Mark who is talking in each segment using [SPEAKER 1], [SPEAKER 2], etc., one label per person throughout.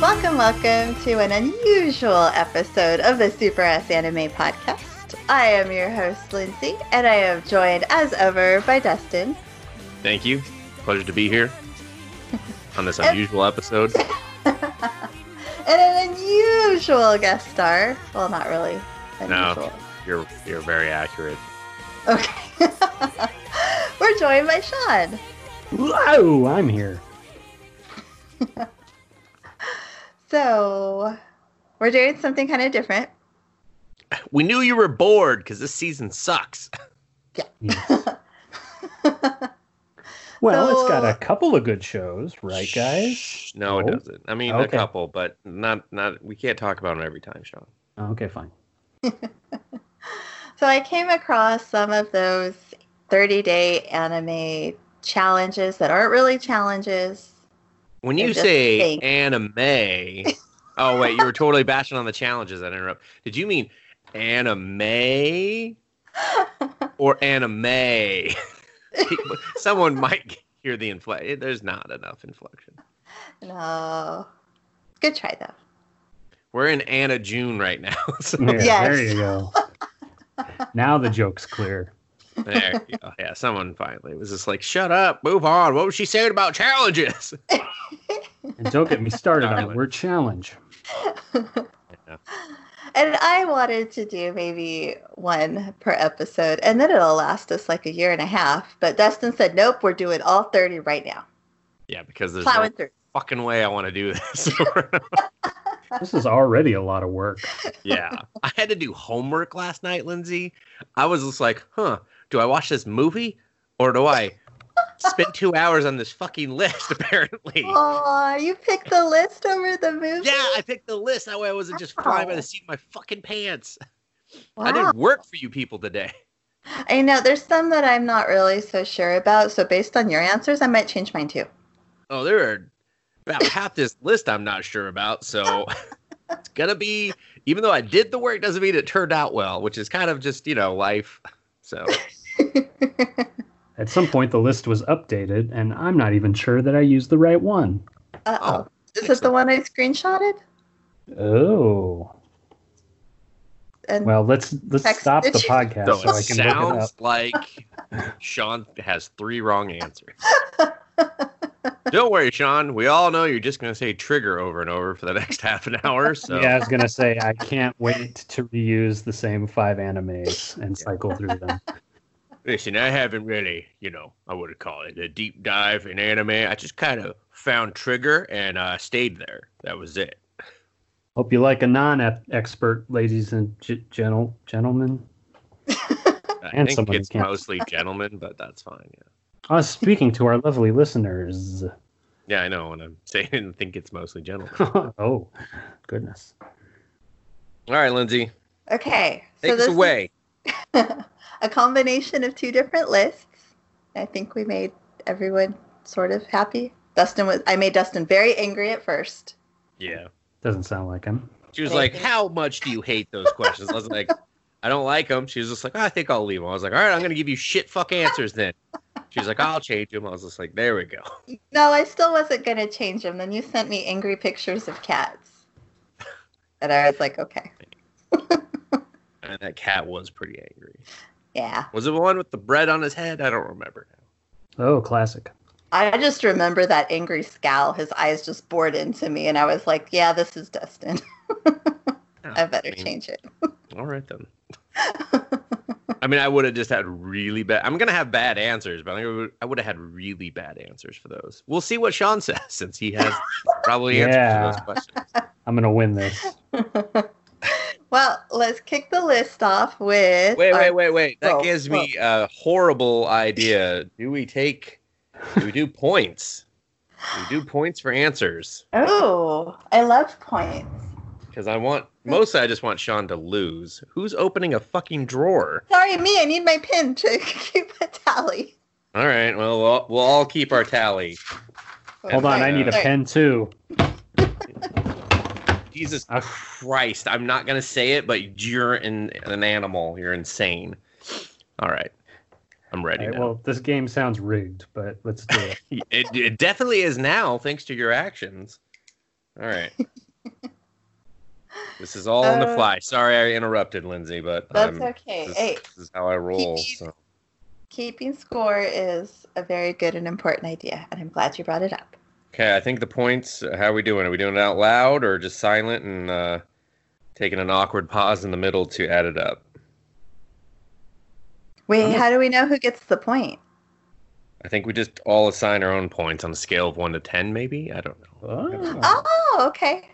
[SPEAKER 1] Welcome, welcome to an unusual episode of the Super S Anime Podcast. I am your host, Lindsay, and I am joined, as ever, by Dustin.
[SPEAKER 2] Thank you. Pleasure to be here on this unusual episode.
[SPEAKER 1] and an unusual guest star. Well, not really unusual.
[SPEAKER 2] No, you're you're very accurate.
[SPEAKER 1] Okay. We're joined by Sean.
[SPEAKER 3] Whoa, I'm here.
[SPEAKER 1] So, we're doing something kind of different.
[SPEAKER 2] We knew you were bored because this season sucks.
[SPEAKER 3] Well,
[SPEAKER 1] So-
[SPEAKER 3] it's got a couple of good shows, right, guys?
[SPEAKER 2] Shh, No, it
[SPEAKER 3] No?
[SPEAKER 2] doesn't. I mean, a
[SPEAKER 3] Oh. Okay.
[SPEAKER 2] couple, but not not. We can't talk about them every time, Sean.
[SPEAKER 3] Okay, fine.
[SPEAKER 1] So, I came across some of those 30 day anime challenges that aren't really challenges.
[SPEAKER 2] When
[SPEAKER 1] They're
[SPEAKER 2] you
[SPEAKER 1] just
[SPEAKER 2] say
[SPEAKER 1] fake.
[SPEAKER 2] anime, oh wait, you were totally bashing on the challenges. I interrupt. Did you mean anime or anime? People- Someone might hear the inflection. There's not enough inflection.
[SPEAKER 1] No. Good try, though.
[SPEAKER 2] We're in Anna June right now. So
[SPEAKER 3] Yeah,
[SPEAKER 1] Yes.
[SPEAKER 3] There you go. now the joke's clear.
[SPEAKER 2] There you go. Yeah, someone finally was just like, shut up, move on. What was she saying about challenges?
[SPEAKER 3] And don't get me started on
[SPEAKER 2] Anyway.
[SPEAKER 3] it. We're challenge.
[SPEAKER 1] And I wanted to do maybe one per episode, and then it'll last us like a year and a half. But Dustin said, nope, we're doing all 30 right now.
[SPEAKER 2] Yeah, because there's
[SPEAKER 1] Plowing
[SPEAKER 2] no
[SPEAKER 1] through.
[SPEAKER 2] fucking way I want to do this.
[SPEAKER 3] This is already a lot of work.
[SPEAKER 2] yeah. I had to do homework last night, Lindsay. I was just like, huh, do I watch this movie or do I spend two hours on this fucking list, apparently?
[SPEAKER 1] Oh, Aw, you picked the list over the movie?
[SPEAKER 2] Yeah, I picked the list. That way I wasn't just flying by
[SPEAKER 1] Wow.
[SPEAKER 2] the seat of my fucking pants.
[SPEAKER 1] wow.
[SPEAKER 2] I did work for you people today.
[SPEAKER 1] I know there's some that I'm not really so sure about. So based on your answers, I might change mine too.
[SPEAKER 2] Oh, there are about half this list I'm not sure about. So it's gonna be, even though I did the work, doesn't mean it turned out well, which is kind of just you know life. So
[SPEAKER 3] At some point, the list was updated, and I'm not even sure that I used the right one.
[SPEAKER 1] Uh oh.
[SPEAKER 2] Oh,
[SPEAKER 1] Is it the one I screenshotted?
[SPEAKER 3] Oh.
[SPEAKER 1] And
[SPEAKER 3] Well, let's let's
[SPEAKER 1] Text
[SPEAKER 3] stop the
[SPEAKER 1] it.
[SPEAKER 3] podcast
[SPEAKER 2] so
[SPEAKER 3] so,
[SPEAKER 2] it
[SPEAKER 3] I can look it up.
[SPEAKER 2] sounds like Sean has three wrong answers. Don't worry, Sean. We all know you're just gonna say trigger over and over for the next half an hour. So
[SPEAKER 3] Yeah, I was gonna say I can't wait to reuse the same five animes and cycle through them.
[SPEAKER 2] Listen, I haven't really, you know, I would call it a deep dive in anime. I just kind of found Trigger and uh, stayed there. That was it.
[SPEAKER 3] Hope you like a non-expert, ladies and g- gentle gentlemen.
[SPEAKER 2] I
[SPEAKER 3] And
[SPEAKER 2] think
[SPEAKER 3] someone who
[SPEAKER 2] it's
[SPEAKER 3] can't-
[SPEAKER 2] mostly gentlemen, but that's fine. Yeah,
[SPEAKER 3] I was Uh, speaking to our lovely listeners.
[SPEAKER 2] yeah, I know. And I'm saying I think it's mostly gentlemen.
[SPEAKER 3] oh, goodness.
[SPEAKER 2] All right, Lindsay,
[SPEAKER 1] okay.
[SPEAKER 2] take us
[SPEAKER 1] this is
[SPEAKER 2] away.
[SPEAKER 1] a combination of two different lists. I think we made everyone sort of happy. Dustin was. I made Dustin very angry at first.
[SPEAKER 2] Yeah,
[SPEAKER 3] Doesn't sound like him.
[SPEAKER 2] she was
[SPEAKER 1] Thank
[SPEAKER 2] like,
[SPEAKER 1] you.
[SPEAKER 2] "How much do you hate those questions?" I was like, "I don't like them." She was just like, "I think I'll leave them." I was like, "All right, I'm gonna give you shit fuck answers then." She was like, "I'll change them." I was just like, "There we go."
[SPEAKER 1] No, I still wasn't gonna change them. Then you sent me angry pictures of cats, and I was like, okay,
[SPEAKER 2] And that cat was pretty angry.
[SPEAKER 1] yeah.
[SPEAKER 2] Was it the one with the bread on his head? I don't remember now.
[SPEAKER 3] Oh, classic.
[SPEAKER 1] I just remember that angry scowl. His eyes just bored into me, and I was like, yeah, this is Dustin. I better
[SPEAKER 2] mean,
[SPEAKER 1] change it.
[SPEAKER 2] All right then. I mean, I would have just had really bad. I'm gonna have bad answers, but I would I would have had really bad answers for those. We'll see what Sean says since he has probably answers
[SPEAKER 3] Yeah.
[SPEAKER 2] to those questions.
[SPEAKER 3] I'm gonna win this.
[SPEAKER 1] Well, let's kick the list off with.
[SPEAKER 2] Wait,
[SPEAKER 1] our-
[SPEAKER 2] wait, wait, wait. That
[SPEAKER 1] Well,
[SPEAKER 2] gives me a horrible idea. Do we take? Do we do points? Do we do points for answers?
[SPEAKER 1] Oh, I love points.
[SPEAKER 2] Because I want mostly I just want Sean to lose. Who's opening a fucking drawer?
[SPEAKER 1] Sorry, me. I need my pin to keep a tally.
[SPEAKER 2] All right. Well, we'll, we'll all keep our tally.
[SPEAKER 3] Hold on, I need a
[SPEAKER 1] Sorry.
[SPEAKER 3] pen too.
[SPEAKER 2] Jesus
[SPEAKER 3] Ah,
[SPEAKER 2] Christ, I'm not gonna say it, but you're in, an animal. You're insane. All right, I'm ready
[SPEAKER 3] all right,
[SPEAKER 2] now.
[SPEAKER 3] well, this game sounds rigged, but let's do it.
[SPEAKER 2] it, it definitely is now, thanks to your actions. All right. this is all on the
[SPEAKER 1] Uh,
[SPEAKER 2] fly. Sorry I interrupted, Lindsay, but
[SPEAKER 1] That's
[SPEAKER 2] um,
[SPEAKER 1] okay.
[SPEAKER 2] this,
[SPEAKER 1] Hey,
[SPEAKER 2] this is how I roll.
[SPEAKER 1] keep-
[SPEAKER 2] So.
[SPEAKER 1] keeping score is a very good and important idea, and I'm glad you brought it up.
[SPEAKER 2] Okay, I think the points. How are we doing? Are we doing it out loud or just silent and uh, taking an awkward pause in the middle to add it up?
[SPEAKER 1] Wait,
[SPEAKER 3] Oh.
[SPEAKER 1] how do we know who gets the point?
[SPEAKER 2] I think we just all assign our own points on a scale of one to ten, maybe. I don't know.
[SPEAKER 3] Oh.
[SPEAKER 1] Oh, okay.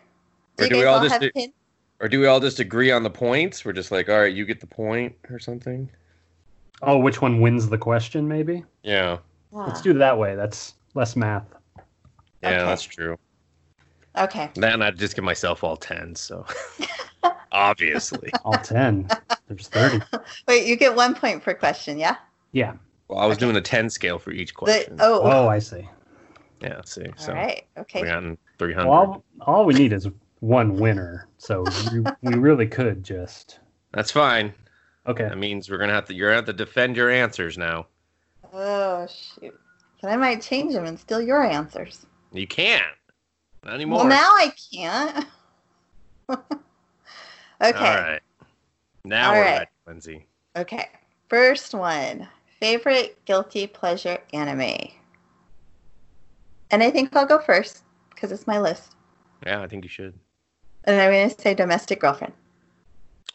[SPEAKER 1] Do
[SPEAKER 2] Or
[SPEAKER 1] you
[SPEAKER 2] do we
[SPEAKER 1] guys
[SPEAKER 2] all
[SPEAKER 1] all
[SPEAKER 2] just
[SPEAKER 1] have
[SPEAKER 2] do-
[SPEAKER 1] pins?
[SPEAKER 2] Or do we all just agree on the points? We're just like, all right, you get the point or something.
[SPEAKER 3] oh, which one wins the question? Maybe
[SPEAKER 2] Yeah,
[SPEAKER 3] let's do it that way. That's less math.
[SPEAKER 2] yeah,
[SPEAKER 1] Okay.
[SPEAKER 2] that's true.
[SPEAKER 1] Ah. Okay.
[SPEAKER 2] Then I'd just give myself all ten. So obviously,
[SPEAKER 3] All ten. There's thirty.
[SPEAKER 1] Wait, you get one point per question, yeah?
[SPEAKER 3] Yeah.
[SPEAKER 2] well, I was
[SPEAKER 1] Okay.
[SPEAKER 2] doing a ten scale for each
[SPEAKER 1] The,
[SPEAKER 2] question.
[SPEAKER 1] oh,
[SPEAKER 3] Oh, I see.
[SPEAKER 2] yeah, see, so
[SPEAKER 1] all right.
[SPEAKER 2] we
[SPEAKER 1] Okay.
[SPEAKER 2] got three
[SPEAKER 3] Well,
[SPEAKER 2] hundred.
[SPEAKER 3] all, all we need is one winner. So you, we really could just.
[SPEAKER 2] that's fine.
[SPEAKER 3] Okay.
[SPEAKER 2] That means we're gonna have to. You're gonna have to defend your answers now.
[SPEAKER 1] Oh, shoot. But I might change them and steal your answers.
[SPEAKER 2] You can't. Not anymore.
[SPEAKER 1] Well, now I can't. okay.
[SPEAKER 2] All right. Now
[SPEAKER 1] All
[SPEAKER 2] we're
[SPEAKER 1] right.
[SPEAKER 2] ready, Lindsay.
[SPEAKER 1] Okay. First one favorite guilty pleasure anime. And I think I'll go first because it's my list.
[SPEAKER 2] Yeah, I think you should.
[SPEAKER 1] And I'm going to say Domestic Girlfriend.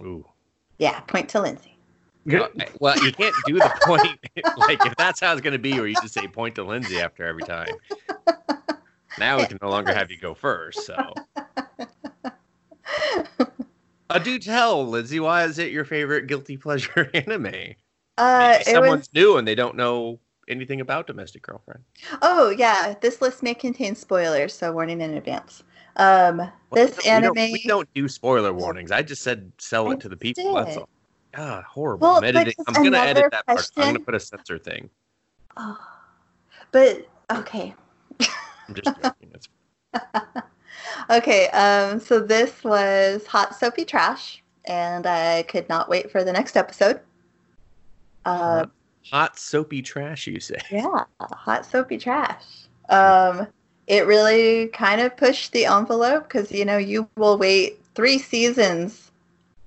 [SPEAKER 2] Ooh.
[SPEAKER 1] Yeah, point to Lindsay.
[SPEAKER 3] Good.
[SPEAKER 2] Okay, Uh, Well, you can't do the point. like, if that's how it's going to be, or you just say point to Lindsay after every time. Now we can no longer have you go first. So, uh, do tell, Lindsay, why is it your favorite guilty pleasure anime?
[SPEAKER 1] Uh,
[SPEAKER 2] Maybe
[SPEAKER 1] it
[SPEAKER 2] Someone's
[SPEAKER 1] was,
[SPEAKER 2] new and they don't know anything about Domestic Girlfriend.
[SPEAKER 1] oh, yeah. This list may contain spoilers, so warning in advance. Um, this
[SPEAKER 2] We
[SPEAKER 1] anime.
[SPEAKER 2] don't- We don't, do spoiler warnings. I just said sell it to the people. That's
[SPEAKER 1] did.
[SPEAKER 2] all. God, horrible.
[SPEAKER 1] Well,
[SPEAKER 2] I'm, editing.
[SPEAKER 1] but
[SPEAKER 2] I'm
[SPEAKER 1] just
[SPEAKER 2] going to
[SPEAKER 1] another
[SPEAKER 2] edit that part. I'm going to
[SPEAKER 1] question.
[SPEAKER 2] put a censor thing.
[SPEAKER 1] Oh. but, okay.
[SPEAKER 2] I'm just joking. It's
[SPEAKER 1] Okay, um, so this was Hot Soapy Trash, and I could not wait for the next episode. Uh,
[SPEAKER 2] hot, soapy trash, you say.
[SPEAKER 1] yeah, Hot Soapy Trash. Um, it really kind of pushed the envelope because, you know, you will wait three seasons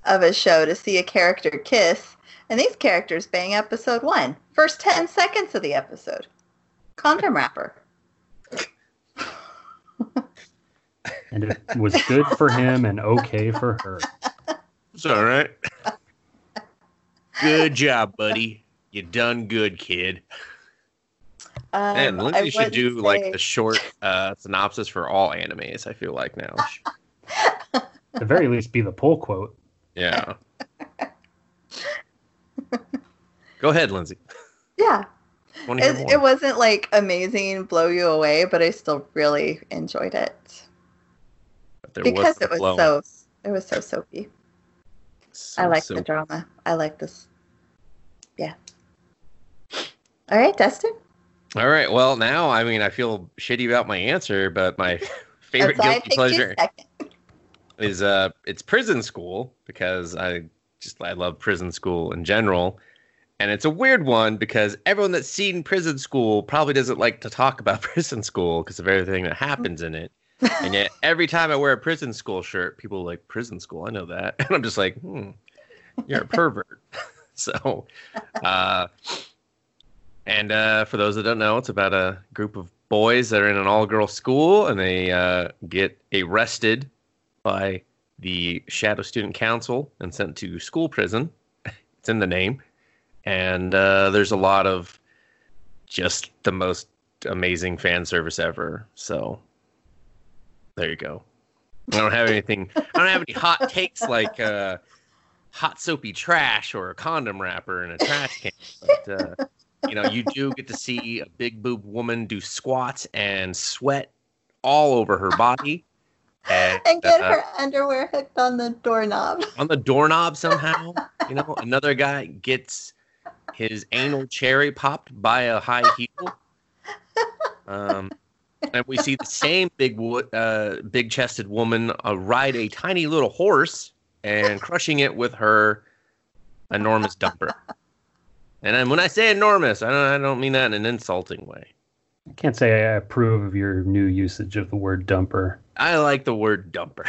[SPEAKER 1] of a show to see a character kiss, and these characters bang episode one, first 10 seconds of the episode. Condom wrapper.
[SPEAKER 3] And it was good for him and okay for her.
[SPEAKER 2] It's all right. good job, buddy. You done good, kid.
[SPEAKER 1] Um,
[SPEAKER 2] And
[SPEAKER 1] I
[SPEAKER 2] Lindsay should
[SPEAKER 1] wouldn't
[SPEAKER 2] do like
[SPEAKER 1] say-
[SPEAKER 2] the short uh, synopsis for all animes. I feel like now.
[SPEAKER 3] At the very least, be the pull quote.
[SPEAKER 2] yeah. Go ahead, Lindsay.
[SPEAKER 1] Yeah.
[SPEAKER 2] Wanna hear
[SPEAKER 1] It,
[SPEAKER 2] more.
[SPEAKER 1] it wasn't like amazing, blow you away, but I still really enjoyed it
[SPEAKER 2] But there was
[SPEAKER 1] because
[SPEAKER 2] some
[SPEAKER 1] it was
[SPEAKER 2] blowing.
[SPEAKER 1] so it was so soapy.
[SPEAKER 2] So
[SPEAKER 1] I like
[SPEAKER 2] soapy.
[SPEAKER 1] the drama. I like this. Yeah. All right, Dustin.
[SPEAKER 2] All right. Well, now I mean I feel shitty about my answer, but my favorite
[SPEAKER 1] That's why I
[SPEAKER 2] guilty
[SPEAKER 1] picked you
[SPEAKER 2] pleasure
[SPEAKER 1] second.
[SPEAKER 2] is uh it's prison school because I just I love prison school in general. And it's a weird one because everyone that's seen prison school probably doesn't like to talk about prison school because of everything that happens in it. And yet every time I wear a prison school shirt, people are like prison school, I know that. And I'm just like, hmm, you're a pervert. so uh and uh, for those that don't know, it's about a group of boys that are in an all-girl school, and they uh, get arrested by the Shadow Student Council and sent to school prison. It's in the name, and uh, there's a lot of just the most amazing fan service ever. So there you go. I don't have anything. I don't have any hot takes like uh, hot soapy trash or a condom wrapper in a trash can, but. Uh, you know, you do get to see a big boob woman do squats and sweat all over her body and,
[SPEAKER 1] and get
[SPEAKER 2] uh,
[SPEAKER 1] her underwear hooked on the doorknob.
[SPEAKER 2] on the doorknob somehow. You know, another guy gets his anal cherry popped by a high heel. Um, and we see the same big, wo- uh, big-chested woman uh, ride a tiny little horse and crushing it with her enormous dumper. And then when I say enormous, I don't, I don't mean that in an insulting way.
[SPEAKER 3] I can't say I approve of your new usage of the word dumper.
[SPEAKER 2] I like the word dumper.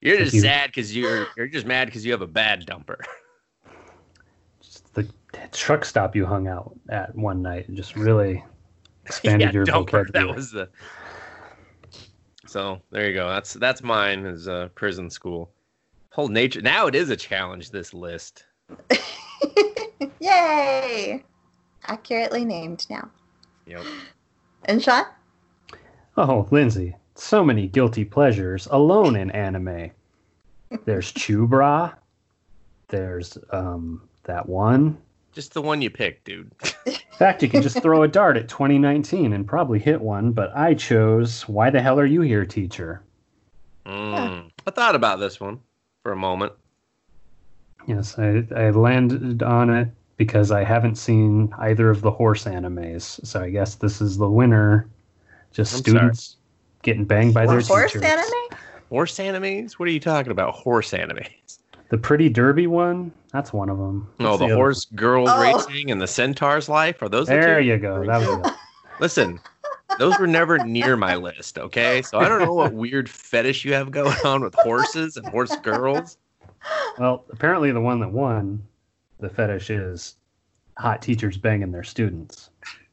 [SPEAKER 2] you're just
[SPEAKER 3] you.
[SPEAKER 2] sad because you're you're just mad because you have a bad dumper.
[SPEAKER 3] Just the truck stop you hung out at one night and just really expanded
[SPEAKER 2] yeah,
[SPEAKER 3] your
[SPEAKER 2] dumper.
[SPEAKER 3] vocabulary.
[SPEAKER 2] That was the. So there you go. That's that's mine is uh, prison school. Whole nature. Now it is a challenge. This list.
[SPEAKER 1] Yay! Accurately named now.
[SPEAKER 2] Yep.
[SPEAKER 1] And Sean?
[SPEAKER 3] Oh, Lindsay, so many guilty pleasures alone in anime. There's Chubra. There's um that one.
[SPEAKER 2] Just the one you picked, dude.
[SPEAKER 3] In fact, you can just throw a dart at 2019 and probably hit one, but I chose Why the Hell Are You Here, Teacher?
[SPEAKER 2] Mm. I thought about this one for a moment.
[SPEAKER 3] Yes, I, I landed on it because I haven't seen either of the horse animes. So I guess this is the winner. Just
[SPEAKER 2] I'm
[SPEAKER 3] students getting banged by their
[SPEAKER 1] Horse
[SPEAKER 3] teachers.
[SPEAKER 1] anime?
[SPEAKER 2] Horse animes? What are you talking about? Horse animes?
[SPEAKER 3] The Pretty Derby one, that's one of them.
[SPEAKER 2] No, the, horse girl
[SPEAKER 1] Oh.
[SPEAKER 2] racing and the centaur's life. Are those the
[SPEAKER 3] There
[SPEAKER 2] two?
[SPEAKER 3] you go. That was it.
[SPEAKER 2] Listen, those were never near my list, okay? So I don't know what weird fetish you have going on with horses and horse girls.
[SPEAKER 3] Well, apparently the one that won the fetish is hot teachers banging their students.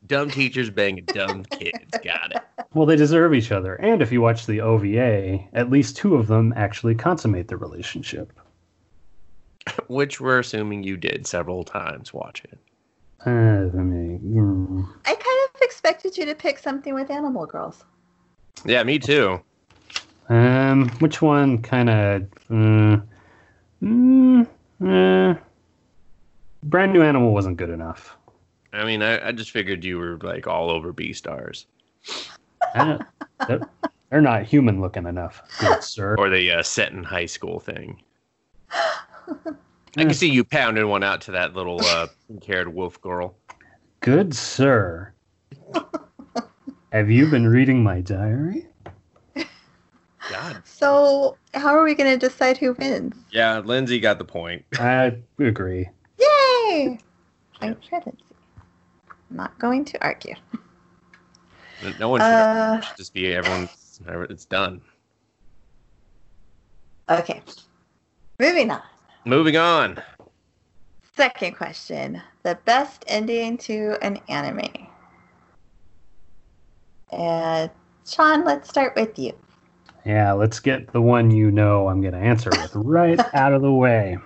[SPEAKER 2] Dumb teachers banging dumb kids. Got it.
[SPEAKER 3] Well, they deserve each other. And if you watch the OVA, at least two of them actually consummate their relationship.
[SPEAKER 2] Which we're assuming you did several times watch it.
[SPEAKER 3] Uh, I mean, mm.
[SPEAKER 1] I kind of expected you to pick something with animal girls.
[SPEAKER 2] Yeah, me too.
[SPEAKER 3] Um, which one kind of? Uh, mm, eh. brand new animal wasn't good enough.
[SPEAKER 2] I mean, I, I just figured you were like all over B stars
[SPEAKER 3] I don't- they're, they're not human looking enough, good sir.
[SPEAKER 2] or the uh, set in high school thing. I can see you pounded one out to that little uh, pink-haired wolf girl.
[SPEAKER 3] Good sir. Have you been reading my diary?
[SPEAKER 2] God.
[SPEAKER 1] So, how are we going to decide who wins?
[SPEAKER 2] Yeah, Lindsay got the point.
[SPEAKER 3] I agree.
[SPEAKER 1] Yay! Transparency. Not going to argue.
[SPEAKER 2] No one should
[SPEAKER 1] Uh,
[SPEAKER 2] Should just be everyone. It's done.
[SPEAKER 1] Uh, okay. Moving on.
[SPEAKER 2] Moving on.
[SPEAKER 1] Second question The best ending to an anime. And Sean, let's start with you.
[SPEAKER 3] Yeah, let's get the one you know I'm going to answer with right out of the way.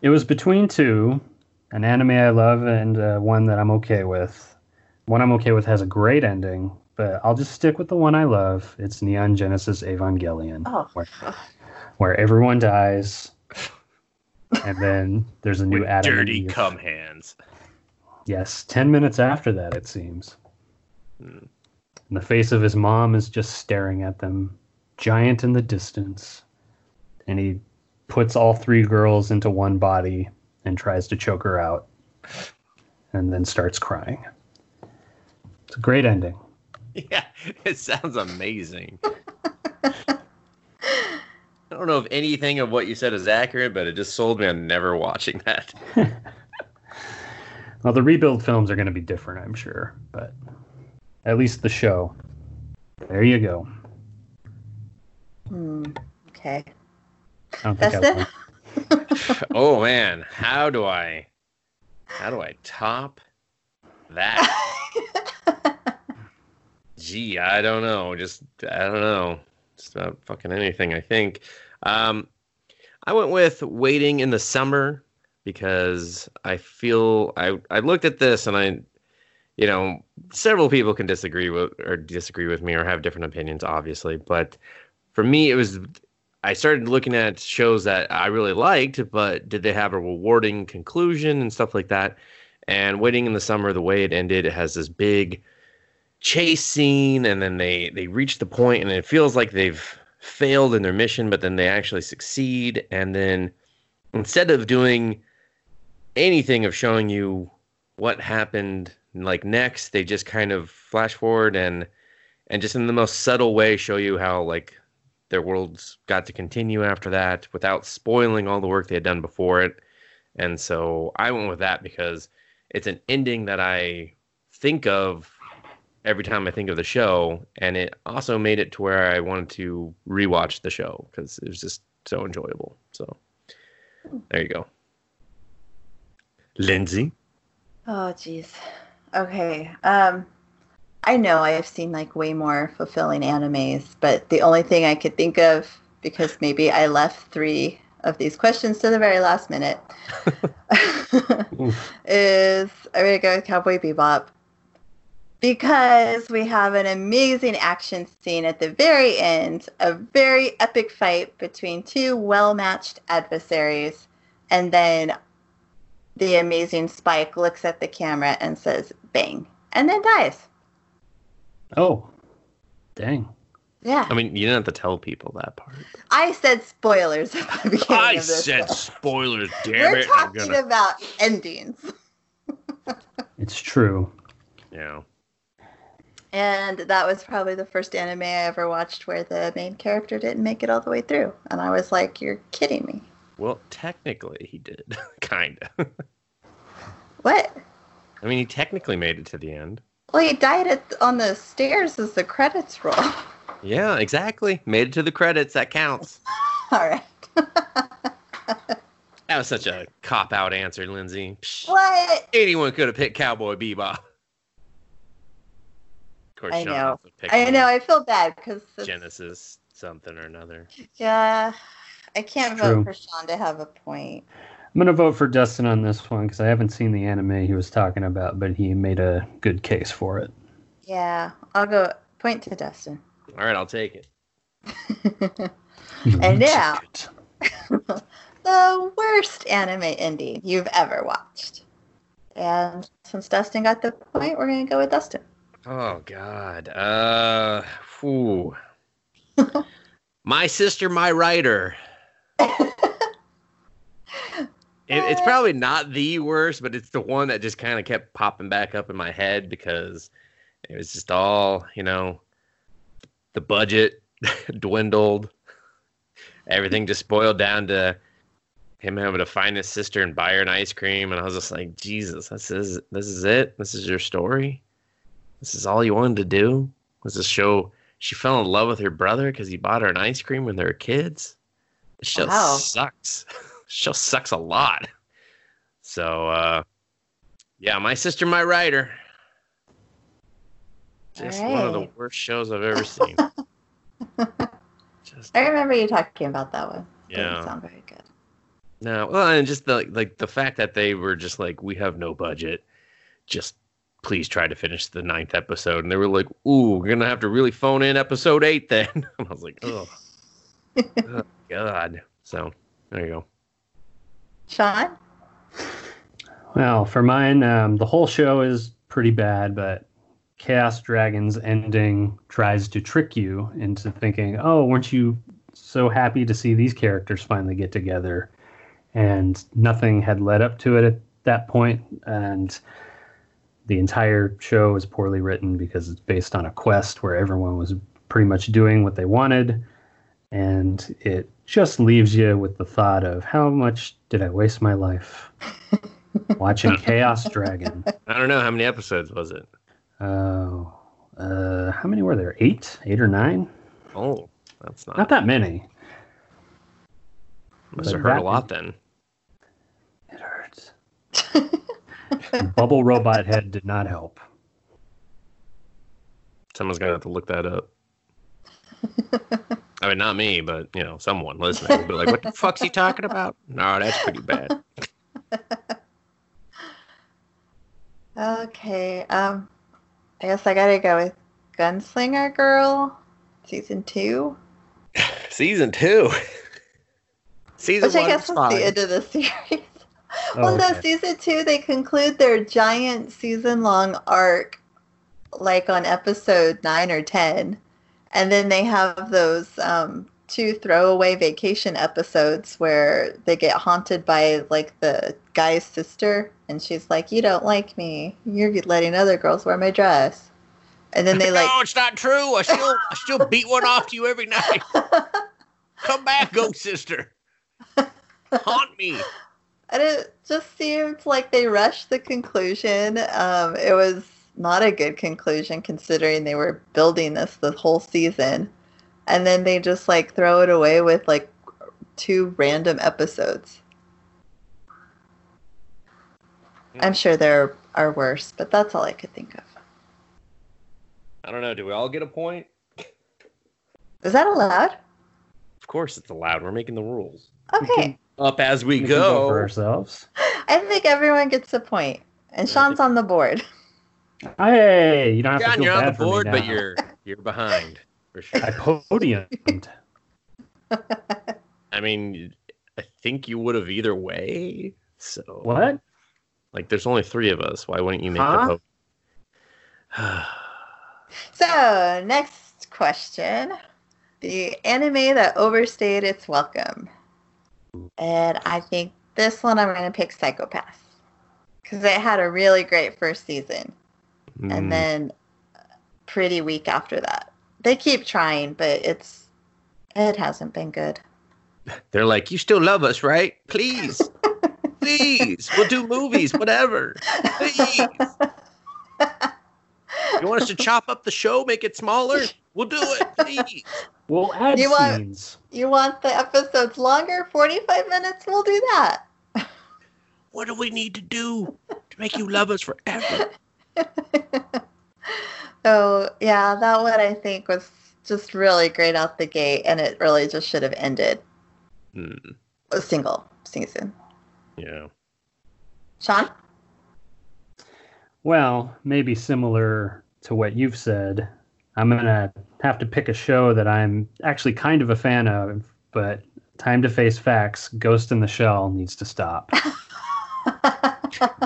[SPEAKER 3] It was between two an anime I love and uh, one that I'm okay with. One I'm okay with has a great ending, but I'll just stick with the one I love. It's Neon Genesis Evangelion,
[SPEAKER 1] Oh.
[SPEAKER 3] where, where everyone dies, and then there's a new
[SPEAKER 2] With
[SPEAKER 3] Adam. and
[SPEAKER 2] dirty
[SPEAKER 3] Eve.
[SPEAKER 2] cum hands.
[SPEAKER 3] Yes, 10 minutes after that, it seems.
[SPEAKER 2] Hmm.
[SPEAKER 3] And the face of his mom is just staring at them, giant in the distance. And he puts all three girls into one body and tries to choke her out, and then starts crying. It's a great ending.
[SPEAKER 2] Yeah, it sounds amazing. I don't know if anything of what you said is accurate, but it just sold me on never watching that.
[SPEAKER 3] Well, the rebuild films are going to be different, I'm sure, but at least the show. There you go.
[SPEAKER 1] Hmm, okay.
[SPEAKER 3] I don't think
[SPEAKER 1] That's
[SPEAKER 3] I
[SPEAKER 1] it.
[SPEAKER 3] won.
[SPEAKER 2] oh man, how do I, how do I top that? Gee, I don't know. Just I don't know. Just about fucking anything. I think. Um, I went with waiting in the summer because I feel I I looked at this and I, you know, several people can disagree with or disagree with me or have different opinions, obviously. But for me, it was I started looking at shows that I really liked, but did they have a rewarding conclusion and stuff like that? And waiting in the summer, the way it ended, it has this big chase scene and then they they reach the point and it feels like they've failed in their mission but then they actually succeed and then instead of doing anything of showing you what happened like next they just kind of flash forward and and just in the most subtle way show you how like their worlds got to continue after that without spoiling all the work they had done before it and so i went with that because it's an ending that i think of every time I think of the show, and it also made it to where I wanted to rewatch the show because it was just so enjoyable. So there you go, Lindsay.
[SPEAKER 1] Oh, jeez. Okay. Um, I know I've seen like way more fulfilling animes, but the only thing I could think of because maybe I left three of these questions to the very last minute
[SPEAKER 3] Oof.
[SPEAKER 1] is I'm gonna go with Cowboy Bebop because we have an amazing action scene at the very end, a very epic fight between two well-matched adversaries, and then the amazing Spike looks at the camera and says "bang," and then dies.
[SPEAKER 3] Oh, dang.
[SPEAKER 1] Yeah,
[SPEAKER 2] I mean, you didn't have to tell people that part.
[SPEAKER 1] I said spoilers at the beginning
[SPEAKER 2] I
[SPEAKER 1] of this.
[SPEAKER 2] said
[SPEAKER 1] show.
[SPEAKER 2] spoilers. Damn
[SPEAKER 1] We're
[SPEAKER 2] it! I'm
[SPEAKER 1] talking
[SPEAKER 2] gonna-
[SPEAKER 1] about endings.
[SPEAKER 3] It's true.
[SPEAKER 2] yeah.
[SPEAKER 1] And that was probably the first anime I ever watched where the main character didn't make it all the way through. And I was like, you're kidding me.
[SPEAKER 2] Well, technically, he did. kind of.
[SPEAKER 1] What?
[SPEAKER 2] I mean, he technically made it to the end.
[SPEAKER 1] Well, he died at, on the stairs as the credits roll. all
[SPEAKER 2] Yeah, exactly. Made it to the credits. That counts.
[SPEAKER 1] right.
[SPEAKER 2] That was such a cop out answer, Lindsay. Psh,
[SPEAKER 1] What?
[SPEAKER 2] Anyone could have picked Cowboy Bebop. Of course,
[SPEAKER 1] I
[SPEAKER 2] Sean
[SPEAKER 1] know.
[SPEAKER 2] also picked
[SPEAKER 1] I know. I feel bad because,
[SPEAKER 2] Genesis something or another.
[SPEAKER 1] yeah, I can't
[SPEAKER 3] True.
[SPEAKER 1] vote for Sean to have a point.
[SPEAKER 3] I'm gonna vote for Dustin on this one because I haven't seen the anime he was talking about, but he made a good case for it.
[SPEAKER 1] Yeah, I'll go point to Dustin.
[SPEAKER 2] All right, I'll take it.
[SPEAKER 1] And now- the worst anime ending you've ever watched. And since Dustin got the point, we're going to go with Dustin.
[SPEAKER 2] Oh God. Uh. Whew. my sister, my writer. It, it's probably not the worst, but it's the one that just kind of kept popping back up in my head because it was just all you know. The budget dwindled. Everything just boiled down to him having to find his sister and buy her an ice cream, and I was just like, Jesus, this is this is it. This is your story. This is all you wanted to do was to show she fell in love with her brother because he bought her an ice cream when they were kids. This show
[SPEAKER 1] Wow.
[SPEAKER 2] sucks. This show sucks a lot. So uh yeah, my sister, my writer. Just one of the
[SPEAKER 1] Alright.
[SPEAKER 2] worst shows I've ever seen. Just
[SPEAKER 1] I remember you talking about that one. Didn't
[SPEAKER 2] yeah.
[SPEAKER 1] sound very good.
[SPEAKER 2] No, well, and just the like the fact that they were just like, we have no budget. Just please try to finish the ninth episode, and they were like, ooh, we're gonna have to really phone in episode eight then. and I was like, oh, oh god. So there you go.
[SPEAKER 1] Sean?
[SPEAKER 3] Well, for mine, um, the whole show is pretty bad, but Chaos Dragon's ending tries to trick you into thinking, oh, weren't you so happy to see these characters finally get together? And nothing had led up to it at that point, and the entire show is poorly written because it's based on a quest where everyone was pretty much doing what they wanted. And it just leaves you with the thought of how much did I waste my life? watching Chaos Dragon.
[SPEAKER 2] I don't know how many episodes was it.
[SPEAKER 3] Oh, uh, how many were there? Eight, eight or nine?
[SPEAKER 2] Oh, that's not.
[SPEAKER 3] Not that many.
[SPEAKER 2] must have
[SPEAKER 3] but
[SPEAKER 2] hurt a
[SPEAKER 3] that
[SPEAKER 2] lot then.
[SPEAKER 3] It hurts. Bubble Robot Head did not help.
[SPEAKER 2] Someone's gonna have to look that up. I mean, not me, but you know, someone listening. would Be like, what the fuck's he talking about? No, that's pretty bad.
[SPEAKER 1] Okay. Um, I guess I got to go with Gunslinger Girl, season two,
[SPEAKER 2] Season two. Season
[SPEAKER 1] which I
[SPEAKER 2] one
[SPEAKER 1] guess
[SPEAKER 2] was
[SPEAKER 1] was the
[SPEAKER 2] fine.
[SPEAKER 1] end of the series.
[SPEAKER 3] Oh,
[SPEAKER 1] well, no,
[SPEAKER 3] okay.
[SPEAKER 1] season two, they conclude their giant season long arc like on episode nine or 10. And then they have those um, two throwaway vacation episodes where they get haunted by like the guy's sister. And she's like, You don't like me. You're letting other girls wear my dress. And then they like,
[SPEAKER 3] Oh,
[SPEAKER 2] no, it's not true. I still, I still beat one off to you every night. Come back, ghost sister. Haunt me.
[SPEAKER 1] And it just seemed like they rushed the conclusion. Um, it was not a good conclusion considering they were building this the whole season. And then they just like throw it away with like two random episodes.
[SPEAKER 2] Yeah.
[SPEAKER 1] I'm sure there are worse, but that's all I could think of.
[SPEAKER 2] I don't know. Do we all get a point?
[SPEAKER 1] Is that allowed?
[SPEAKER 2] Of course, it's allowed. We're making the rules
[SPEAKER 3] Mm-hmm.
[SPEAKER 1] Okay.
[SPEAKER 2] up as we,
[SPEAKER 3] We can
[SPEAKER 2] go.
[SPEAKER 3] for ourselves.
[SPEAKER 1] I think everyone gets a point, and
[SPEAKER 2] Yeah, I
[SPEAKER 1] Sean's on the board.
[SPEAKER 3] Hey, you don't have to
[SPEAKER 2] John,
[SPEAKER 3] feel
[SPEAKER 2] you're
[SPEAKER 3] bad
[SPEAKER 2] on the
[SPEAKER 3] for me
[SPEAKER 2] board, but
[SPEAKER 3] now.
[SPEAKER 2] you're you're behind for sure.
[SPEAKER 3] I podiumed.
[SPEAKER 2] I mean, I think you would have either way. So
[SPEAKER 3] what?
[SPEAKER 2] Like, there's only three of us. Why wouldn't you make
[SPEAKER 3] Huh?
[SPEAKER 2] the vote?
[SPEAKER 1] So, next question the anime that overstayed its welcome. And I think this one I'm going to pick Psychopaths because it had a really great first season
[SPEAKER 2] Mm,
[SPEAKER 1] and then pretty weak after that. They keep trying, but it's it hasn't been good.
[SPEAKER 2] they're like, you still love us, right? Please, please, we'll do movies, whatever. Please. You want us to chop up the show, make it smaller? We'll do it, please.
[SPEAKER 3] We'll add
[SPEAKER 1] You want-
[SPEAKER 3] scenes.
[SPEAKER 1] You want the episodes longer, 45 minutes? We'll do that.
[SPEAKER 2] What do we need to do to make you love us forever?
[SPEAKER 1] So, yeah, that one I think was just really great out the gate, and it really just should have ended
[SPEAKER 3] Hmm.
[SPEAKER 2] Mm,
[SPEAKER 1] a single season.
[SPEAKER 2] yeah.
[SPEAKER 1] Sean?
[SPEAKER 3] Well, maybe similar to what you've said, I'm going to have to pick a show that I'm actually kind of a fan of, but Time to Face Facts, Ghost in the Shell needs to stop.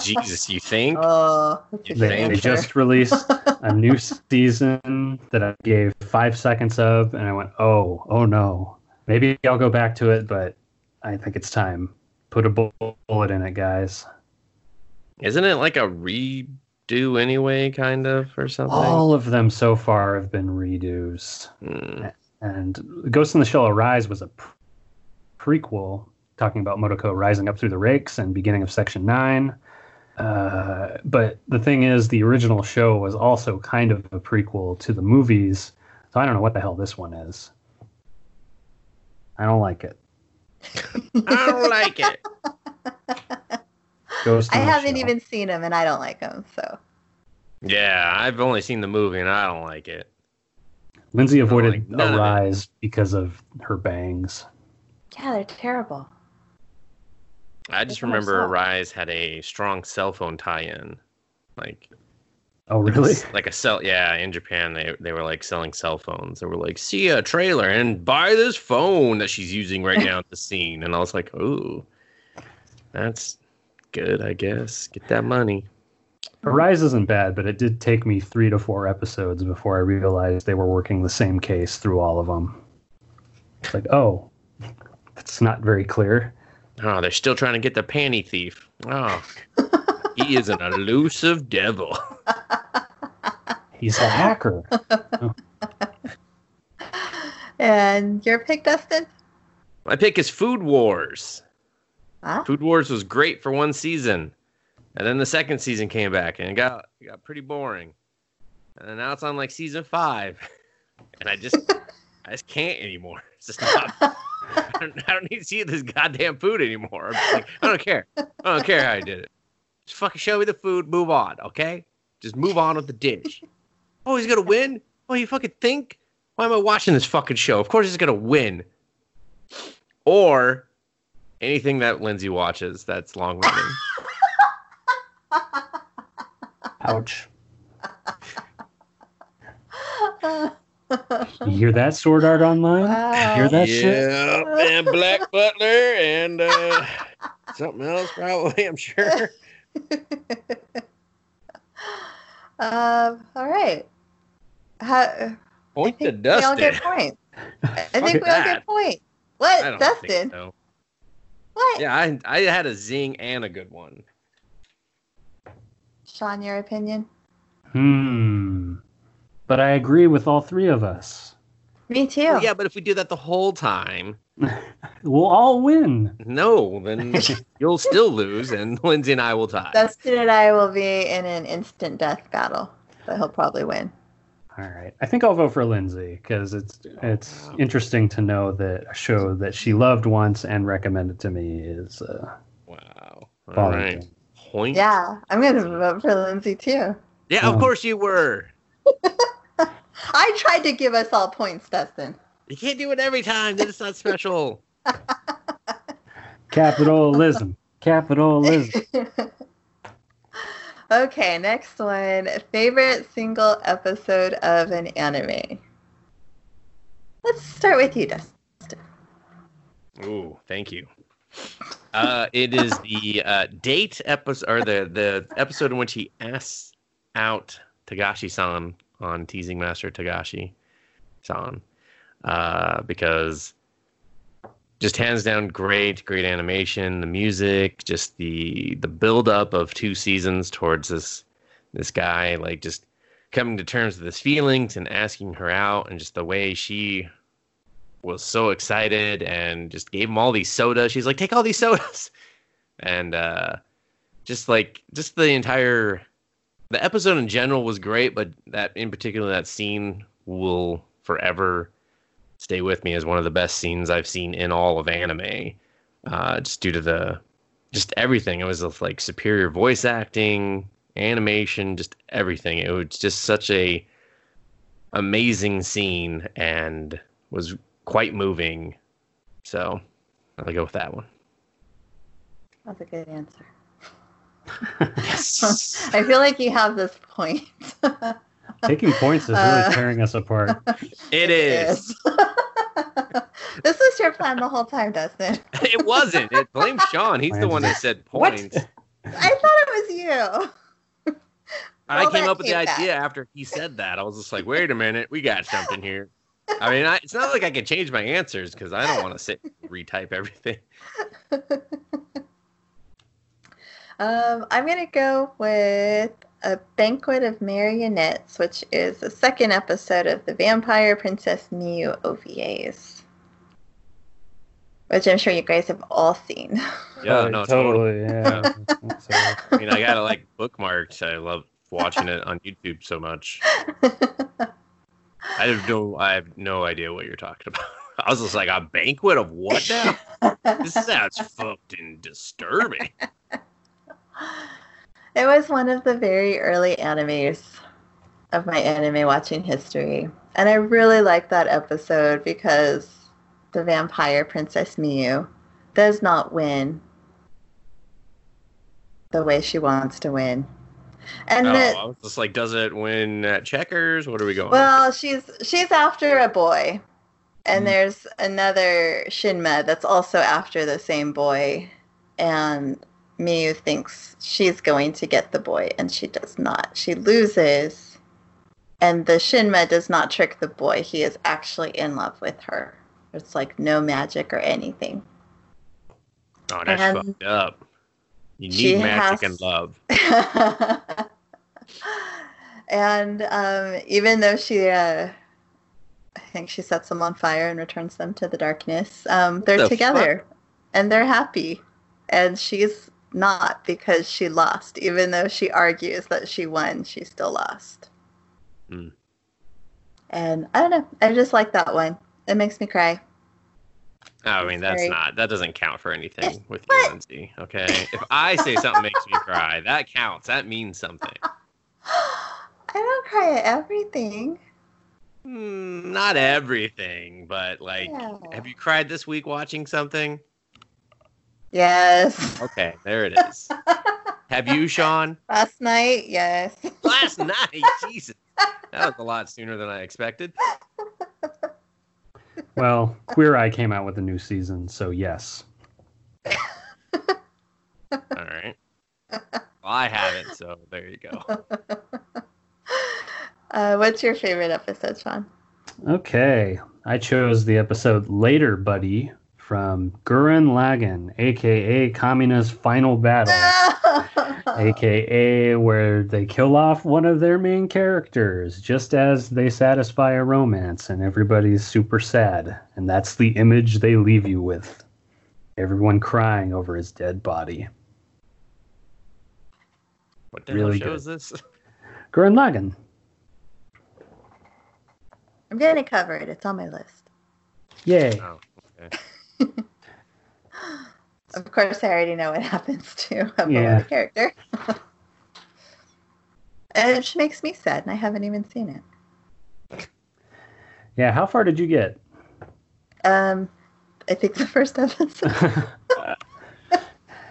[SPEAKER 2] Jesus, you think?
[SPEAKER 1] oh, that's a good
[SPEAKER 2] You
[SPEAKER 3] They,
[SPEAKER 2] Thank
[SPEAKER 3] they
[SPEAKER 1] answer.
[SPEAKER 3] just released a new season that I gave five seconds of, and I went, oh, oh no. Maybe I'll go back to it, but I think it's time. Put a bu- bullet in it, guys.
[SPEAKER 2] Isn't it like a redo anyway, kind of, or something?
[SPEAKER 3] All of them so far have been redos.
[SPEAKER 2] Mm.
[SPEAKER 3] And Ghost in the Shell Arise was a pr- prequel talking about Motoko rising up through the rakes and beginning of Section 9. Uh, but the thing is, the original show was also kind of a prequel to the movies. So I don't know what the hell this one is. I don't like it.
[SPEAKER 2] I don't like it.
[SPEAKER 3] Ghost
[SPEAKER 1] I
[SPEAKER 3] in the
[SPEAKER 1] haven't
[SPEAKER 3] Shell.
[SPEAKER 1] even seen him, and I don't like him, so.
[SPEAKER 2] Yeah, I've only seen the movie and I don't like it.
[SPEAKER 3] Lindsay avoided
[SPEAKER 2] like none of it.
[SPEAKER 3] Arise because of her bangs.
[SPEAKER 1] Yeah, they're terrible.
[SPEAKER 2] I just
[SPEAKER 1] That's what I
[SPEAKER 2] remember
[SPEAKER 1] saw.
[SPEAKER 2] Arise had a strong cell phone tie-in, like
[SPEAKER 3] Oh, really?
[SPEAKER 2] like a cell. Yeah, in Japan they they were like selling cell phones. They were like, see a trailer and buy this phone that she's using right now at the scene. And I was like, ooh, that's good, I guess. Get that money.
[SPEAKER 3] Arise isn't bad, but it did take me three to four episodes before I realized they were working the same case through all of them. It's like, oh, that's not very clear.
[SPEAKER 2] Oh, they're still trying to get the panty thief. Oh, he is an elusive devil.
[SPEAKER 3] He's a hacker.
[SPEAKER 1] And your pick, Dustin?
[SPEAKER 2] My pick is Food Wars.
[SPEAKER 1] Huh?
[SPEAKER 2] Food Wars was great for one season, and then the second season came back and it got it got pretty boring, and then now it's on like season five, and I just I just can't anymore. It's just not. I don't, I don't need to see this goddamn food anymore. I'm just like, I don't care. I don't care how I did it. Just fucking show me the food. Move on, okay? Just move on with the dish. Oh, he's gonna win. Oh, you fucking think? Why am I watching this fucking show? Of course he's gonna win. Or anything that Lindsay watches that's long running.
[SPEAKER 3] Ouch. You hear that sword art online? You hear
[SPEAKER 1] wow.
[SPEAKER 3] that shit?
[SPEAKER 2] and Black Butler and uh, something else probably. I'm sure.
[SPEAKER 1] Um, all right. How,
[SPEAKER 2] Point to
[SPEAKER 1] we all
[SPEAKER 2] Dustin.
[SPEAKER 1] get points. I
[SPEAKER 3] Fuck
[SPEAKER 1] think we all
[SPEAKER 2] that.
[SPEAKER 1] get points.
[SPEAKER 2] I
[SPEAKER 1] What,
[SPEAKER 2] don't think
[SPEAKER 1] Dustin?
[SPEAKER 2] so.
[SPEAKER 1] What?
[SPEAKER 2] Yeah, I I had a zing and a good one.
[SPEAKER 1] Sean, your opinion?
[SPEAKER 3] Hmm. But I agree with all three of us.
[SPEAKER 1] Me too.
[SPEAKER 2] Well, yeah, but if we do that the whole time,
[SPEAKER 3] We'll all win.
[SPEAKER 2] no, then you'll still lose, and Lindsay and I will tie.
[SPEAKER 1] Dustin and I will be in an instant death battle. but he'll probably win.
[SPEAKER 3] All right. I think I'll vote for Lindsay because it's it's interesting to know that a show that she loved once and recommended to me is uh,
[SPEAKER 2] Wow. All right.
[SPEAKER 3] following through.
[SPEAKER 2] Point.
[SPEAKER 1] Yeah, I'm gonna vote for Lindsay too.
[SPEAKER 2] Yeah, of
[SPEAKER 3] Um,
[SPEAKER 2] course you were.
[SPEAKER 1] I tried to give us all points, Dustin.
[SPEAKER 2] You can't do it every time. Then it's not special.
[SPEAKER 3] capitalism. capitalism.
[SPEAKER 1] okay, next one. Favorite single episode of an anime. Let's start with you, Dustin.
[SPEAKER 2] Ooh, thank you. Uh, it is the uh, date episode or the the episode in which he asks out Tagashi-san on Teasing Master Tagashi-san uh, because just hands down great great animation the music just the the build up of two seasons towards this this guy like just coming to terms with his feelings and asking her out and just the way she was so excited and just gave him all these sodas. She's like, take all these sodas. And uh, just like, just the entire, the episode in general was great, but that in particular, that scene will forever stay with me as one of the best scenes I've seen in all of anime. Uh, just due to the, just everything. It was like superior voice acting, animation, just everything. It was just such a amazing scene and was quite moving. So I'll go with that one.
[SPEAKER 1] That's a good answer.
[SPEAKER 2] Yes.
[SPEAKER 1] I feel like you have this point.
[SPEAKER 3] Taking points is really
[SPEAKER 1] Uh,
[SPEAKER 3] tearing us apart.
[SPEAKER 2] it is.
[SPEAKER 1] this was your plan the whole time, Dustin.
[SPEAKER 2] It wasn't. It blamed Sean. He's the
[SPEAKER 3] Blames
[SPEAKER 2] one
[SPEAKER 3] it.
[SPEAKER 2] that said
[SPEAKER 3] What?
[SPEAKER 2] points.
[SPEAKER 1] I thought it was you.
[SPEAKER 2] I
[SPEAKER 1] Well,
[SPEAKER 2] came
[SPEAKER 1] that
[SPEAKER 2] up with the
[SPEAKER 1] came back.
[SPEAKER 2] idea after he said that. I was just like, wait a minute, we got something here. I mean, I, it's not like I can change my answers because I don't want to sit and retype everything.
[SPEAKER 1] Um, I'm going to go with A Banquet of Marionettes, which is the second episode of the Vampire Princess Miu OVAs, which I'm sure you guys have all seen.
[SPEAKER 2] Yeah,
[SPEAKER 3] Oh,
[SPEAKER 2] no, totally.
[SPEAKER 3] totally. Yeah. So-
[SPEAKER 2] I mean, I got it like bookmarked. I love watching it on YouTube so much. I have no, I have no idea what you're talking about. I was just like a banquet of what now? this sounds fucking disturbing.
[SPEAKER 1] It was one of the very early animes of my anime watching history. And I really like that episode because the vampire Princess Miu does not win the way she wants to win. And
[SPEAKER 2] oh,
[SPEAKER 1] that
[SPEAKER 2] I was just like, does it win at checkers? What are we going?
[SPEAKER 1] well, she's she's after a boy. And
[SPEAKER 3] Mhm.
[SPEAKER 1] there's another Shinma that's also after the same boy. And Miyu thinks she's going to get the boy, and she does not. She loses. And the Shinma does not trick the boy. He is actually in love with her. It's like no magic or anything.
[SPEAKER 2] oh, that's
[SPEAKER 1] and-
[SPEAKER 2] fucked up. You
[SPEAKER 1] She
[SPEAKER 2] need
[SPEAKER 1] has-
[SPEAKER 2] magic and love.
[SPEAKER 1] and um, even though she, uh, I think she sets them on fire and returns them to the darkness, um, they're
[SPEAKER 2] the
[SPEAKER 1] together and they're happy. And she's not because she lost. Even though she argues that she won, she still lost.
[SPEAKER 2] Hmm.
[SPEAKER 1] And I don't know. I just like that one. It makes me cry.
[SPEAKER 2] I mean, that's
[SPEAKER 1] Sorry.
[SPEAKER 2] not. That doesn't count for anything with you,
[SPEAKER 1] What?
[SPEAKER 2] Lindsay. Okay, if I say something makes me cry, that counts. That means something.
[SPEAKER 1] I don't cry at everything.
[SPEAKER 2] Mm, not everything, but like,
[SPEAKER 1] Yeah.
[SPEAKER 2] have you cried this week watching something?
[SPEAKER 1] Yes.
[SPEAKER 2] Okay, there it is. have you, Sean?
[SPEAKER 1] Last night, yes.
[SPEAKER 2] Last night, Jesus, that was a lot sooner than I expected.
[SPEAKER 3] Well, Queer Eye came out with a new season, so yes.
[SPEAKER 2] All right. Well, I haven't, so there you go.
[SPEAKER 1] Uh, what's your favorite episode, Sean?
[SPEAKER 3] Okay, I chose the episode Later Buddy from Gurren Lagann, aka Kamina's Final
[SPEAKER 2] Ah!
[SPEAKER 3] Battle, aka where they kill off one of their main characters just as they satisfy a romance and everybody's super sad. And that's the image they leave you with. Everyone crying over his dead body.
[SPEAKER 2] What the
[SPEAKER 3] Really
[SPEAKER 2] hell show
[SPEAKER 3] good.
[SPEAKER 2] is this?
[SPEAKER 3] Gurren Lagann.
[SPEAKER 1] I'm gonna cover it. It's on my list.
[SPEAKER 3] Yay.
[SPEAKER 2] Oh, okay.
[SPEAKER 1] Of course, I already know what happens to a
[SPEAKER 3] Yeah.
[SPEAKER 1] beloved character. and it just makes me sad, and I haven't even seen it.
[SPEAKER 3] Yeah, how far did you get?
[SPEAKER 1] Um, I think the first episode.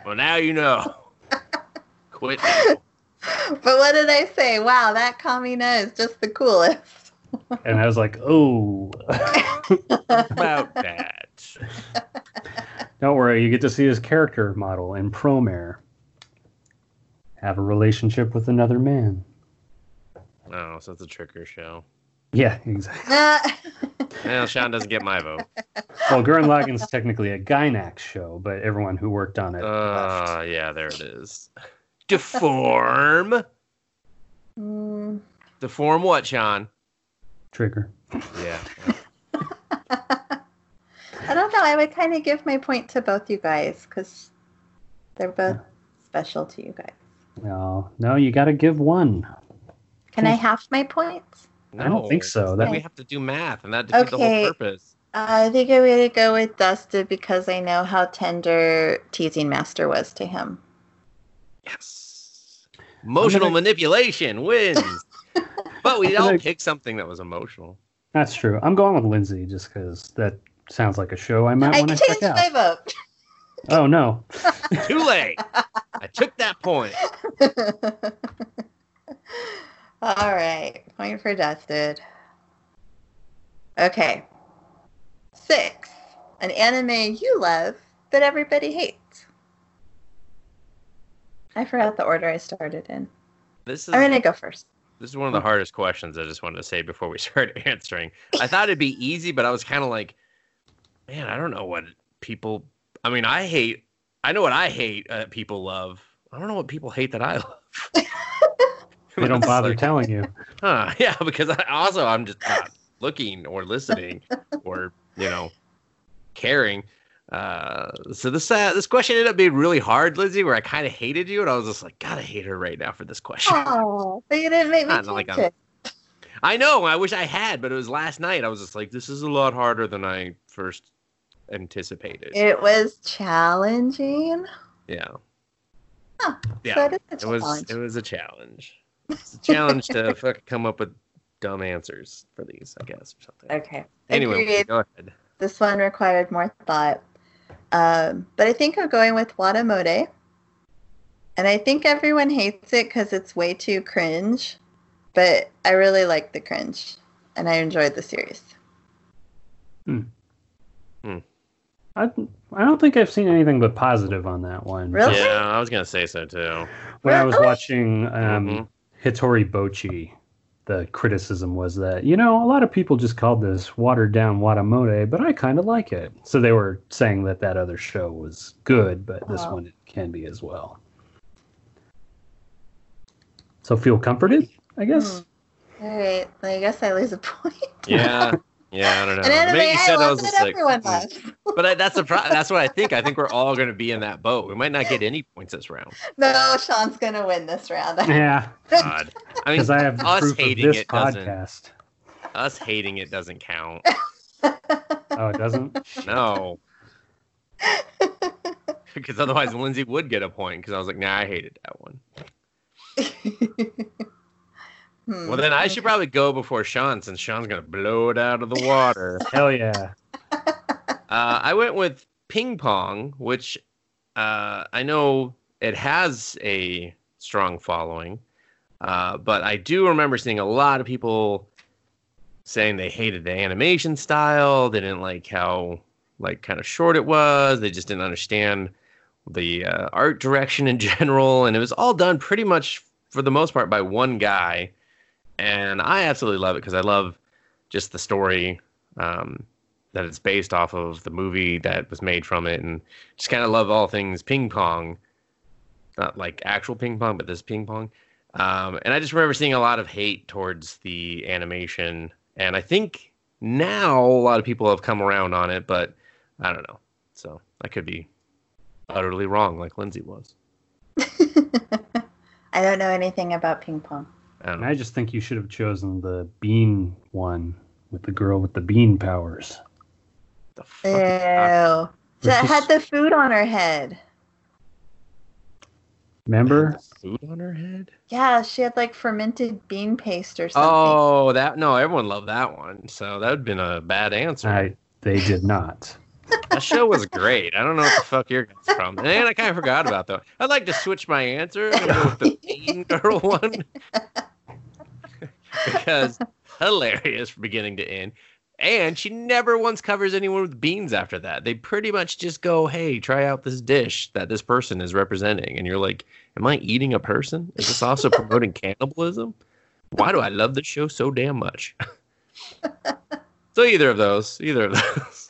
[SPEAKER 2] Well, now you know. Quit. now.
[SPEAKER 1] but what did I say? Wow, that Kamina is just the coolest.
[SPEAKER 3] and I was like, oh,
[SPEAKER 2] About that.
[SPEAKER 3] don't worry. You get to see his character model in Promare. Have a relationship with another man.
[SPEAKER 2] Oh, so it's a tricker show.
[SPEAKER 3] Yeah, exactly.
[SPEAKER 2] Well, Sean doesn't get my vote.
[SPEAKER 3] Well, Gurren Lagann's technically a Gynax show, but everyone who worked on it left.
[SPEAKER 2] Uh, yeah, there it is. Deform.
[SPEAKER 1] Mm,
[SPEAKER 2] Deform what, Sean?
[SPEAKER 3] Trigger.
[SPEAKER 2] Yeah.
[SPEAKER 1] I don't know. I would kind of give my point to both you guys because they're both special to you guys.
[SPEAKER 3] No, no, you got to give one.
[SPEAKER 1] Can I half my points?
[SPEAKER 3] I don't think so. That-
[SPEAKER 2] we have to do math, and that defeats the
[SPEAKER 1] Okay.
[SPEAKER 2] whole purpose.
[SPEAKER 1] I think I'm going to go with Dusted because I know how tender Teasing Master was to him.
[SPEAKER 2] Yes. Emotional
[SPEAKER 3] I'm gonna-
[SPEAKER 2] manipulation wins. but we
[SPEAKER 3] I'm
[SPEAKER 2] all
[SPEAKER 3] gonna-
[SPEAKER 2] picked something that was emotional.
[SPEAKER 3] That's true. I'm going with Lindsay just because that sounds like a show I might
[SPEAKER 1] I
[SPEAKER 3] want to check
[SPEAKER 1] changed
[SPEAKER 3] out.
[SPEAKER 1] my vote.
[SPEAKER 3] Oh no,
[SPEAKER 2] Too late. I took that point.
[SPEAKER 1] All right, point for Dusted. Okay. Six, an anime you love but everybody hates. I forgot the order I started in.
[SPEAKER 2] This is
[SPEAKER 1] I'm gonna go first.
[SPEAKER 2] this is one of the hardest questions. I just wanted to say before we start answering. I thought it'd be easy, but I was kind of like, man, I don't know what people. I mean, I hate. I know what I hate. Uh, people love. I don't know what people hate that I love.
[SPEAKER 3] they don't
[SPEAKER 2] It's
[SPEAKER 3] bother
[SPEAKER 2] like,
[SPEAKER 3] telling you.
[SPEAKER 2] Huh, yeah, because I, also I'm just not looking or listening or you know caring. Uh, so this uh, this question ended up being really hard, Lizzie. Where I kind of hated you, and I was just like, God, I hate her right now for this question.
[SPEAKER 1] Oh, but you didn't make me
[SPEAKER 2] Not
[SPEAKER 1] change
[SPEAKER 2] like I'm-
[SPEAKER 1] it.
[SPEAKER 2] I know. I wish I had, but it was last night. I was just like, this is a lot harder than I first anticipated. Yeah,
[SPEAKER 1] It was challenging.
[SPEAKER 2] yeah,
[SPEAKER 1] Huh,
[SPEAKER 2] yeah.
[SPEAKER 1] That is
[SPEAKER 2] It
[SPEAKER 1] a
[SPEAKER 2] was
[SPEAKER 1] challenge.
[SPEAKER 2] it was a challenge. It's a challenge to fuck, come up with dumb answers for these, I guess, or something.
[SPEAKER 1] okay.
[SPEAKER 2] Anyway,
[SPEAKER 1] Agreed.
[SPEAKER 2] go ahead.
[SPEAKER 1] This one required more thought. Um, but I think I'm going with Watamode. And I think everyone hates it because it's way too cringe. But I really like the cringe. And I enjoyed the series.
[SPEAKER 3] I I don't think I've seen anything but positive on that one.
[SPEAKER 1] Really?
[SPEAKER 2] Yeah, I was gonna say so too.
[SPEAKER 3] When I was
[SPEAKER 1] Really?
[SPEAKER 3] watching um,
[SPEAKER 2] Mhm.
[SPEAKER 3] Hitori Bochi, the criticism was that you know a lot of people just called this watered down Watamode, but I kind of like it. So they were saying that that other show was good, but this
[SPEAKER 1] Wow.
[SPEAKER 3] one can be as well. So feel comforted, I guess.
[SPEAKER 1] All right. Hmm. I guess I lose a point.
[SPEAKER 2] Yeah, yeah, I don't know.
[SPEAKER 1] An
[SPEAKER 2] The
[SPEAKER 1] anime
[SPEAKER 2] minute you
[SPEAKER 1] I
[SPEAKER 2] Uh, said that, I
[SPEAKER 1] love
[SPEAKER 2] was
[SPEAKER 1] that
[SPEAKER 2] just like,
[SPEAKER 1] everyone
[SPEAKER 2] "Mm."
[SPEAKER 1] loves.
[SPEAKER 2] but I, that's the pro- that's what I think. I think we're all gonna be in that boat. We might not get any points this round.
[SPEAKER 1] No, Sean's going to win this round.
[SPEAKER 3] Yeah,
[SPEAKER 2] God, I mean,
[SPEAKER 3] because I have
[SPEAKER 2] us
[SPEAKER 3] proof of
[SPEAKER 2] hating
[SPEAKER 3] this
[SPEAKER 2] it doesn't-
[SPEAKER 3] podcast.
[SPEAKER 2] us hating it doesn't count.
[SPEAKER 3] Oh, it doesn't.
[SPEAKER 2] No. Because otherwise, Lindsay would get a point. Because I was like, "Nah, I hated that one."
[SPEAKER 1] Hmm.
[SPEAKER 2] Well, then I should probably go before Sean, since Sean's gonna blow it out of the water.
[SPEAKER 3] Hell yeah.
[SPEAKER 2] Uh, I went with ping pong, which uh, I know it has a strong following, uh, but I do remember seeing a lot of people saying they hated the animation style. They didn't like how like kind of short it was. They just didn't understand the uh, art direction in general, and it was all done pretty much for the most part by one guy. And I absolutely love it because I love just the story. Um, that it's based off of the movie that was made from it and just kind of love all things ping pong not like actual ping pong but this ping pong um, and i just remember seeing a lot of hate towards the animation and i think now a lot of people have come around on it but i don't know so i could be utterly wrong like lindsay was
[SPEAKER 1] I don't know anything about ping pong.
[SPEAKER 2] i don't
[SPEAKER 3] And
[SPEAKER 2] know
[SPEAKER 3] I just think you should have chosen the bean one with the girl with the bean powers.
[SPEAKER 2] The fuck
[SPEAKER 1] Ew.
[SPEAKER 2] is that?
[SPEAKER 1] So it
[SPEAKER 3] Which
[SPEAKER 1] had
[SPEAKER 3] is-
[SPEAKER 1] the food on her head.
[SPEAKER 3] Remember?
[SPEAKER 2] Food on her head?
[SPEAKER 1] Yeah, she had like fermented bean paste or something.
[SPEAKER 2] Oh, that no, everyone loved that one. So that would have been a bad answer.
[SPEAKER 3] I, they did not.
[SPEAKER 2] That show was great. I don't know what the fuck you're from. And I kind of forgot about that. I'd like to switch my answer and go with the Bean Girl one. because hilarious from beginning to end. And she never once covers anyone with beans after that. They pretty much just go, hey, try out this dish that this person is representing. And you're like, am I eating a person? Is this also promoting cannibalism? Why do I love this show so damn much? so either of those, either of those.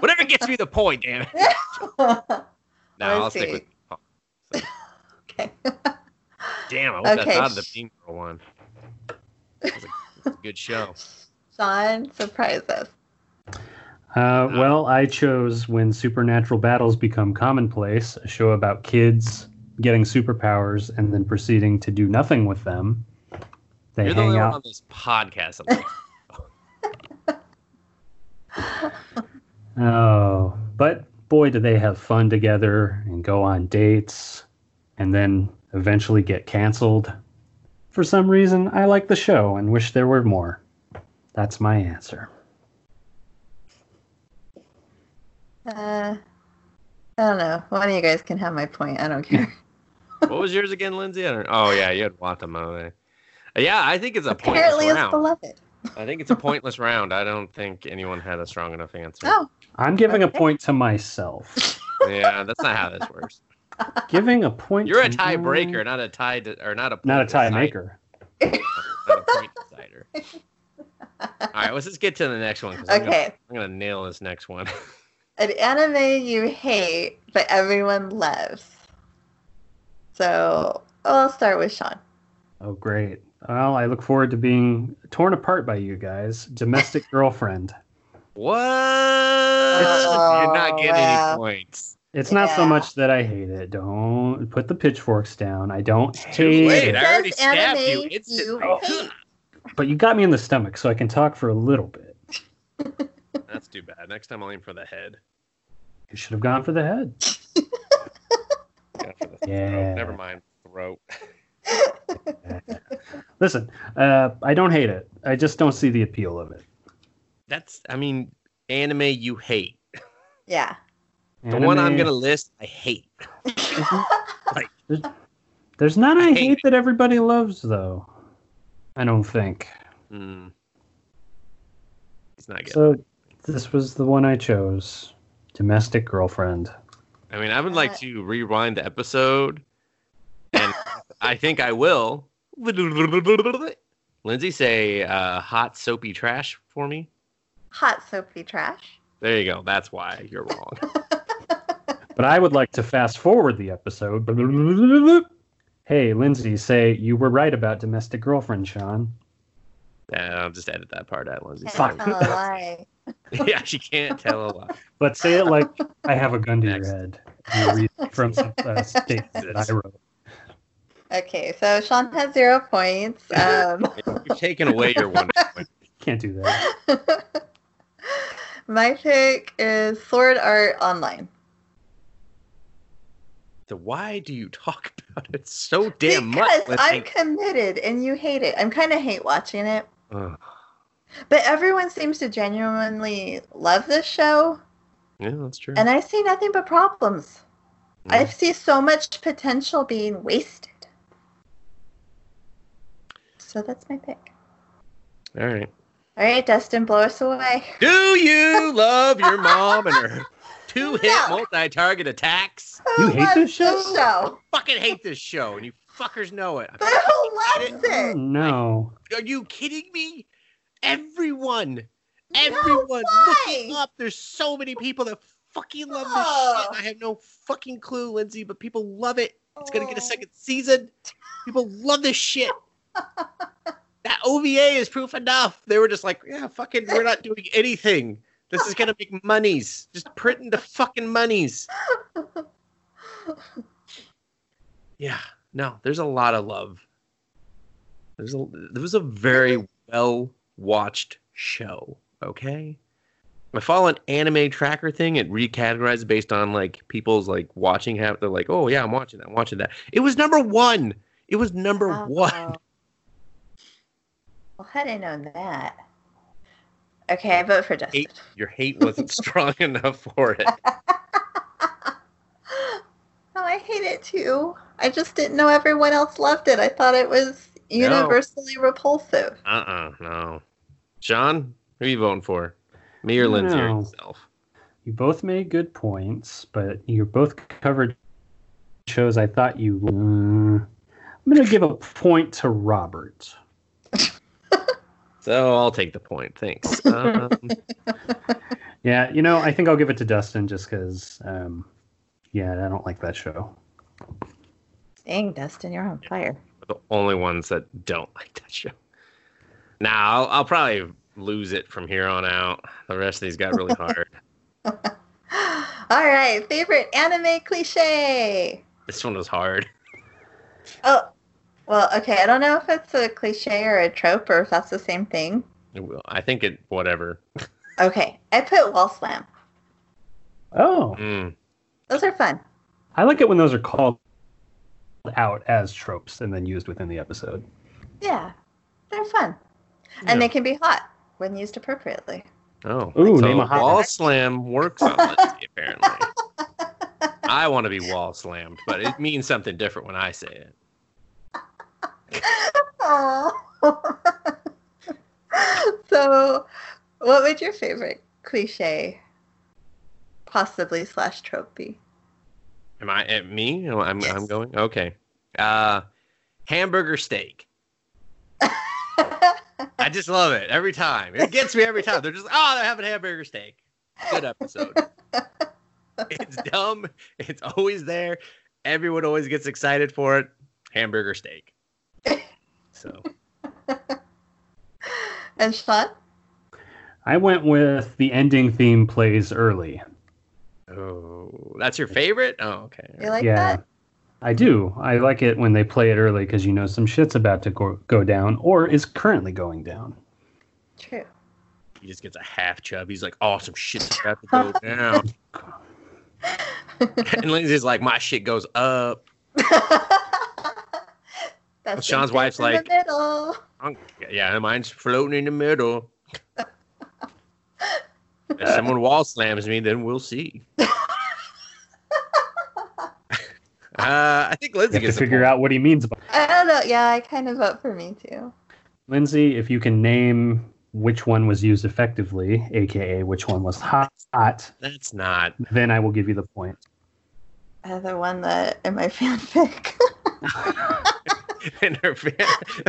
[SPEAKER 2] Whatever gets me the point, damn it. Oh. No,
[SPEAKER 1] I
[SPEAKER 2] I'll
[SPEAKER 1] see.
[SPEAKER 2] stick with. oh, so-
[SPEAKER 1] Okay.
[SPEAKER 2] Damn, I hope that's
[SPEAKER 1] Okay.
[SPEAKER 2] not the Bean Girl one. That was a, that's a good show.
[SPEAKER 1] Sean, surprise us.
[SPEAKER 3] Uh, well, I chose When Supernatural Battles Become Commonplace, a show about kids getting superpowers and then proceeding to do nothing with them. They
[SPEAKER 2] You're the
[SPEAKER 3] hang
[SPEAKER 2] only one
[SPEAKER 3] out.
[SPEAKER 2] on this podcast. that likes-
[SPEAKER 3] Oh, but boy, do they have fun together and go on dates and then eventually get canceled. For some reason, I like the show and wish there were more. That's my answer.
[SPEAKER 1] Uh, I don't know. One of you guys can have my point. I don't care.
[SPEAKER 2] what was yours again, Lindsay? I don't, oh yeah, you had Watamo. Yeah, I think it's a
[SPEAKER 1] Apparently,
[SPEAKER 2] pointless
[SPEAKER 1] it's
[SPEAKER 2] round.
[SPEAKER 1] beloved.
[SPEAKER 2] I think it's a pointless round. I don't think anyone had a strong enough answer.
[SPEAKER 1] Oh,
[SPEAKER 3] I'm giving
[SPEAKER 1] Okay.
[SPEAKER 3] a point to myself.
[SPEAKER 2] Yeah, that's not how this works.
[SPEAKER 3] giving a point.
[SPEAKER 2] You're a
[SPEAKER 3] to my-
[SPEAKER 2] tiebreaker, not a tie, de- or not a
[SPEAKER 3] not a
[SPEAKER 2] point
[SPEAKER 3] tie
[SPEAKER 2] decider.
[SPEAKER 3] maker.
[SPEAKER 2] Not a point decider. All right, let's just get to the next one. 'cause I'm gonna-
[SPEAKER 1] okay.
[SPEAKER 2] I'm gonna nail this next one.
[SPEAKER 1] An anime you hate, but everyone loves. So I'll start with Sean.
[SPEAKER 3] Oh, great. Well, I look forward to being torn apart by you guys. Domestic girlfriend.
[SPEAKER 2] What? You're not getting
[SPEAKER 1] Oh, wow.
[SPEAKER 2] any points.
[SPEAKER 3] It's not so
[SPEAKER 1] Yeah.
[SPEAKER 3] much that I hate it. Don't put the pitchforks down. I don't hate
[SPEAKER 2] Too late.
[SPEAKER 3] it.
[SPEAKER 2] I already
[SPEAKER 1] Says
[SPEAKER 2] stabbed you. Oh.
[SPEAKER 1] anime
[SPEAKER 2] It's
[SPEAKER 1] you hate.
[SPEAKER 3] But you got me in the stomach, so I can talk for a little bit.
[SPEAKER 2] That's too bad. Next time I'll aim for the head.
[SPEAKER 3] You should have gone for the head.
[SPEAKER 2] Yeah, for the throat.
[SPEAKER 3] Yeah.
[SPEAKER 2] Oh, Never mind. Throat.
[SPEAKER 3] Listen, uh, I don't hate it. I just don't see the appeal of it.
[SPEAKER 2] That's. I mean, anime you hate.
[SPEAKER 1] Yeah.
[SPEAKER 2] The one I'm
[SPEAKER 3] Anime-
[SPEAKER 2] gonna list, I hate.
[SPEAKER 3] There's none I,
[SPEAKER 2] I
[SPEAKER 3] hate,
[SPEAKER 2] hate it.
[SPEAKER 3] that everybody loves, though. I don't think.
[SPEAKER 2] Hmm. It's not good.
[SPEAKER 3] So this was the one I chose. Domestic girlfriend.
[SPEAKER 2] I mean, I would like
[SPEAKER 1] Uh,
[SPEAKER 2] to rewind the episode, and I think I will. Lindsay, say uh, hot soapy trash for me.
[SPEAKER 1] Hot soapy trash.
[SPEAKER 2] There you go. That's why you're wrong.
[SPEAKER 3] But I would like to fast forward the episode. Hey, Lindsay, say you were right about domestic girlfriend, Sean.
[SPEAKER 2] Uh, I'll just edit that part out, Lindsay.
[SPEAKER 1] Can't
[SPEAKER 3] Fuck.
[SPEAKER 1] tell a lie.
[SPEAKER 2] yeah, she can't tell a lie.
[SPEAKER 3] But say it like I have a gun to
[SPEAKER 2] Next.
[SPEAKER 3] your head. You read from some uh, statement that I wrote.
[SPEAKER 1] Okay, so Sean has zero points. Um,
[SPEAKER 2] You've taken away your one point.
[SPEAKER 3] Can't do that.
[SPEAKER 1] my pick is Sword Art Online.
[SPEAKER 2] So why do you talk about it so damn
[SPEAKER 1] because
[SPEAKER 2] much? Lindsay?
[SPEAKER 1] I'm committed and you hate it. I'm kind of hate watching it,
[SPEAKER 2] Ugh.
[SPEAKER 1] but everyone seems to genuinely love this show,
[SPEAKER 2] yeah, that's true.
[SPEAKER 1] and I see nothing but problems. I
[SPEAKER 2] Yeah.
[SPEAKER 1] see so much potential being wasted. So that's my pick.
[SPEAKER 2] All right.
[SPEAKER 1] All right, Dustin, blow us away.
[SPEAKER 2] Do you love your mom and her two-hit
[SPEAKER 1] No.
[SPEAKER 2] multi-target attacks?
[SPEAKER 1] Who
[SPEAKER 3] hate
[SPEAKER 1] loves
[SPEAKER 3] this show?
[SPEAKER 1] show?
[SPEAKER 2] Fucking hate this show, and you fuckers know it.
[SPEAKER 1] But who loves
[SPEAKER 3] Oh,
[SPEAKER 1] it?
[SPEAKER 3] no.
[SPEAKER 2] Are you kidding me? Everyone,
[SPEAKER 1] No,
[SPEAKER 2] everyone, look it
[SPEAKER 1] why?
[SPEAKER 2] up. There's so many people that fucking love this
[SPEAKER 1] Oh.
[SPEAKER 2] shit. and I have no fucking clue, Lindsay, but people love it. It's gonna get a
[SPEAKER 1] Oh.
[SPEAKER 2] second season. People love this shit. that OVA is proof enough. They were just like, yeah, fucking, we're not doing anything. This is gonna make monies. Just printing the fucking monies. Yeah, no, there's a lot of love. There's a there was a very well watched show. Okay. I follow an anime tracker thing. It recategorizes based on like people's like watching. Have they're like, oh yeah, I'm watching that, I'm watching that. It was number one. It was number
[SPEAKER 1] Oh.
[SPEAKER 2] one.
[SPEAKER 1] Well, had I known that. Okay, I vote for Justin.
[SPEAKER 2] Eight. Your hate wasn't strong enough for it.
[SPEAKER 1] Oh, I hate it too. I just didn't know everyone else loved it. I thought it was universally repulsive.
[SPEAKER 2] Uh uh no. Sean, who are you voting for? Me or Lindsay or
[SPEAKER 3] No.
[SPEAKER 2] yourself?
[SPEAKER 3] You both made good points, but you both covered shows I thought you. Mm. I'm going to give a point to Robert.
[SPEAKER 2] So I'll take the point. Thanks. Um,
[SPEAKER 3] Yeah, you know, I think I'll give it to Dustin just because, um, yeah, I don't like that show.
[SPEAKER 1] Dang, Dustin, you're on fire.
[SPEAKER 2] the only ones that don't like that show. Now I'll, I'll probably lose it from here on out. The rest of these got really hard.
[SPEAKER 1] All right, favorite anime cliche.
[SPEAKER 2] this one was hard.
[SPEAKER 1] Oh, well, okay. I don't know if it's a cliche or a trope or if that's the same thing.
[SPEAKER 2] I think it. Whatever.
[SPEAKER 1] Okay, I put wall slam.
[SPEAKER 3] Oh,
[SPEAKER 2] Mm.
[SPEAKER 1] Those are fun.
[SPEAKER 3] I like it when those are called out as tropes and then used within the episode.
[SPEAKER 1] Yeah, they're fun, and they can be hot when used appropriately.
[SPEAKER 2] Oh,
[SPEAKER 3] Ooh,
[SPEAKER 2] so
[SPEAKER 3] name a hot
[SPEAKER 2] wall
[SPEAKER 3] one.
[SPEAKER 2] slam works on Lindsay apparently. I want to be wall slammed, but it means something different when I say it.
[SPEAKER 1] Aw. so, what would your favorite cliche, possibly slash trope, be?
[SPEAKER 2] Am I at me? Oh, I'm
[SPEAKER 1] Yes.
[SPEAKER 2] I'm going. Okay. Uh, hamburger steak. I just love it every time. It gets me every time. They're just oh, they're having hamburger steak. Good episode. it's dumb. It's always there. Everyone always gets excited for it. Hamburger steak. So
[SPEAKER 1] and Sean?
[SPEAKER 3] I went with the ending theme plays early.
[SPEAKER 2] oh, that's your favorite? Oh, okay.
[SPEAKER 1] You like
[SPEAKER 3] yeah,
[SPEAKER 1] that?
[SPEAKER 3] I do. I like it when they play it early because you know some shit's about to go, go down or is currently going down.
[SPEAKER 1] True.
[SPEAKER 2] He just gets a half chub. He's like, oh, some shit's about to go down. and Lindsay's like, my shit goes up.
[SPEAKER 1] That's
[SPEAKER 2] Sean's wife's
[SPEAKER 1] in the
[SPEAKER 2] like-
[SPEAKER 1] middle.
[SPEAKER 2] I'm- yeah, mine's floating in the middle. if someone wall slams me, then we'll see. uh, Uh, I think Lindsay
[SPEAKER 3] You have
[SPEAKER 2] gets
[SPEAKER 3] to figure out what he means by
[SPEAKER 1] I don't know. Yeah, I kind of vote for me too.
[SPEAKER 3] Lindsay, if you can name which one was used effectively, aka which one was hot, hot,
[SPEAKER 2] That's not.
[SPEAKER 3] then I will give you the point.
[SPEAKER 1] Uh, the one that in my fanfic.
[SPEAKER 2] In her fan.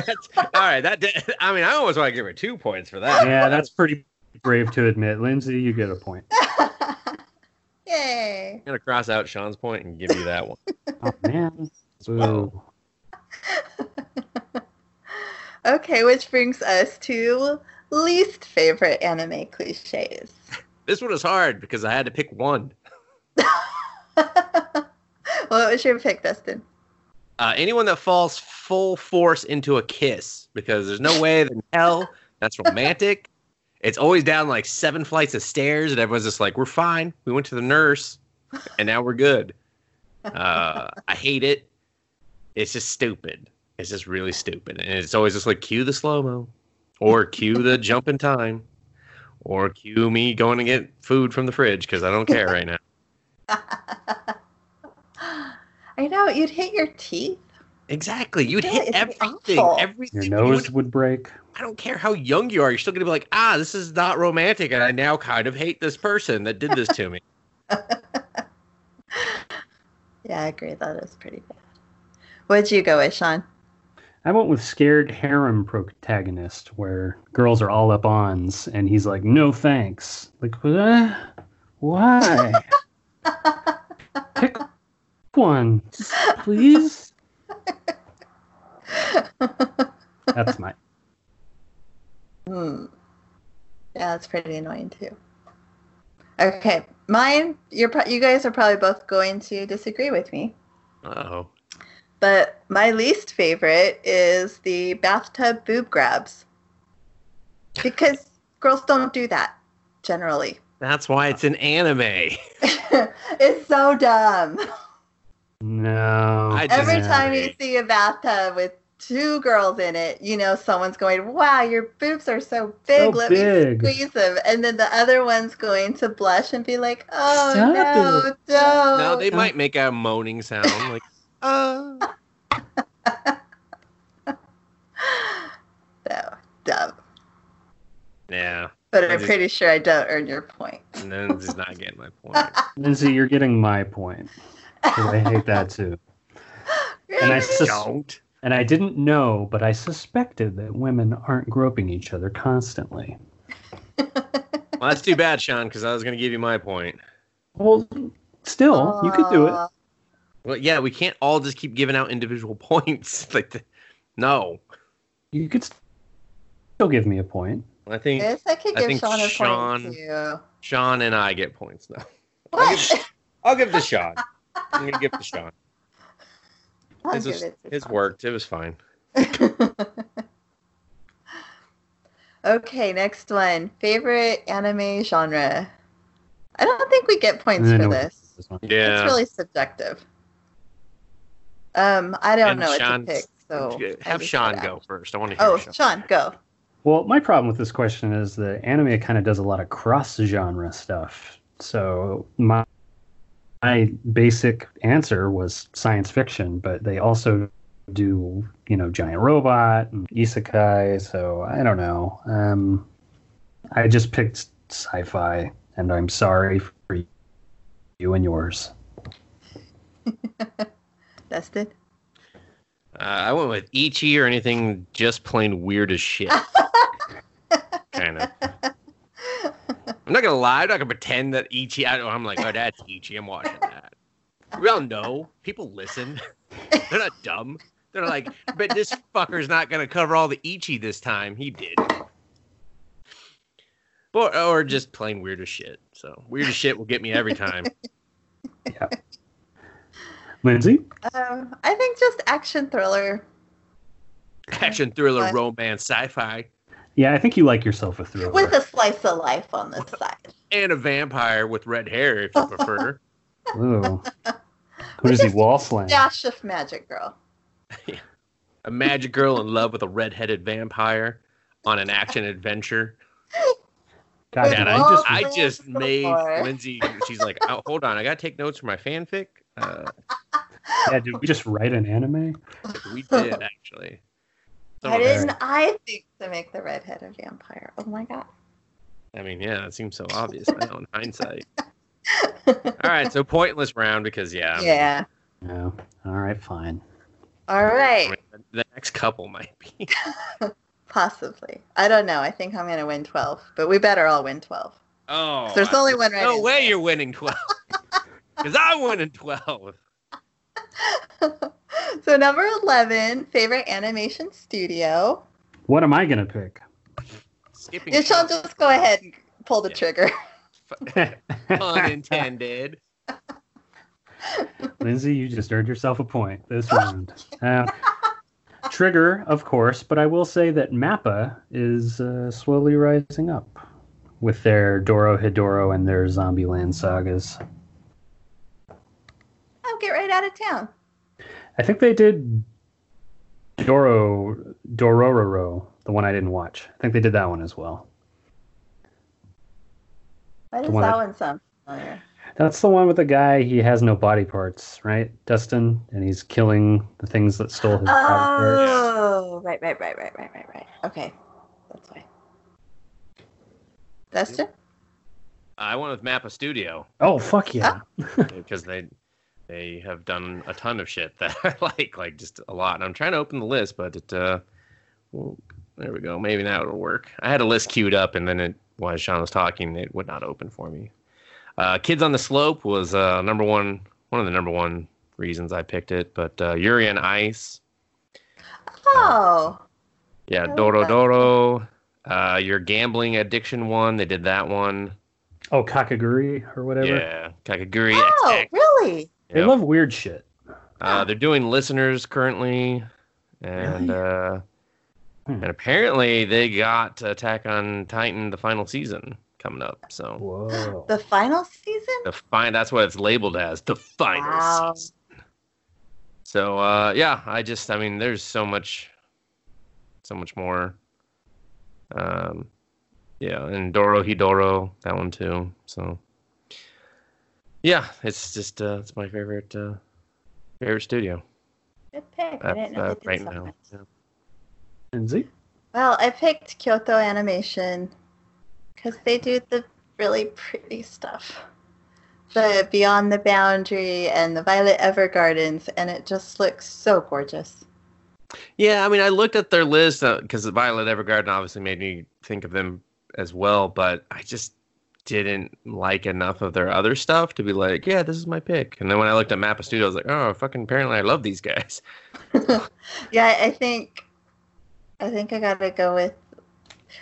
[SPEAKER 2] That's, all right. That did, I mean, I almost want to give her two points for that.
[SPEAKER 3] Yeah, that's pretty brave to admit. Lindsay, you get a point.
[SPEAKER 1] Yay!
[SPEAKER 2] I'm gonna cross out Sean's point and give you that one.
[SPEAKER 3] Oh man. Boo.
[SPEAKER 2] Whoa.
[SPEAKER 1] Okay, which brings us to least favorite anime cliches.
[SPEAKER 2] This one is hard because I had to pick one.
[SPEAKER 1] what was your pick, Dustin?
[SPEAKER 2] Uh, anyone that falls full force into a kiss because there's no way in hell that's romantic. It's always down like seven flights of stairs, and everyone's just like, "We're fine. We went to the nurse, and now we're good." Uh, I hate it. It's just stupid. It's just really stupid, and it's always just like cue the slow mo, or cue the jump in time, or cue me going to get food from the fridge because I don't care right now.
[SPEAKER 1] I know you'd hit your teeth.
[SPEAKER 2] Exactly. You'd
[SPEAKER 1] Yeah,
[SPEAKER 2] hit
[SPEAKER 1] it's
[SPEAKER 2] everything.
[SPEAKER 1] awful.
[SPEAKER 2] Everything.
[SPEAKER 3] Your
[SPEAKER 2] you
[SPEAKER 3] nose would break.
[SPEAKER 2] I don't care how young you are, you're still gonna be like, ah, this is not romantic, and I now kind of hate this person that did this to me.
[SPEAKER 1] Yeah, I agree. That is pretty bad. What'd you go with, Sean?
[SPEAKER 3] I went with scared harem protagonist where girls are all up ons and he's like, no thanks. Like, what? Why? Pick one, please. That's my.
[SPEAKER 1] Hmm. Yeah, that's pretty annoying too. Okay, mine. You're pro- you guys are probably both going to disagree with me,
[SPEAKER 2] Uh oh.
[SPEAKER 1] but my least favorite is the bathtub boob grabs. because girls don't do that generally.
[SPEAKER 2] That's why it's an anime.
[SPEAKER 1] it's so dumb.
[SPEAKER 3] No.
[SPEAKER 2] I just-
[SPEAKER 1] Every
[SPEAKER 3] Yeah.
[SPEAKER 1] time you see a bathtub with two girls in it, you know someone's going, "Wow, your boobs are so big.
[SPEAKER 3] So
[SPEAKER 1] Let
[SPEAKER 3] big."
[SPEAKER 1] me squeeze them." And then the other one's going to blush and be like, "Oh
[SPEAKER 3] Stop
[SPEAKER 1] no,
[SPEAKER 3] it.
[SPEAKER 1] don't."
[SPEAKER 2] Now they might make a moaning sound like, uh.
[SPEAKER 1] So dumb.
[SPEAKER 2] Yeah.
[SPEAKER 1] But
[SPEAKER 2] I
[SPEAKER 1] I'm
[SPEAKER 2] just-
[SPEAKER 1] pretty sure I don't earn your point.
[SPEAKER 2] And then just not getting my point.
[SPEAKER 3] Lindsay, you're getting my point. 'cause I hate that too. And I
[SPEAKER 1] Really?
[SPEAKER 3] sus-
[SPEAKER 2] Don't.
[SPEAKER 3] and I didn't know, but I suspected that women aren't groping each other constantly.
[SPEAKER 2] Well, that's too bad, Sean, because I was going to give you my point.
[SPEAKER 3] Well, still, you could do it.
[SPEAKER 1] Aw.
[SPEAKER 2] Well, yeah, we can't all just keep giving out individual points. like, the, no.
[SPEAKER 3] You could st- still give me a point.
[SPEAKER 2] I think
[SPEAKER 1] Yes, I could
[SPEAKER 2] I
[SPEAKER 1] give
[SPEAKER 2] think
[SPEAKER 1] Sean a
[SPEAKER 2] Sean-
[SPEAKER 1] point too.
[SPEAKER 2] Sean and I get points now. I'll
[SPEAKER 1] What?
[SPEAKER 2] give, I'll give it to Sean. I'm going to give it to Sean.
[SPEAKER 1] I'll
[SPEAKER 2] His,
[SPEAKER 1] give
[SPEAKER 2] was-
[SPEAKER 1] it to
[SPEAKER 2] his
[SPEAKER 1] Sean.
[SPEAKER 2] worked. It was fine.
[SPEAKER 1] okay, next one. Favorite anime genre? I don't think we get points
[SPEAKER 3] I
[SPEAKER 1] for
[SPEAKER 3] know what
[SPEAKER 1] this.
[SPEAKER 3] this one-
[SPEAKER 1] It's really subjective. Um, I don't
[SPEAKER 2] And
[SPEAKER 1] know what
[SPEAKER 2] Sean's-
[SPEAKER 1] to pick, so I
[SPEAKER 2] Have
[SPEAKER 1] just
[SPEAKER 2] Sean
[SPEAKER 1] got
[SPEAKER 2] go first. I want to hear
[SPEAKER 1] out. Oh,
[SPEAKER 2] Sean.
[SPEAKER 1] Sean, go.
[SPEAKER 3] Well, my problem with this question is that anime kind of does a lot of cross genre stuff. So my my basic answer was science fiction, but they also do you know giant robot and isekai. So I don't know. Um, I just picked sci-fi, and I'm sorry for you and yours.
[SPEAKER 1] Dustin.
[SPEAKER 2] Uh, I went with Ichi or anything just plain weird as shit. kind of. I'm not gonna lie. I'm not gonna pretend that Ichi. I, I'm like, oh, that's Ichi. I'm watching that. We all know. People listen. They're not dumb. They're like, but this fucker's not gonna cover all the Ichi this time. He did. Or, or just plain weird as shit. So weird as shit will get me every time.
[SPEAKER 3] Lindsay,
[SPEAKER 1] Um, I think just action thriller.
[SPEAKER 2] Action thriller,
[SPEAKER 1] Fine.
[SPEAKER 2] romance, sci-fi,
[SPEAKER 3] yeah, I think you like yourself a thriller.
[SPEAKER 1] With a slice of life on the side.
[SPEAKER 2] and a vampire with red hair if you prefer.
[SPEAKER 3] Ooh. Who does he wall slam?
[SPEAKER 1] Dash of magic, girl.
[SPEAKER 2] a magic girl in love with a red-headed vampire on an action adventure.
[SPEAKER 3] God,
[SPEAKER 1] With
[SPEAKER 3] did
[SPEAKER 2] And
[SPEAKER 3] I
[SPEAKER 2] I
[SPEAKER 1] wall
[SPEAKER 3] just
[SPEAKER 2] just, I
[SPEAKER 1] slam
[SPEAKER 2] just made
[SPEAKER 1] galore.
[SPEAKER 2] Lindsay. She's like, oh, hold on, I gotta take notes for my fanfic. Uh,
[SPEAKER 3] yeah, did we just write an anime?
[SPEAKER 2] we did actually. Some
[SPEAKER 1] Why
[SPEAKER 2] of us-
[SPEAKER 1] didn't I think to make the redhead a vampire? Oh my god.
[SPEAKER 2] I mean, yeah, it seems so obvious now in hindsight. All right, so pointless round because yeah, I mean,
[SPEAKER 1] yeah.
[SPEAKER 3] No. All right, fine.
[SPEAKER 1] All
[SPEAKER 2] I
[SPEAKER 1] right.
[SPEAKER 2] mean, the next couple might be.
[SPEAKER 1] Possibly. I don't know. I think I'm gonna win twelve, but we better all win twelve.
[SPEAKER 2] Oh,
[SPEAKER 1] There's
[SPEAKER 2] I-
[SPEAKER 1] only one right
[SPEAKER 2] No
[SPEAKER 1] answer.
[SPEAKER 2] way you're winning twelve. Because I'm winning twelve.
[SPEAKER 1] so number eleven, favorite animation studio.
[SPEAKER 3] What am I gonna pick?
[SPEAKER 2] Skipping.
[SPEAKER 1] You shall just go ahead and pull the
[SPEAKER 2] Yeah.
[SPEAKER 1] trigger.
[SPEAKER 2] Pun intended.
[SPEAKER 3] Lindsay, you just earned yourself a point this round. Uh, trigger, of course, but I will say that Mappa is uh, slowly rising up with their Doro Hidoro and their Zombieland sagas.
[SPEAKER 1] I'll get right out of town.
[SPEAKER 3] I think they did Doro Dorororo, the one I didn't watch. I think they did that one as well.
[SPEAKER 1] Why does
[SPEAKER 3] one
[SPEAKER 1] that
[SPEAKER 3] that-
[SPEAKER 1] one sound familiar?
[SPEAKER 3] That's the one with the guy. He has no body parts, right, Dustin? And he's killing the things that stole his body parts.
[SPEAKER 1] Oh right, right, right, right, right, right, right. Okay. That's why. Dustin?
[SPEAKER 2] I went with Mappa Studio.
[SPEAKER 3] Oh fuck yeah!
[SPEAKER 2] because they they have done a ton of shit that I like, like just a lot. And I'm trying to open the list, but it uh, well, there we go. Maybe that will work. I had a list queued up, and then it while Sean was talking, it would not open for me. Uh, Kids on the Slope was uh, number one, one of the number one reasons I picked it. But uh, Yuri and Ice,
[SPEAKER 1] Oh.
[SPEAKER 2] yeah,
[SPEAKER 1] I like
[SPEAKER 2] Doro
[SPEAKER 1] that.
[SPEAKER 2] Doro. Uh, your gambling addiction one, they did that one.
[SPEAKER 3] Oh Kakaguri or whatever.
[SPEAKER 2] Yeah, Kakaguri
[SPEAKER 1] Oh,
[SPEAKER 2] XX.
[SPEAKER 1] really?
[SPEAKER 3] They
[SPEAKER 2] Yep.
[SPEAKER 3] love weird shit.
[SPEAKER 2] Uh, they're doing listeners currently, and uh,
[SPEAKER 3] Hmm.
[SPEAKER 2] And apparently they got Attack on Titan the final season coming up. So
[SPEAKER 3] Whoa.
[SPEAKER 1] The final season?
[SPEAKER 2] the fine that's what it's labeled as, the final
[SPEAKER 1] Wow.
[SPEAKER 2] season. So uh yeah, I just I mean there's so much so much more. Um yeah, and Doro Hidoro, that one too. So yeah, it's just uh it's my favorite uh favorite studio.
[SPEAKER 1] Good pick. I
[SPEAKER 2] That's
[SPEAKER 1] didn't know
[SPEAKER 2] uh,
[SPEAKER 1] they did
[SPEAKER 2] right
[SPEAKER 1] so
[SPEAKER 2] now.
[SPEAKER 1] much.
[SPEAKER 2] Yeah.
[SPEAKER 3] Lindsay?
[SPEAKER 1] Well, I picked Kyoto Animation because they do the really pretty stuff. The Beyond the Boundary and the Violet Evergardens, and it just looks so gorgeous.
[SPEAKER 2] Yeah, I mean, I looked at their list because Violet Evergarden obviously made me think of them as well, but I just didn't like enough of their other stuff to be like, yeah, this is my pick. And then when I looked at Mappa Studio, I was like, oh, fucking apparently I love these guys.
[SPEAKER 1] Yeah, I think I think I gotta go with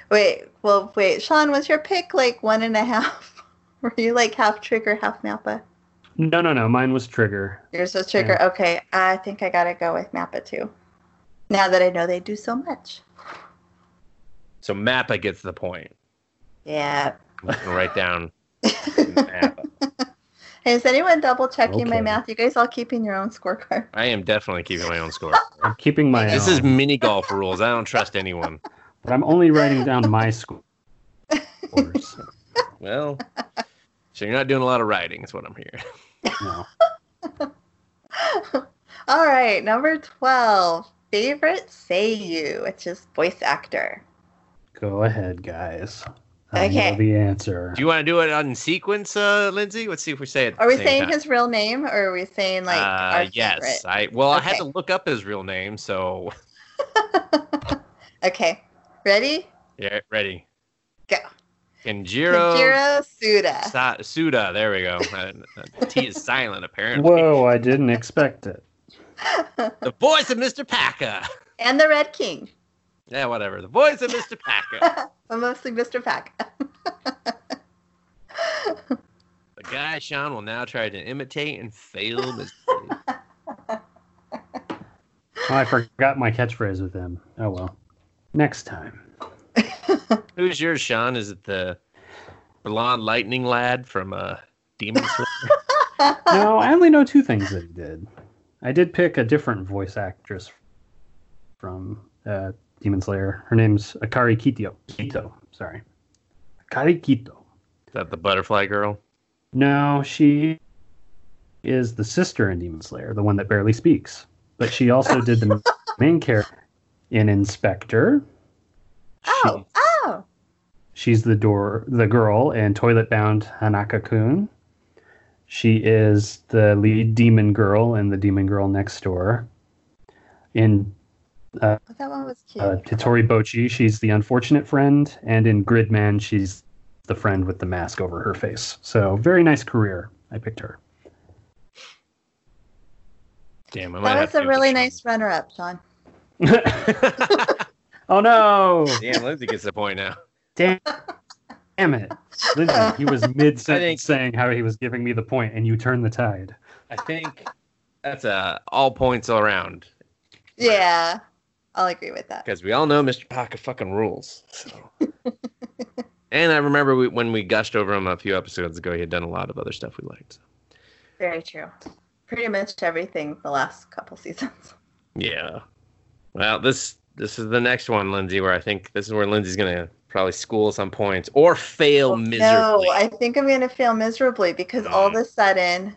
[SPEAKER 1] wait, well wait, Sean, was your pick like one and a half? Were you like half trigger, half mappa?
[SPEAKER 3] No, no, no. Mine was Trigger.
[SPEAKER 1] Yours was trigger. Okay. I think I gotta go with mappa too. Now that I know they do so much.
[SPEAKER 2] So Mappa gets the point.
[SPEAKER 1] Yeah.
[SPEAKER 2] I'm just gonna write down
[SPEAKER 1] hey,
[SPEAKER 2] Mappa.
[SPEAKER 1] is anyone double checking my
[SPEAKER 3] Okay.
[SPEAKER 1] math? You guys all keeping your own scorecard.
[SPEAKER 2] I am definitely keeping my own score.
[SPEAKER 3] I'm keeping my
[SPEAKER 2] This
[SPEAKER 3] own,
[SPEAKER 2] is mini golf rules. I don't trust anyone.
[SPEAKER 3] but I'm only writing down my scores.
[SPEAKER 2] Well, so you're not doing a lot of writing, is what I'm hearing.
[SPEAKER 3] No.
[SPEAKER 1] All right, number 12. Favorite Seiyu, which is voice actor.
[SPEAKER 3] Go ahead, guys. I
[SPEAKER 1] Okay.
[SPEAKER 3] know the answer.
[SPEAKER 2] Do you want to do it on sequence, uh, Lindsay? Let's see if we say it. at
[SPEAKER 1] Are we
[SPEAKER 2] the same
[SPEAKER 1] saying
[SPEAKER 2] time.
[SPEAKER 1] his real name or are we saying like our
[SPEAKER 2] uh, yes
[SPEAKER 1] favorite?
[SPEAKER 2] i well i had
[SPEAKER 1] Okay.
[SPEAKER 2] to look up his real name so
[SPEAKER 1] Okay. Ready?
[SPEAKER 2] yeah ready
[SPEAKER 1] Go.
[SPEAKER 2] Kenjiro,
[SPEAKER 1] Kajiro Suda.
[SPEAKER 2] Sa- Suda there we go Uh, uh, t is silent apparently
[SPEAKER 3] Whoa, I didn't expect it.
[SPEAKER 2] the voice of mr packer
[SPEAKER 1] and the Red King.
[SPEAKER 2] yeah whatever the voice of mr packer
[SPEAKER 1] But mostly Mr. Pack.
[SPEAKER 2] the guy sean will now try to imitate and fail miserably.
[SPEAKER 3] Oh, I forgot my catchphrase with him. Oh well. Next time.
[SPEAKER 2] who's yours sean is it the blonde lightning lad from uh demon slayer
[SPEAKER 1] Oh,
[SPEAKER 3] No, I only know two things that he did. I did pick a different voice actress from uh, Demon Slayer. Her name's Akari Kito. Kito, sorry. Akari Kito.
[SPEAKER 2] is that the butterfly girl
[SPEAKER 3] No, she is the sister in Demon Slayer, the one that barely speaks. But she also did the main character in Inspector.
[SPEAKER 1] Oh, oh.
[SPEAKER 3] She's the door the girl in Toilet Bound Hanaka Kun. She is the lead demon girl in The Demon Girl Next Door. In
[SPEAKER 1] That one was cute.
[SPEAKER 3] uh, Titori Bochi, she's the unfortunate friend, and in Gridman, she's the friend with the mask over her face. So very nice career. I picked her.
[SPEAKER 2] damn I might
[SPEAKER 1] that
[SPEAKER 2] have
[SPEAKER 1] was
[SPEAKER 2] to
[SPEAKER 1] a
[SPEAKER 2] give it to
[SPEAKER 1] really
[SPEAKER 2] Sean.
[SPEAKER 1] nice runner up, Sean.
[SPEAKER 3] oh no!
[SPEAKER 2] damn lindsay gets the point now
[SPEAKER 3] Damn, damn it! Lindsay, he was
[SPEAKER 2] I
[SPEAKER 3] mid
[SPEAKER 2] think-
[SPEAKER 3] sentence saying how he was giving me the point, and you turned the tide.
[SPEAKER 2] I think that's uh, all points all around
[SPEAKER 1] Yeah. I'll agree with that.
[SPEAKER 2] because we all know Mr. Pocket fucking rules. So. and I remember we, when we gushed over him a few episodes ago, he had done a lot of other stuff we liked. so.
[SPEAKER 1] Very true. Pretty much everything the last couple seasons.
[SPEAKER 2] Yeah. Well, this this is the next one, Lindsay, where I think this is where Lindsay's gonna probably school some points or fail miserably.
[SPEAKER 1] Oh, No, I think I'm gonna fail miserably because all of a sudden,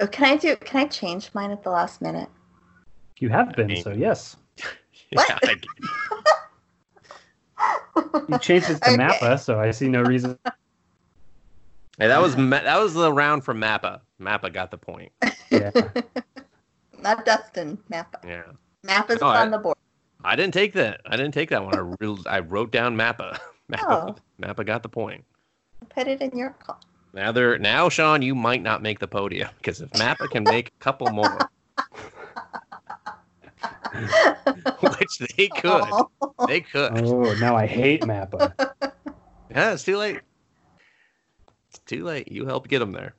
[SPEAKER 1] oh, can I do? Can I change mine at the last minute?
[SPEAKER 3] You have been,
[SPEAKER 2] mean-
[SPEAKER 3] so yes.
[SPEAKER 2] Yeah, I-
[SPEAKER 3] You changed it to
[SPEAKER 1] Okay.
[SPEAKER 3] Mappa, so I see no reason.
[SPEAKER 2] Hey, that was Ma- that was the round for Mappa. Mappa got the point.
[SPEAKER 3] Yeah.
[SPEAKER 1] Not Dustin. Mappa.
[SPEAKER 2] Yeah.
[SPEAKER 1] Mappa's is
[SPEAKER 2] No, I-
[SPEAKER 1] on the board.
[SPEAKER 2] I didn't take that. I didn't take that one. I real I wrote down Mappa.
[SPEAKER 1] Oh.
[SPEAKER 2] Mappa, Mappa got the point.
[SPEAKER 1] Put it in your call.
[SPEAKER 2] Now they're now Sean, you might not make the podium because if Mappa can make a couple more, which they could,
[SPEAKER 1] Oh,
[SPEAKER 2] they could.
[SPEAKER 3] Oh, now I hate Mappa.
[SPEAKER 2] Yeah, it's too late. It's too late. You helped get them there.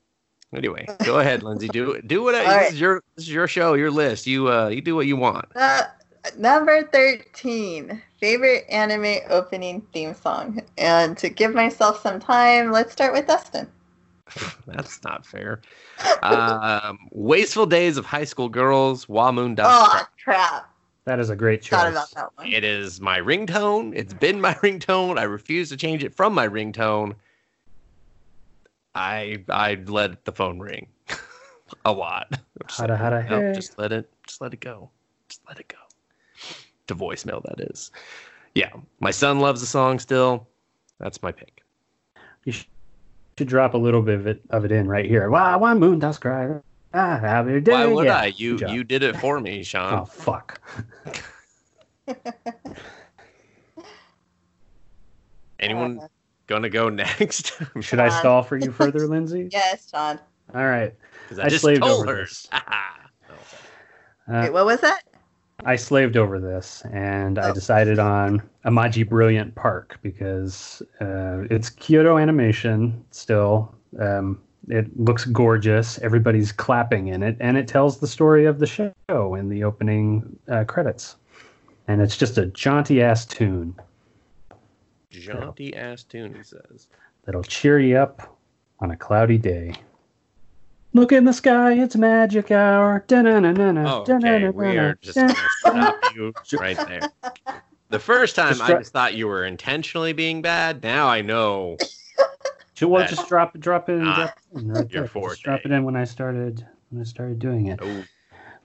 [SPEAKER 2] Anyway, go ahead, Lindsay. Do do what I,
[SPEAKER 1] All
[SPEAKER 2] this is your this is your show, your list. You uh you do what you want.
[SPEAKER 1] Uh, number thirteen. favorite anime opening theme song. And to give myself some time, let's start with Dustin.
[SPEAKER 2] That's not fair. um, Wasteful Days of High School Girls, Wamoon Das
[SPEAKER 1] Oh,
[SPEAKER 2] Crap.
[SPEAKER 1] crap.
[SPEAKER 3] That is a great choice.
[SPEAKER 1] Thought about that one.
[SPEAKER 2] It is my ringtone. It's been my ringtone. I refuse to change it from my ringtone. I I let the phone ring a lot. I'm just
[SPEAKER 3] Hada
[SPEAKER 2] like,
[SPEAKER 3] hada
[SPEAKER 2] "Nope,
[SPEAKER 3] hey."
[SPEAKER 2] just let it just let it go. Just let it go. To voicemail that is. Yeah. My son loves the song still. That's my pick.
[SPEAKER 3] You sh- should drop a little bit of it, of it in right here. Wow, one moon does cry. Ah, have your day.
[SPEAKER 2] Why would
[SPEAKER 3] yeah.
[SPEAKER 2] I? You
[SPEAKER 3] Good job.
[SPEAKER 2] you um, did it for me,
[SPEAKER 3] Oh
[SPEAKER 2] Sean.
[SPEAKER 3] fuck.
[SPEAKER 2] Anyone
[SPEAKER 1] Uh,
[SPEAKER 2] gonna go next?
[SPEAKER 3] Should I
[SPEAKER 1] God.
[SPEAKER 3] stall for you further, Lindsay?
[SPEAKER 1] yes, Sean.
[SPEAKER 3] All right.
[SPEAKER 2] 'Cause
[SPEAKER 3] I
[SPEAKER 2] I just
[SPEAKER 3] slaved
[SPEAKER 2] told
[SPEAKER 3] over
[SPEAKER 2] her.
[SPEAKER 3] this.
[SPEAKER 2] Ah. Oh.
[SPEAKER 3] Uh,
[SPEAKER 1] Wait, what was that?
[SPEAKER 3] I slaved over this, and I
[SPEAKER 1] Oh.
[SPEAKER 3] decided on Amaji Brilliant Park because uh, it's Kyoto animation still. Um, it looks gorgeous. Everybody's clapping in it, and it tells the story of the show in the opening uh, credits. And it's just a jaunty ass tune
[SPEAKER 2] Jaunty ass tune, he says.
[SPEAKER 3] that'll cheer you up on a cloudy day. Look in the sky, it's magic hour.
[SPEAKER 1] Uh,
[SPEAKER 3] Da-na-na-na-na,
[SPEAKER 2] Oh, Okay, we are
[SPEAKER 3] da-na-na-na-na,
[SPEAKER 2] just
[SPEAKER 3] da-
[SPEAKER 2] gonna stop you right there. The first time I
[SPEAKER 3] Distra-
[SPEAKER 2] just thought you were intentionally being bad. Now I know.
[SPEAKER 3] Well,
[SPEAKER 2] that-
[SPEAKER 3] just drop drop it,
[SPEAKER 2] Ah, eh?
[SPEAKER 3] drop it in. Right
[SPEAKER 2] your
[SPEAKER 3] there.
[SPEAKER 2] forte.
[SPEAKER 3] Just drop it in when I started when I started doing it.
[SPEAKER 2] Oh,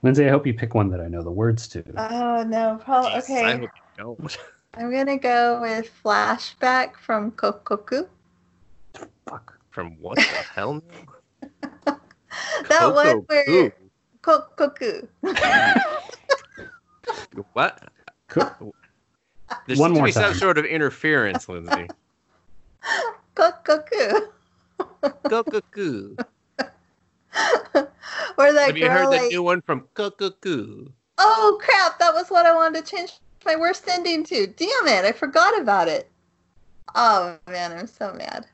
[SPEAKER 3] Lindsay, I hope you pick one that I know the words to.
[SPEAKER 1] Oh, no. Probably,
[SPEAKER 2] jeez, I
[SPEAKER 1] okay.
[SPEAKER 2] hope you don't.
[SPEAKER 1] I'm going to go with Flashback from Kokoku.
[SPEAKER 3] Fuck.
[SPEAKER 2] From what the hell?
[SPEAKER 1] That one
[SPEAKER 2] Coco
[SPEAKER 1] where
[SPEAKER 2] Boo.
[SPEAKER 1] Kokoku.
[SPEAKER 2] What?
[SPEAKER 3] Cool.
[SPEAKER 2] There seems
[SPEAKER 3] One
[SPEAKER 2] to
[SPEAKER 3] more
[SPEAKER 2] be some
[SPEAKER 3] time.
[SPEAKER 2] sort of interference, Lindsay.
[SPEAKER 1] Kokoku.
[SPEAKER 2] Cuckoo.
[SPEAKER 1] Or that
[SPEAKER 2] Have you
[SPEAKER 1] girl
[SPEAKER 2] heard the
[SPEAKER 1] like,
[SPEAKER 2] new one from Cuckoo?
[SPEAKER 1] oh crap, that was what I wanted to change my worst ending to. Damn it, I forgot about it. Oh man, I'm so mad.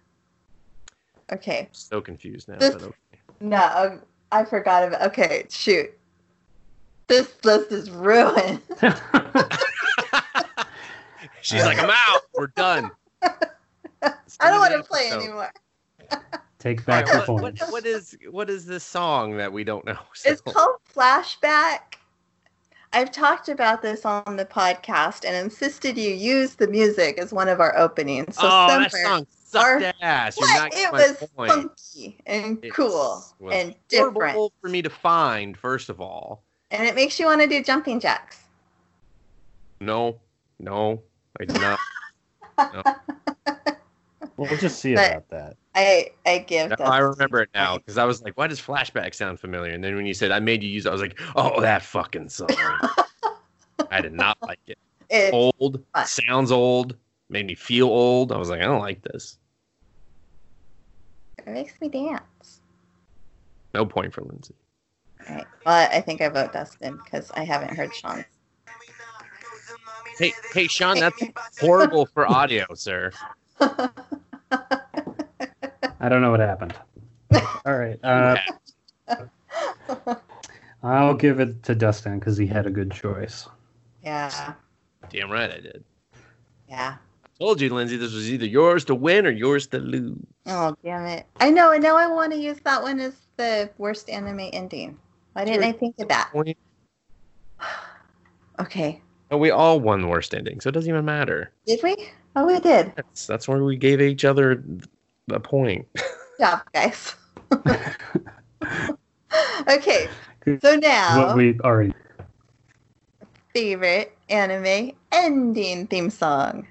[SPEAKER 1] Okay.
[SPEAKER 2] So confused now.
[SPEAKER 1] This-
[SPEAKER 2] But okay.
[SPEAKER 1] No, um, I forgot about okay, shoot. This list is ruined.
[SPEAKER 2] She's like, I'm out. We're done.
[SPEAKER 1] I don't want to play
[SPEAKER 2] anymore.
[SPEAKER 1] anymore.
[SPEAKER 3] Take
[SPEAKER 2] All
[SPEAKER 3] back
[SPEAKER 2] right,
[SPEAKER 3] your
[SPEAKER 2] what,
[SPEAKER 3] points.
[SPEAKER 2] what- what is what is this song that we don't know?
[SPEAKER 1] It's
[SPEAKER 2] So-
[SPEAKER 1] called Flashback. I've talked about this on the podcast and insisted you use the music as one of our openings. So
[SPEAKER 2] oh,
[SPEAKER 1] somewhere,
[SPEAKER 2] that song
[SPEAKER 1] our-
[SPEAKER 2] sucked ass. You're
[SPEAKER 1] What?
[SPEAKER 2] not getting
[SPEAKER 1] it
[SPEAKER 2] my
[SPEAKER 1] was
[SPEAKER 2] point.
[SPEAKER 1] funky and
[SPEAKER 2] It
[SPEAKER 1] cool
[SPEAKER 2] was
[SPEAKER 1] and different,
[SPEAKER 2] Horrible for me to find. First of all,
[SPEAKER 1] and it makes you want to do jumping jacks.
[SPEAKER 2] no, no, I did not.
[SPEAKER 3] We'll just see
[SPEAKER 1] But-
[SPEAKER 3] about that.
[SPEAKER 1] I I give.
[SPEAKER 2] No,
[SPEAKER 1] that.
[SPEAKER 2] I remember it now because I was like, why does flashback sound familiar? And then when you said I made you use it, I was like, oh, that fucking song. I did not like it.
[SPEAKER 1] It's
[SPEAKER 2] Old
[SPEAKER 1] fun.
[SPEAKER 2] sounds old. Made me feel old. I was like, I don't like this.
[SPEAKER 1] It makes me dance.
[SPEAKER 2] No point for Lindsay.
[SPEAKER 1] All right. Well, I think I vote Dustin because I haven't heard Sean.
[SPEAKER 2] Hey, hey, Sean, that's horrible for audio, sir.
[SPEAKER 3] I don't know what happened. All right. Uh, I'll give it to Dustin because he had a good choice.
[SPEAKER 1] yeah,
[SPEAKER 2] Damn right I did.
[SPEAKER 1] yeah.
[SPEAKER 2] Told you, Lindsay, this was either yours to win or yours to lose.
[SPEAKER 1] Oh damn it! I know, and now I want to use that one as the worst anime ending. Why didn't I think of that?
[SPEAKER 2] Point.
[SPEAKER 1] Okay,
[SPEAKER 2] And we all won the worst ending, so it doesn't even matter.
[SPEAKER 1] did we? Oh, we did.
[SPEAKER 2] That's, that's where we gave each other a point.
[SPEAKER 1] Good job, guys. okay, so now
[SPEAKER 2] Oh.
[SPEAKER 3] What we already.
[SPEAKER 1] favorite anime ending theme song.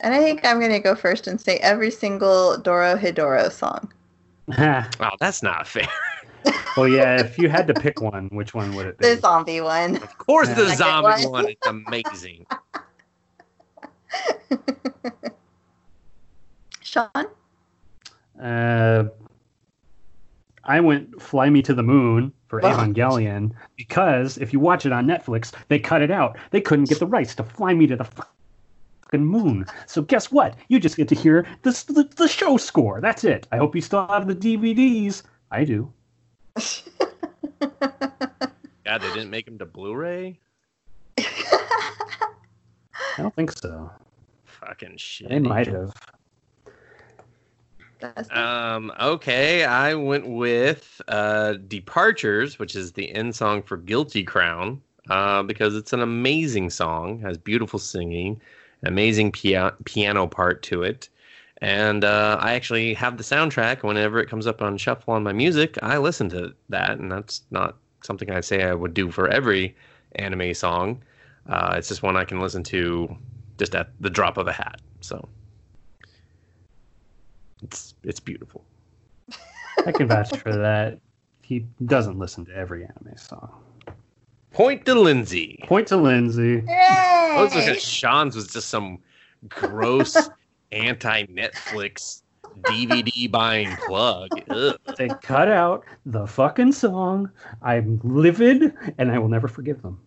[SPEAKER 1] And I think I'm going to go first and say every single Doro Hidoro song.
[SPEAKER 3] well,
[SPEAKER 2] Wow, that's not fair.
[SPEAKER 3] yeah. If you had to pick one, which one would it be?
[SPEAKER 1] The zombie one.
[SPEAKER 2] Of course,
[SPEAKER 3] Yeah.
[SPEAKER 2] the
[SPEAKER 1] Second
[SPEAKER 2] zombie
[SPEAKER 1] one.
[SPEAKER 2] one is amazing.
[SPEAKER 1] Sean?
[SPEAKER 3] Uh, I went Fly Me to the Moon for
[SPEAKER 1] Wow.
[SPEAKER 3] Evangelion because if you watch it on Netflix, they cut it out. They couldn't get the rights to Fly Me to the fucking moon. So guess what? You just get to hear the, the, the show score. That's it. I hope you still have the DVDs. I do.
[SPEAKER 2] God, they didn't make him to Blu-ray.
[SPEAKER 3] I don't think so.
[SPEAKER 2] Fucking shit.
[SPEAKER 3] They might have.
[SPEAKER 1] That's-
[SPEAKER 2] Um, okay, I went with uh, Departures, which is the end song for Guilty Crown, uh, because it's an amazing song, has beautiful singing, an amazing pia- piano part to it. And uh, I actually have the soundtrack. Whenever it comes up on Shuffle on my music, I listen to that, and that's not something I say I would do for every anime song. Uh, it's just one I can listen to just at the drop of a hat. So it's it's beautiful.
[SPEAKER 3] I can vouch for that. He doesn't listen to every anime song.
[SPEAKER 2] Point to Lindsay.
[SPEAKER 3] Point to Lindsay.
[SPEAKER 1] Yay!
[SPEAKER 2] I was looking at Sean's was just some gross anti Netflix DVD buying plug. Ugh.
[SPEAKER 3] They cut out the fucking song. I'm livid and I will never forgive them.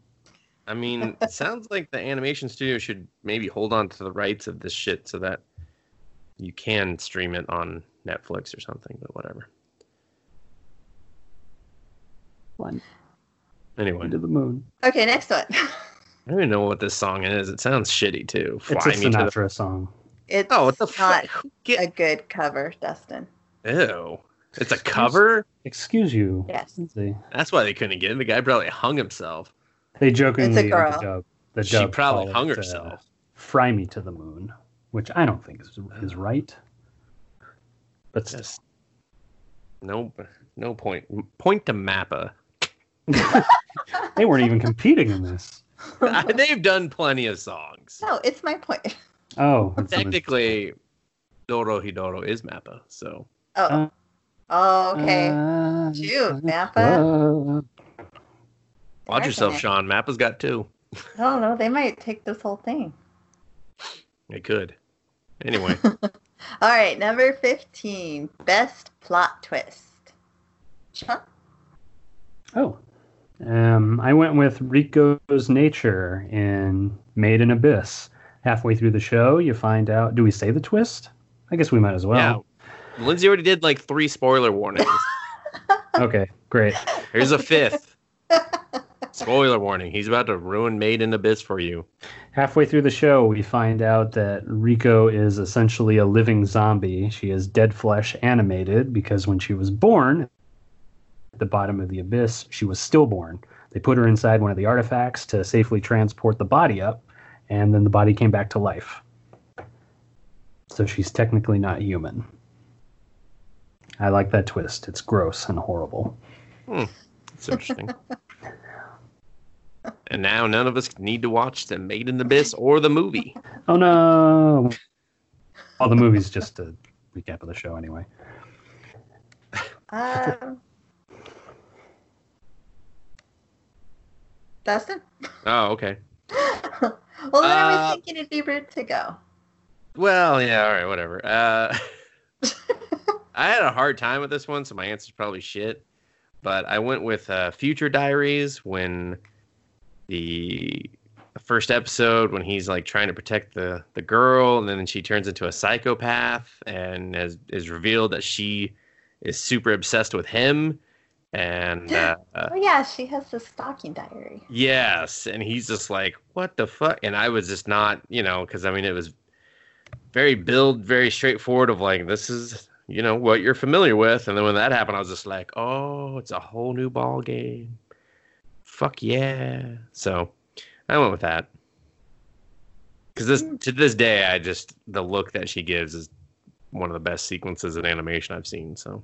[SPEAKER 2] I mean, it sounds like the animation studio should maybe hold on to the rights of this shit so that you can stream it on Netflix or something, but whatever.
[SPEAKER 3] One
[SPEAKER 2] Anyway,
[SPEAKER 3] to the moon.
[SPEAKER 1] Okay, next one.
[SPEAKER 2] I don't even know what this song is. It sounds shitty too.
[SPEAKER 3] It's
[SPEAKER 2] Fly
[SPEAKER 3] a
[SPEAKER 2] me to the
[SPEAKER 3] Sinatra song.
[SPEAKER 1] It's
[SPEAKER 2] Oh, what the
[SPEAKER 1] not
[SPEAKER 2] fuck?
[SPEAKER 1] a
[SPEAKER 2] Get,
[SPEAKER 1] good cover, Dustin.
[SPEAKER 2] ew. It's a cover?
[SPEAKER 3] Excuse you.
[SPEAKER 1] Yes.
[SPEAKER 3] Lindsay.
[SPEAKER 2] That's why they couldn't get it. The guy probably hung himself.
[SPEAKER 3] They jokingly
[SPEAKER 1] It's a girl.
[SPEAKER 3] the dub. The
[SPEAKER 2] She
[SPEAKER 3] dub
[SPEAKER 2] probably
[SPEAKER 3] call it,
[SPEAKER 2] hung
[SPEAKER 3] uh,
[SPEAKER 2] herself.
[SPEAKER 3] Fry me to the moon, which I don't think is, is right. But still.
[SPEAKER 2] Yes. No, no point. Point to Mappa.
[SPEAKER 3] they weren't even competing in this.
[SPEAKER 2] They've done plenty of songs.
[SPEAKER 1] No, it's my point.
[SPEAKER 3] Oh, it's-
[SPEAKER 2] Technically, Doro Hidoro is Mappa. So
[SPEAKER 1] Oh. Oh, okay.
[SPEAKER 3] Uh,
[SPEAKER 1] Shoot, Mappa.
[SPEAKER 3] uh,
[SPEAKER 2] watch
[SPEAKER 1] Darn
[SPEAKER 2] yourself,
[SPEAKER 1] it.
[SPEAKER 2] Sean. Mappa's got two.
[SPEAKER 1] No, no, they might take this whole thing.
[SPEAKER 2] They could. Anyway,
[SPEAKER 1] All right, number 15, best plot twist. Sean?
[SPEAKER 3] Oh. Um, I went with Rico's nature in Made in Abyss. Halfway through the show, you find out. Do we say the twist? I guess we might as well.
[SPEAKER 2] yeah. Lindsay already did like three spoiler warnings.
[SPEAKER 3] Okay, great.
[SPEAKER 2] Here's a fifth. Spoiler warning. He's about to ruin Made in Abyss for you.
[SPEAKER 3] Halfway through the show, we find out that Rico is essentially a living zombie. She is dead flesh animated because when she was born at the bottom of the abyss, she was stillborn. They put her inside one of the artifacts to safely transport the body up, and then the body came back to life. So she's technically not human. I like that twist. It's gross and horrible.
[SPEAKER 2] It's interesting. and now none of us need to watch the Made in Abyss or the movie.
[SPEAKER 3] Oh no! All the movie's just a recap of the show, anyway.
[SPEAKER 1] Um, Dustin?
[SPEAKER 2] Oh, okay.
[SPEAKER 1] well, then I
[SPEAKER 2] Uh,
[SPEAKER 1] was thinking it'd be rude to go.
[SPEAKER 2] Well, yeah, all right, whatever. Uh, I had a hard time with this one, so my answer's probably shit. But I went with uh, Future Diaries when the first episode when he's like trying to protect the the girl, and then she turns into a psychopath, and is is revealed that she is super obsessed with him, and uh,
[SPEAKER 1] Oh, yeah, she has the stalking diary.
[SPEAKER 2] Yes, and he's just like, "What the fuck?" And I was just not, you know, because I mean, it was very build, very straightforward. Of like, this is, you know, what you're familiar with. And then when that happened, I was just like, "Oh, it's a whole new ball game." Fuck yeah! So I went with that because this to this day, I just the look that she gives is one of the best sequences in animation I've seen. So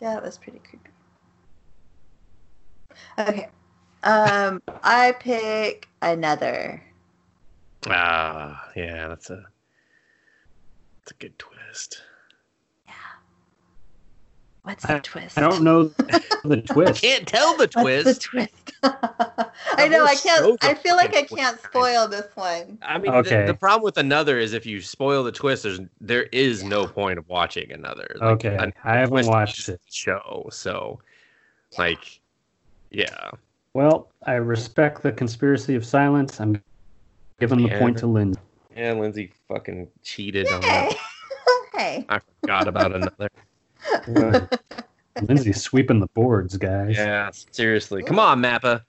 [SPEAKER 1] Yeah, that was pretty creepy. Okay. Um, I pick another.
[SPEAKER 2] ah, yeah, that's a that's a good twist.
[SPEAKER 1] What's the twist?
[SPEAKER 3] I don't know the twist.
[SPEAKER 2] can't tell the
[SPEAKER 1] What's
[SPEAKER 2] twist.
[SPEAKER 1] the twist? I know
[SPEAKER 2] whole
[SPEAKER 1] I
[SPEAKER 2] show's
[SPEAKER 1] can't.
[SPEAKER 2] a
[SPEAKER 1] I feel like I
[SPEAKER 2] fucking twist,
[SPEAKER 1] can't
[SPEAKER 2] guys.
[SPEAKER 1] spoil this one.
[SPEAKER 2] I mean,
[SPEAKER 3] Okay.
[SPEAKER 2] the, the problem with another is if you spoil the twist, there's there is no point of watching another. Like,
[SPEAKER 3] Okay,
[SPEAKER 2] an-
[SPEAKER 3] I haven't
[SPEAKER 2] twist
[SPEAKER 3] watched it.
[SPEAKER 2] show, so like, yeah,
[SPEAKER 3] Well, I respect the conspiracy of silence. I'm giving the
[SPEAKER 2] Yeah.
[SPEAKER 3] point to Lynn.
[SPEAKER 2] yeah. Lindsay fucking cheated on
[SPEAKER 1] Hey,
[SPEAKER 2] that.
[SPEAKER 1] hey.
[SPEAKER 2] I forgot about another.
[SPEAKER 3] Lindsay's sweeping the boards, guys.
[SPEAKER 2] Yeah, seriously. Come on, Mappa.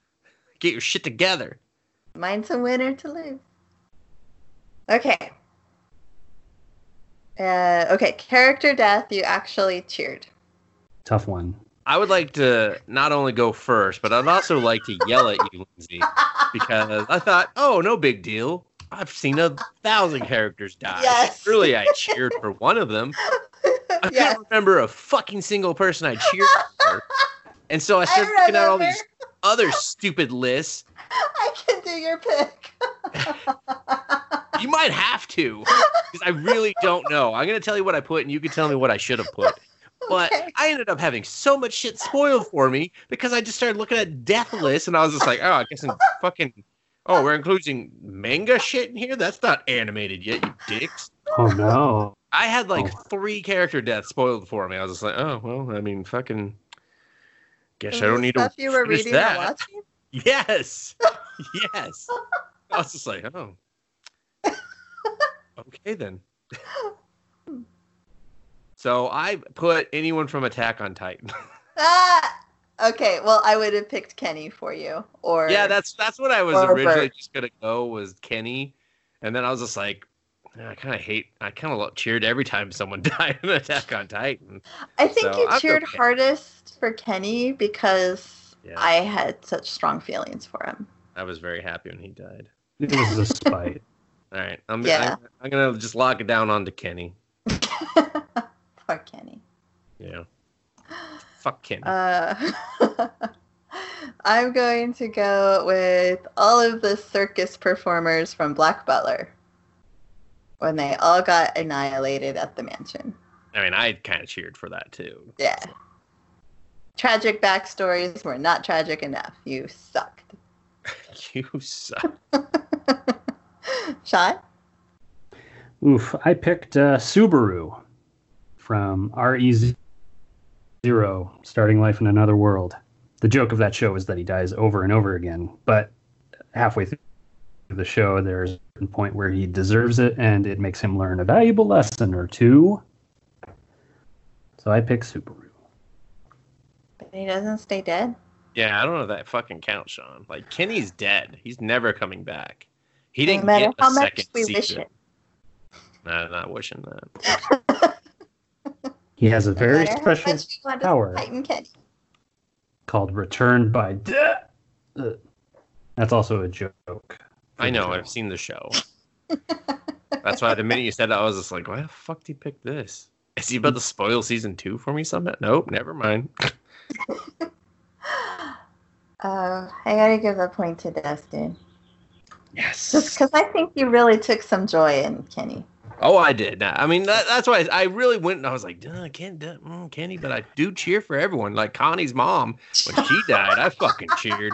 [SPEAKER 2] Get your shit together.
[SPEAKER 1] Mine's a winner to lose. Okay. Uh, okay, character death. You actually cheered.
[SPEAKER 3] Tough one.
[SPEAKER 2] I would like to not only go first, but I'd also like to yell at you, Lindsay, because I thought, oh, no big deal. I've seen a thousand characters die.
[SPEAKER 1] Yes.
[SPEAKER 2] Really, I cheered for one of them. I
[SPEAKER 1] Yes.
[SPEAKER 2] can't remember a fucking single person I cheered for. And so I
[SPEAKER 1] I
[SPEAKER 2] started picking out all
[SPEAKER 1] remember.
[SPEAKER 2] these other stupid lists.
[SPEAKER 1] I can do your pick.
[SPEAKER 2] You might have to, because I really don't know. I'm going to tell you what I put, and you can tell me what I should have put. But
[SPEAKER 1] Okay.
[SPEAKER 2] I ended up having so much shit spoiled for me because I just started looking at death lists, and I was just like, oh, I guess in fucking. Oh, we're including manga shit in here? That's not animated yet, you dicks.
[SPEAKER 3] Oh no.
[SPEAKER 2] I had like
[SPEAKER 3] Oh.
[SPEAKER 2] three character deaths spoiled for me. I was just like, oh, well, I mean, fucking. Guess
[SPEAKER 1] Was
[SPEAKER 2] I
[SPEAKER 1] the
[SPEAKER 2] don't need to.
[SPEAKER 1] stuff you were
[SPEAKER 2] finish
[SPEAKER 1] reading
[SPEAKER 2] that.
[SPEAKER 1] or watching.
[SPEAKER 2] Yes. yes. I was just like, oh. Okay then. so I put anyone from Attack on Titan.
[SPEAKER 1] Ah. Okay. Well, I would have picked Kenny for you. Or
[SPEAKER 2] yeah, that's that's what I was
[SPEAKER 1] or
[SPEAKER 2] originally
[SPEAKER 1] Bert.
[SPEAKER 2] just gonna go was Kenny, and then I was just like, "Nah, I kind of hate. I kind of cheered every time someone died in Attack on Titan.
[SPEAKER 1] I think
[SPEAKER 2] so
[SPEAKER 1] you
[SPEAKER 2] I'll go
[SPEAKER 1] cheered
[SPEAKER 2] Kenny.
[SPEAKER 1] hardest for Kenny because
[SPEAKER 2] Yeah.
[SPEAKER 1] I had such strong feelings for him.
[SPEAKER 2] I was very happy when he died.
[SPEAKER 3] It was a spite.
[SPEAKER 2] All right, I'm
[SPEAKER 1] Yeah.
[SPEAKER 2] I'm, I'm gonna just lock it down onto Kenny.
[SPEAKER 1] Poor Kenny.
[SPEAKER 2] Yeah. Fuck Kenny.
[SPEAKER 1] Uh, I'm going to go with all of the circus performers from Black Butler when they all got annihilated at the mansion.
[SPEAKER 2] I mean, I kind of cheered for that too.
[SPEAKER 1] Yeah. Tragic backstories were not tragic enough. You sucked.
[SPEAKER 2] you suck.
[SPEAKER 1] Sean?
[SPEAKER 3] Oof. I picked uh, Subaru from RE Zero, Starting Life in Another World. The joke of that show is that he dies over and over again, but halfway through the show, there's a certain point where he deserves it and it makes him learn a valuable lesson or two. So I picked Subaru.
[SPEAKER 1] But he doesn't stay dead.
[SPEAKER 2] Yeah, I don't know if that fucking counts, Sean. Like Kenny's dead. He's never coming back. He
[SPEAKER 1] No
[SPEAKER 2] didn't
[SPEAKER 1] matter
[SPEAKER 2] get a
[SPEAKER 1] how much
[SPEAKER 2] second
[SPEAKER 1] we wish
[SPEAKER 2] season.
[SPEAKER 1] it.
[SPEAKER 2] No, I'm not wishing that.
[SPEAKER 3] He has a
[SPEAKER 1] No
[SPEAKER 3] very
[SPEAKER 1] matter how
[SPEAKER 3] special
[SPEAKER 1] much you want to
[SPEAKER 3] power.
[SPEAKER 1] Titan Kenny.
[SPEAKER 3] called Return by Death. Ugh. That's also a joke.
[SPEAKER 2] I know. I've seen the show. That's why the minute you said that, I was just like, "Why the fuck did he pick this? Is he about to spoil season two for me somehow?" Nope. Never mind.
[SPEAKER 1] Uh, I gotta give a point to Dustin. Just
[SPEAKER 2] Yes.
[SPEAKER 1] because I think you really took some joy in Kenny.
[SPEAKER 2] Oh, I did. Nah, I mean, that, that's why I, I really went and I was like, "Duh, Ken, duh, mm, Kenny," but I do cheer for everyone. Like Connie's mom. when she died, I fucking cheered.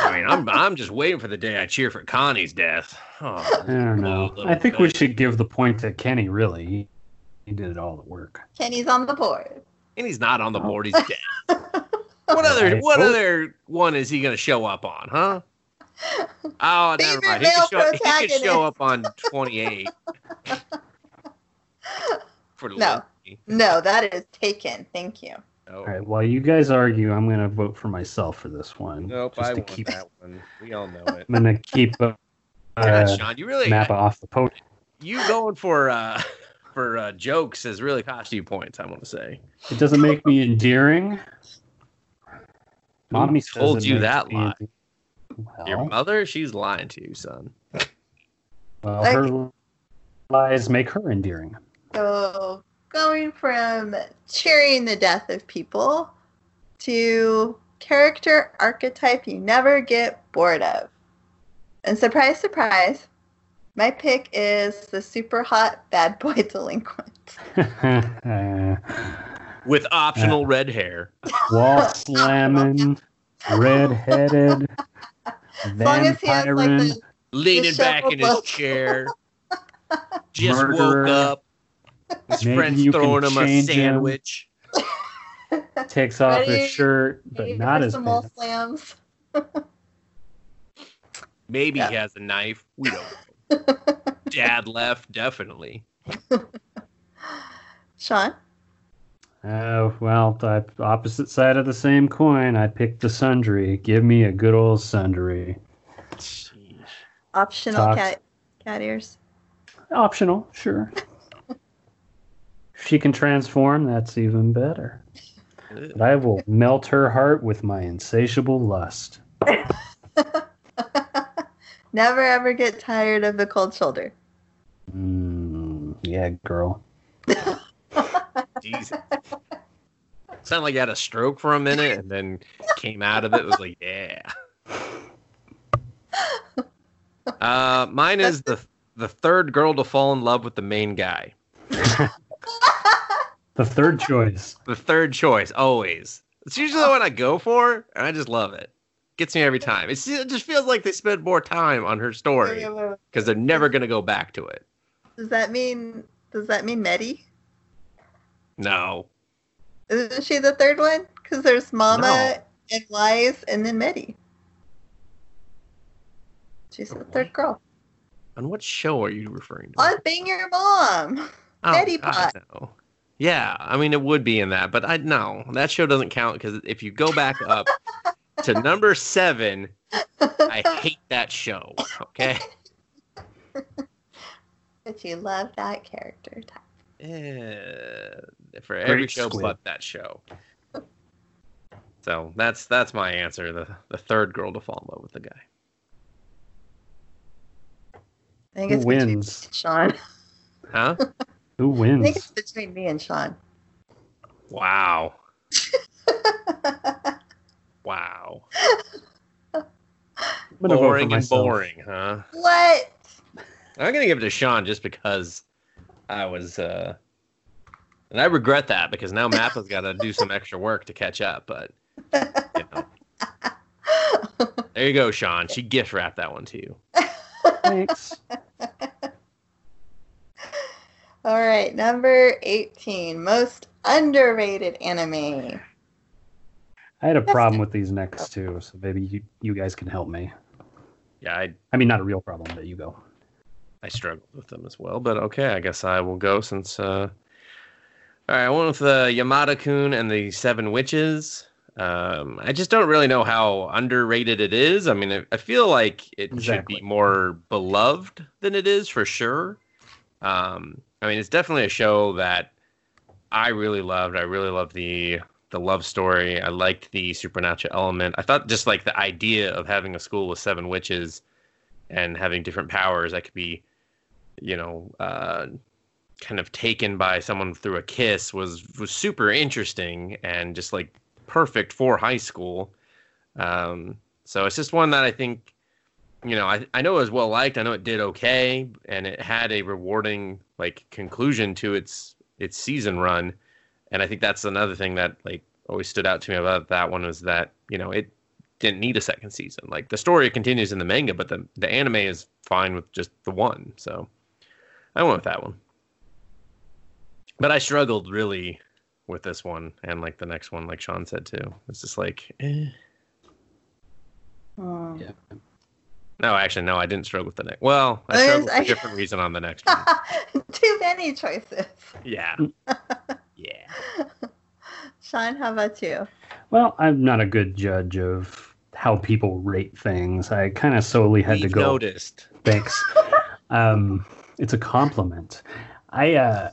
[SPEAKER 2] I mean, I'm I'm just waiting for the day I cheer for Connie's death. Oh,
[SPEAKER 3] I don't know.
[SPEAKER 2] little
[SPEAKER 3] I think we
[SPEAKER 2] bitch.
[SPEAKER 3] should give the point to Kenny, really. He, he did all the work.
[SPEAKER 1] Kenny's on the board.
[SPEAKER 2] and he's not on the board. He's dead. What other
[SPEAKER 3] Right.
[SPEAKER 2] what
[SPEAKER 3] Oh.
[SPEAKER 2] other one is he gonna show up on, huh? Oh, never
[SPEAKER 1] Favorite
[SPEAKER 2] mind. He
[SPEAKER 1] male
[SPEAKER 2] could, show, he could
[SPEAKER 1] protagonist.
[SPEAKER 2] show up on 28. for
[SPEAKER 1] No.
[SPEAKER 2] Lindsay.
[SPEAKER 1] No, that is taken. Thank you.
[SPEAKER 2] No.
[SPEAKER 3] All right, while you guys argue, I'm going to vote for myself for this one.
[SPEAKER 2] Nope,
[SPEAKER 3] just
[SPEAKER 2] I
[SPEAKER 3] to
[SPEAKER 2] want
[SPEAKER 3] keep,
[SPEAKER 2] that one. We all know it.
[SPEAKER 3] I'm going to keep uh,
[SPEAKER 2] God,
[SPEAKER 3] uh,
[SPEAKER 2] Sean, you really
[SPEAKER 3] Mappa off the podium.
[SPEAKER 2] you going for uh for uh jokes has really cost you points, I want to say.
[SPEAKER 3] It doesn't make me endearing. Mommy says
[SPEAKER 2] told
[SPEAKER 3] it
[SPEAKER 2] you
[SPEAKER 3] makes
[SPEAKER 2] that
[SPEAKER 3] me
[SPEAKER 2] lie?
[SPEAKER 3] endearing.
[SPEAKER 2] Your
[SPEAKER 3] Well,
[SPEAKER 2] mother, she's lying to you, son.
[SPEAKER 3] well, her lies make her endearing.
[SPEAKER 1] So going from cheering the death of people to character archetype you never get bored of. And surprise, surprise, my pick is the super hot bad boy delinquent.
[SPEAKER 2] With optional
[SPEAKER 3] Uh,
[SPEAKER 2] red hair.
[SPEAKER 3] wall slamming, red headed,
[SPEAKER 1] As long as he has like
[SPEAKER 3] vampiring.
[SPEAKER 1] the,
[SPEAKER 2] Leaning back in his
[SPEAKER 1] Disheveled.
[SPEAKER 2] chair. Just
[SPEAKER 3] Murderer.
[SPEAKER 2] woke up. His
[SPEAKER 3] Maybe
[SPEAKER 2] friend's
[SPEAKER 3] you can
[SPEAKER 2] throwing him a
[SPEAKER 3] change him.
[SPEAKER 2] sandwich.
[SPEAKER 3] takes off
[SPEAKER 1] Ready?
[SPEAKER 3] his shirt, but not his
[SPEAKER 1] some old
[SPEAKER 3] pants.
[SPEAKER 1] slams.
[SPEAKER 2] Maybe he
[SPEAKER 1] Yeah.
[SPEAKER 2] has a knife. We don't know. Dad left, definitely.
[SPEAKER 1] Sean?
[SPEAKER 3] Oh, well, the opposite side of the same coin. I picked the sundry. Give me a good old sundry.
[SPEAKER 2] Jeez.
[SPEAKER 1] Optional
[SPEAKER 3] Talks.
[SPEAKER 1] cat cat ears.
[SPEAKER 3] Optional, sure. she can transform, that's even better. But I will melt her heart with my insatiable lust.
[SPEAKER 1] Never ever get tired of the cold shoulder.
[SPEAKER 3] Mm, yeah, girl.
[SPEAKER 2] Jesus. Sounded like you had a stroke for a minute and then came out of it. Was like, yeah. Uh, mine is the the third girl to fall in love with the main guy.
[SPEAKER 3] The third choice.
[SPEAKER 2] The third choice always. It's usually the one I go for, and I just love it. Gets me every time. It's, it just feels like they spend more time on her story
[SPEAKER 1] Wait, wait, wait.
[SPEAKER 2] because they're never gonna go back to it.
[SPEAKER 1] Does that mean does that mean Meddy?
[SPEAKER 2] No,
[SPEAKER 1] Isn't she the third one? Because there's Mama
[SPEAKER 2] No.
[SPEAKER 1] and Wise and then Meddy. She's the third girl.
[SPEAKER 2] on what show are you referring to? Oh,
[SPEAKER 1] On Bang Your Mom. Betty
[SPEAKER 2] God, no. Yeah, I mean it would be in that, but I no, that show doesn't count because if you go back up to number seven, I hate that show. Okay.
[SPEAKER 1] But you love that character type.
[SPEAKER 2] Eh, for every
[SPEAKER 3] Great
[SPEAKER 2] show
[SPEAKER 3] squid.
[SPEAKER 2] but that show. So that's that's my answer. The the third girl to fall in love with the guy.
[SPEAKER 1] I think
[SPEAKER 3] Who
[SPEAKER 1] it's between
[SPEAKER 3] wins?
[SPEAKER 1] me and Sean.
[SPEAKER 2] Huh?
[SPEAKER 3] Who
[SPEAKER 1] I think it's
[SPEAKER 3] wins?
[SPEAKER 1] between me and Sean.
[SPEAKER 2] Wow. Wow.
[SPEAKER 3] I'm gonna vote for
[SPEAKER 2] Boring and
[SPEAKER 3] myself.
[SPEAKER 2] boring, huh?
[SPEAKER 1] what?
[SPEAKER 2] I'm gonna give it to Sean just because I was, uh, and I regret that because now Mappa's got to do some extra work to catch up. But you know. there you go, Sean. She gift wrapped that one to you.
[SPEAKER 3] Thanks.
[SPEAKER 1] All right, number 18, most underrated anime.
[SPEAKER 3] I had a problem with these next two, so maybe you, you guys can help me.
[SPEAKER 2] Yeah, I
[SPEAKER 3] I mean, not a real problem, but you go.
[SPEAKER 2] I struggled with them as well. But okay, I guess I will go since. Uh... All right, I went with uh, Yamada Kun and the Seven Witches. Um, I just don't really know how underrated it is. I mean, I, I feel like it
[SPEAKER 3] Exactly.
[SPEAKER 2] should be more beloved than it is for sure. Um, I mean, it's definitely a show that I really loved. I really loved the the love story. I liked the supernatural element. I thought just like the idea of having a school with seven witches and having different powers that could be, you know, uh, kind of taken by someone through a kiss was was super interesting and just like perfect for high school. Um, so it's just one that I think, you know, I I know it was well liked. I know it did okay, and it had a rewarding like conclusion to its its season run. And I think that's another thing that like always stood out to me about that one was that you know it didn't need a second season. Like the story continues in the manga, but the the anime is fine with just the one. So I went with that one. But I struggled really with this one and like the next one, like Sean said too. It's just like, eh.
[SPEAKER 1] Hmm.
[SPEAKER 3] Yeah.
[SPEAKER 2] no, actually, no, I didn't struggle with the next. Well, I
[SPEAKER 1] There's-
[SPEAKER 2] struggled for
[SPEAKER 1] I-
[SPEAKER 2] a different reason on the next one.
[SPEAKER 1] Too many choices.
[SPEAKER 2] Yeah, yeah.
[SPEAKER 1] Sean, how about you?
[SPEAKER 3] Well, I'm not a good judge of how people rate things. I kind of solely had to
[SPEAKER 2] We've
[SPEAKER 3] go.
[SPEAKER 2] noticed.
[SPEAKER 3] Thanks. um, it's a compliment. I uh,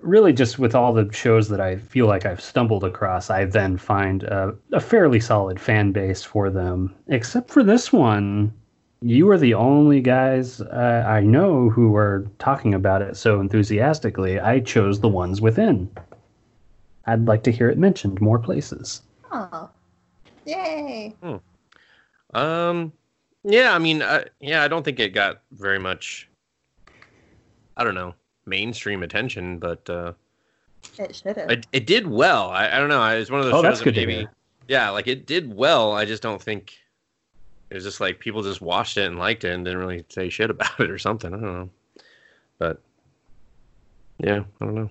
[SPEAKER 3] really just with all the shows that I feel like I've stumbled across, I then find a, a fairly solid fan base for them. Except for this one, you are the only guys uh, I know who are talking about it so enthusiastically. I chose the ones within. I'd like to hear it mentioned more places.
[SPEAKER 1] Oh, yay.
[SPEAKER 2] Um, yeah, I mean, I, yeah, I don't think it got very much. I don't know mainstream attention, but uh,
[SPEAKER 1] It should have.
[SPEAKER 2] it, it did well. I, I don't know. It was one of those
[SPEAKER 3] Oh,
[SPEAKER 2] shows
[SPEAKER 3] that's
[SPEAKER 2] that
[SPEAKER 3] good to
[SPEAKER 2] maybe,
[SPEAKER 3] hear.
[SPEAKER 2] yeah, like it did well. I just don't think it was just like people just watched it and liked it and didn't really say shit about it or something. I don't know, but yeah, I don't know.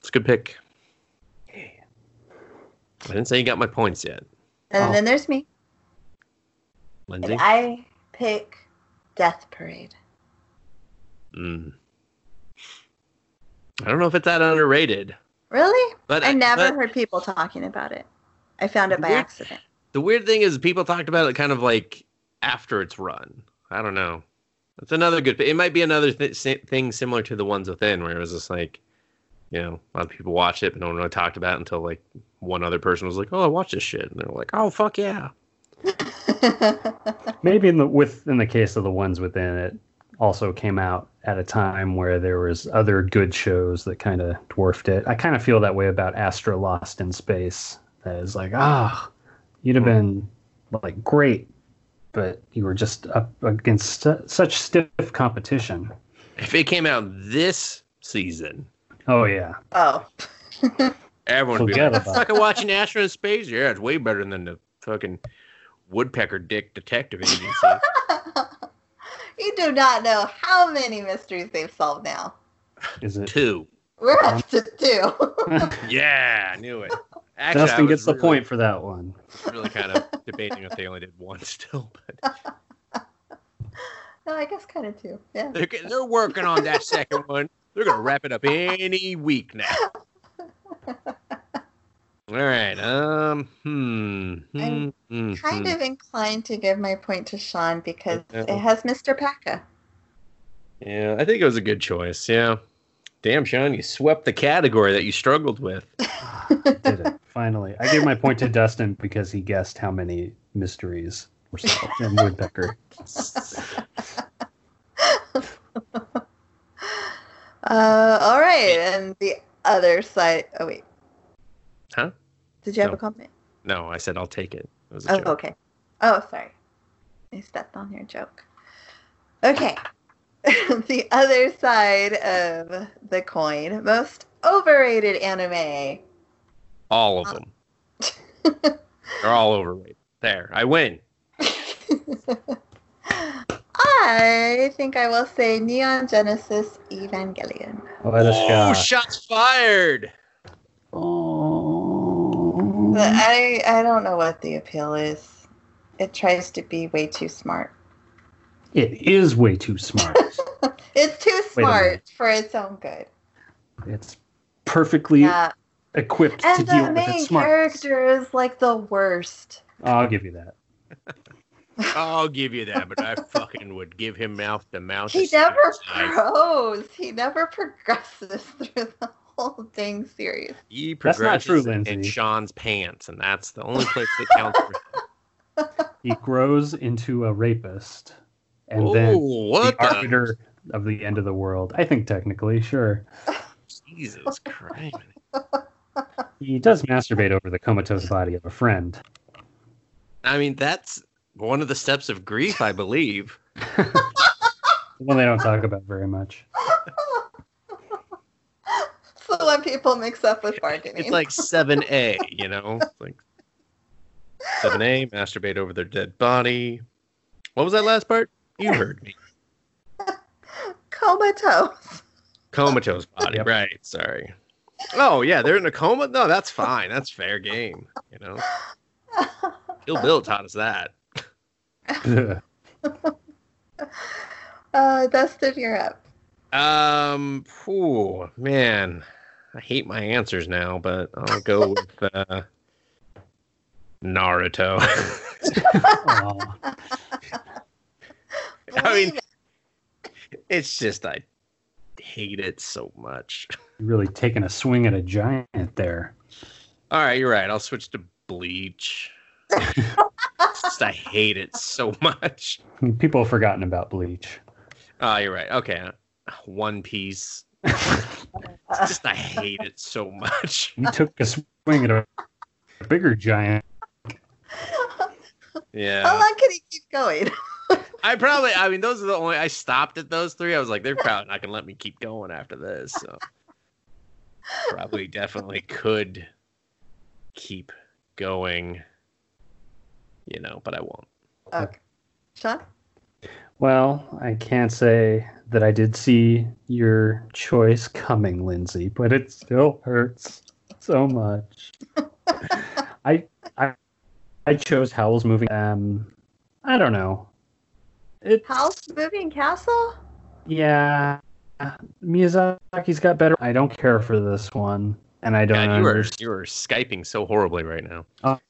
[SPEAKER 2] It's a good pick. I didn't say you got my points yet,
[SPEAKER 1] And
[SPEAKER 3] Oh.
[SPEAKER 1] then there's me.
[SPEAKER 2] Lindsay.
[SPEAKER 1] And I pick Death Parade.
[SPEAKER 2] Mm. I don't know if it's that underrated.
[SPEAKER 1] Really?
[SPEAKER 2] But
[SPEAKER 1] I never
[SPEAKER 2] but
[SPEAKER 1] heard people talking about it. I found it by
[SPEAKER 2] Weird.
[SPEAKER 1] accident.
[SPEAKER 2] the weird thing is people talked about it kind of like after its run. I don't know. That's another good. It might be another th- si- thing similar to the ones within, where it was just like, you know, a lot of people watched it, but no one really talked about it until like one other person was like, "Oh, I watched this shit," and they're like, "Oh, fuck yeah."
[SPEAKER 3] Maybe in the with in the case of the ones within it also came out at a time where there was other good shows that kind of dwarfed it. I kind of feel that way about Astra Lost in Space. That is like, ah, you'd have been like great, but you were just up against su- such stiff competition.
[SPEAKER 2] If it came out this season,
[SPEAKER 3] Oh yeah,
[SPEAKER 1] oh.
[SPEAKER 2] everyone would be
[SPEAKER 3] Forget
[SPEAKER 2] like,
[SPEAKER 3] about it."
[SPEAKER 2] "Fucking watching Astro in Space? Yeah, it's way better than the fucking Woodpecker Dick Detective Agency."
[SPEAKER 1] you do not know how many mysteries they've solved now.
[SPEAKER 3] is it?
[SPEAKER 2] Two.
[SPEAKER 1] We're up to two.
[SPEAKER 2] Yeah, I knew it. Actually, I
[SPEAKER 3] Dustin
[SPEAKER 2] was
[SPEAKER 3] gets the
[SPEAKER 2] really-
[SPEAKER 3] point for that one.
[SPEAKER 2] Really kind of debating if they only did one still, but
[SPEAKER 1] no, I guess kind of two. Yeah.
[SPEAKER 2] they're, get- they're working on that second one. They're gonna wrap it up any week now. All right. Um. Hmm.
[SPEAKER 1] I'm
[SPEAKER 2] hmm,
[SPEAKER 1] Kind
[SPEAKER 2] hmm.
[SPEAKER 1] of inclined to give my point to Sean because
[SPEAKER 2] Okay.
[SPEAKER 1] it has Mr. Paca.
[SPEAKER 2] Yeah, I think it was a good choice. Yeah. Damn, Sean, you swept the category that you struggled with.
[SPEAKER 3] Did it finally? I gave my point to Dustin because he guessed how many mysteries were solved in Woodpecker.
[SPEAKER 1] Uh, all right, and the other side. Oh wait.
[SPEAKER 2] Huh?
[SPEAKER 1] Did you have
[SPEAKER 2] No.
[SPEAKER 1] a comment?
[SPEAKER 2] No, I said I'll take it. It was a
[SPEAKER 1] Oh,
[SPEAKER 2] joke.
[SPEAKER 1] okay. Oh, sorry. I stepped on your joke. Okay. the other side of the coin. Most overrated anime.
[SPEAKER 2] All of them. They're all overweight. There, I win.
[SPEAKER 1] I think I will say Neon Genesis Evangelion.
[SPEAKER 3] What a
[SPEAKER 2] Oh,
[SPEAKER 3] shot.
[SPEAKER 2] shots fired.
[SPEAKER 3] Oh.
[SPEAKER 1] But I I don't know what the appeal is. It tries to be way too smart.
[SPEAKER 3] It is way too smart.
[SPEAKER 1] It's too
[SPEAKER 3] Wait a
[SPEAKER 1] smart
[SPEAKER 3] minute.
[SPEAKER 1] for its own good.
[SPEAKER 3] it's perfectly
[SPEAKER 1] Yeah.
[SPEAKER 3] equipped to
[SPEAKER 1] And the
[SPEAKER 3] deal with
[SPEAKER 1] main
[SPEAKER 3] its smart.
[SPEAKER 1] character is like the worst.
[SPEAKER 3] I'll give you that.
[SPEAKER 2] I'll give you that, but I fucking would give him mouth to mouth.
[SPEAKER 1] He
[SPEAKER 2] as soon
[SPEAKER 1] never
[SPEAKER 2] as I-
[SPEAKER 1] grows. He never progresses through the whole dang series.
[SPEAKER 2] He
[SPEAKER 3] That's not
[SPEAKER 2] progresses
[SPEAKER 3] true,
[SPEAKER 2] in- in
[SPEAKER 3] Lindsay.
[SPEAKER 2] Sean's pants, and that's the only place that counts. For
[SPEAKER 3] He grows into a rapist and
[SPEAKER 2] oh,
[SPEAKER 3] then
[SPEAKER 2] what
[SPEAKER 3] the
[SPEAKER 2] the?
[SPEAKER 3] arbiter of the end of the world. I think technically, sure.
[SPEAKER 2] Jesus Christ!
[SPEAKER 3] He does masturbate over the comatose body of a friend.
[SPEAKER 2] I mean, that's one of the steps of grief, I believe.
[SPEAKER 3] One they don't talk about very much.
[SPEAKER 1] So when people mix up with bargaining.
[SPEAKER 2] It's like seven A, you know, It's like seven A. Masturbate over their dead body. What was that last part? You heard me.
[SPEAKER 1] comatose.
[SPEAKER 2] Comatose body,
[SPEAKER 3] Yep.
[SPEAKER 2] right? Sorry. Oh yeah, they're in a coma. No, that's fine. That's fair game. You know, Kill Bill taught us that.
[SPEAKER 3] Ugh.
[SPEAKER 1] Uh, Dustin, you're up.
[SPEAKER 2] Um, phew, man, I hate my answers now, but I'll go with uh, Naruto.
[SPEAKER 3] Aw.
[SPEAKER 2] I
[SPEAKER 1] Believe
[SPEAKER 2] mean, it's just I hate it so much.
[SPEAKER 3] You're really taking a swing at a giant there.
[SPEAKER 2] All right, you're right. I'll switch to Bleach. It's just, I hate it so much.
[SPEAKER 3] People have forgotten about Bleach.
[SPEAKER 2] Oh, you're right. Okay, One Piece. It's just I hate it so much.
[SPEAKER 3] You took a swing at a bigger giant.
[SPEAKER 1] How
[SPEAKER 2] Yeah,
[SPEAKER 1] long can he keep going?
[SPEAKER 2] I probably. I mean, those are the only. I stopped at those three. I was like, they're probably not gonna let me keep going after this. So probably, definitely could keep going. You know, but I won't.
[SPEAKER 1] Okay. Sean?
[SPEAKER 3] Well, I can't say that I did see your choice coming, Lindsay, but it still hurts so much. I I I chose Howl's Moving. Um, I don't know. It
[SPEAKER 1] House moving castle?
[SPEAKER 3] yeah. Miyazaki's got better. I don't care for this one. and I don't
[SPEAKER 2] God, you are
[SPEAKER 3] understand.
[SPEAKER 2] you are skyping so horribly right now.
[SPEAKER 3] Oh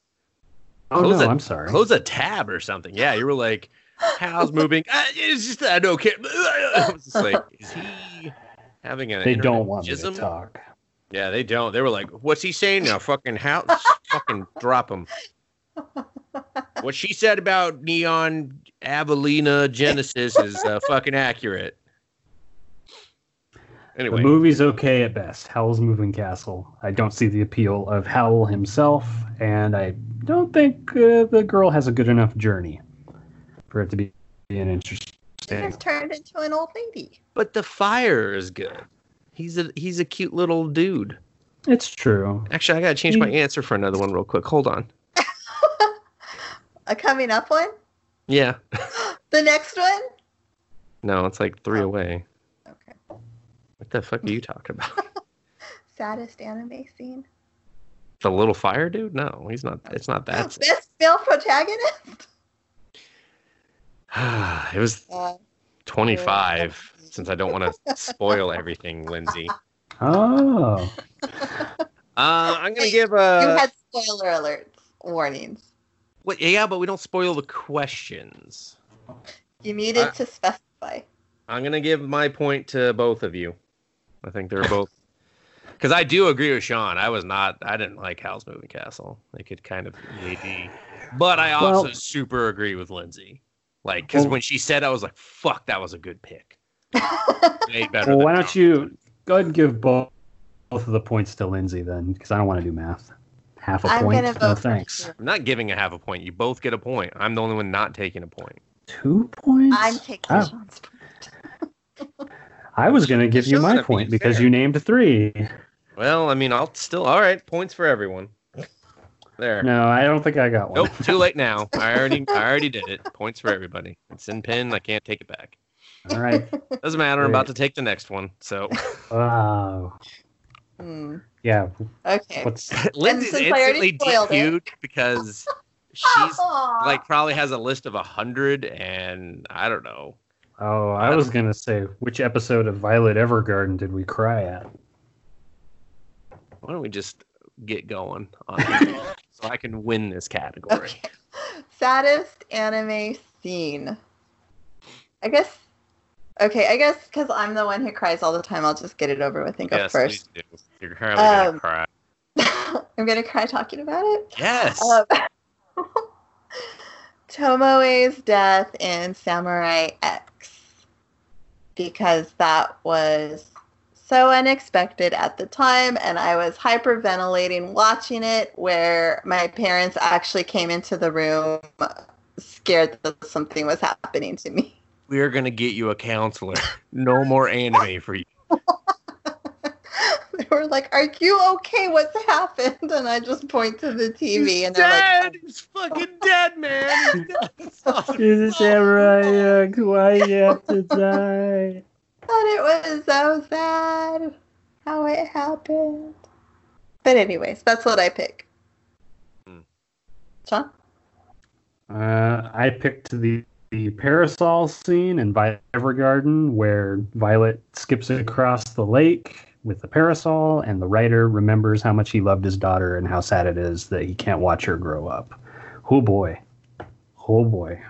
[SPEAKER 2] close
[SPEAKER 3] no,
[SPEAKER 2] it.
[SPEAKER 3] I'm sorry.
[SPEAKER 2] Close a tab or something. Yeah, you were like, "How's moving?" "Ah, it's just I don't care. I was just like, "Is he having an?"
[SPEAKER 3] They
[SPEAKER 2] internet
[SPEAKER 3] don't want me to
[SPEAKER 2] jism?
[SPEAKER 3] talk.
[SPEAKER 2] Yeah, they don't. They were like, "What's he saying now? Fucking how? fucking drop him." What she said about neon Avelina Genesis is uh, fucking accurate. Anyway,
[SPEAKER 3] The movie's okay at best. Howl's Moving Castle. I don't see the appeal of Howl himself, and I don't think uh, the girl has a good enough journey for it to be, be an
[SPEAKER 1] She
[SPEAKER 3] interesting.
[SPEAKER 1] gets turned into an old lady.
[SPEAKER 2] but the fire is good. He's a he's a cute little dude.
[SPEAKER 3] It's true.
[SPEAKER 2] Actually, I gotta change my answer for another one real quick. Hold on.
[SPEAKER 1] A coming up one?
[SPEAKER 2] Yeah.
[SPEAKER 1] The next one?
[SPEAKER 2] No, it's like three away.
[SPEAKER 1] Okay.
[SPEAKER 2] What the fuck are you talking about?
[SPEAKER 1] Saddest anime scene.
[SPEAKER 2] the little fire dude? No, he's not. It's not that.
[SPEAKER 1] Best male protagonist?
[SPEAKER 2] it was
[SPEAKER 1] Uh,
[SPEAKER 2] 25. Since I don't want to spoil everything, Lindsay.
[SPEAKER 3] Oh,
[SPEAKER 2] Uh, I'm gonna give a.
[SPEAKER 1] you had spoiler alerts, warnings.
[SPEAKER 2] Wait, yeah, but we don't spoil the questions.
[SPEAKER 1] You needed
[SPEAKER 2] I-
[SPEAKER 1] to specify.
[SPEAKER 2] I'm gonna give my point to both of you. I think they're both. Because I do agree with Sean. I was not. I didn't like Howl's Moving Castle. They could kind of EAD. But I also
[SPEAKER 3] Well-
[SPEAKER 2] super agree with Lindsay. Like, because
[SPEAKER 3] Well-
[SPEAKER 2] when she said, I was like, "Fuck, that was a good pick." Way better.
[SPEAKER 3] well,
[SPEAKER 2] than
[SPEAKER 3] why don't
[SPEAKER 2] Sean's.
[SPEAKER 3] you go ahead and give both both of the points to Lindsay then, because I don't want to do math. Half a
[SPEAKER 1] I'm
[SPEAKER 3] point.
[SPEAKER 1] gonna vote.
[SPEAKER 3] No
[SPEAKER 1] for
[SPEAKER 3] thanks.
[SPEAKER 1] you.
[SPEAKER 2] I'm not giving a half a point. You both get a point. I'm the only one not taking a point.
[SPEAKER 3] Two points.
[SPEAKER 1] I'm taking
[SPEAKER 3] Oh.
[SPEAKER 1] Sean's point.
[SPEAKER 3] I was gonna give you
[SPEAKER 2] Sean,
[SPEAKER 3] my
[SPEAKER 2] that'd be
[SPEAKER 3] point because
[SPEAKER 2] fair.
[SPEAKER 3] you named three.
[SPEAKER 2] Well, I mean, I'll still. All right, points for everyone. There.
[SPEAKER 3] No, I don't think I got one.
[SPEAKER 2] Nope, too late now. I already I already did it. Points for everybody. It's in pin. I can't take it back.
[SPEAKER 3] All right.
[SPEAKER 2] Doesn't matter. I'm about to take the next one. So
[SPEAKER 3] Wow.
[SPEAKER 1] Hmm.
[SPEAKER 3] Yeah.
[SPEAKER 1] Okay.
[SPEAKER 3] What's
[SPEAKER 2] Lindsay's
[SPEAKER 1] since I already
[SPEAKER 2] instantly
[SPEAKER 1] spoiled it.
[SPEAKER 2] DQ'd because she's
[SPEAKER 1] Aw.
[SPEAKER 2] like probably has a list of a hundred and I don't know.
[SPEAKER 3] Oh, I was gonna say which episode of Violet Evergarden did we cry at?
[SPEAKER 2] Why don't we just get going on that so I can win this category?
[SPEAKER 1] Okay. Saddest anime scene. I guess. Okay, I guess because I'm the one who cries all the time, I'll just get it over with and go
[SPEAKER 2] Yes,
[SPEAKER 1] first.
[SPEAKER 2] please do. You're probably gonna
[SPEAKER 1] Um,
[SPEAKER 2] cry.
[SPEAKER 1] I'm gonna cry talking about it.
[SPEAKER 2] Yes.
[SPEAKER 1] Um, Tomoe's death in Samurai X because that was so unexpected at the time, and I was hyperventilating watching it. Where my parents actually came into the room scared that something was happening to me.
[SPEAKER 2] we are gonna get you a counselor. No more anime for you.
[SPEAKER 1] they were like, "Are you okay? What's happened?" And I just point to the TV, and they're like,
[SPEAKER 2] He's fucking dead, man. He's dead. It's awesome.
[SPEAKER 3] Is
[SPEAKER 2] it
[SPEAKER 3] samurai? Why you have to die?
[SPEAKER 1] thought it was so sad how it happened. But anyways, that's what I pick.
[SPEAKER 2] Hmm.
[SPEAKER 1] Sean?
[SPEAKER 3] Uh, I picked the, the parasol scene in Violet Evergarden where Violet skips across the lake with the parasol, and the writer remembers how much he loved his daughter and how sad it is that he can't watch her grow up. Oh boy, oh boy,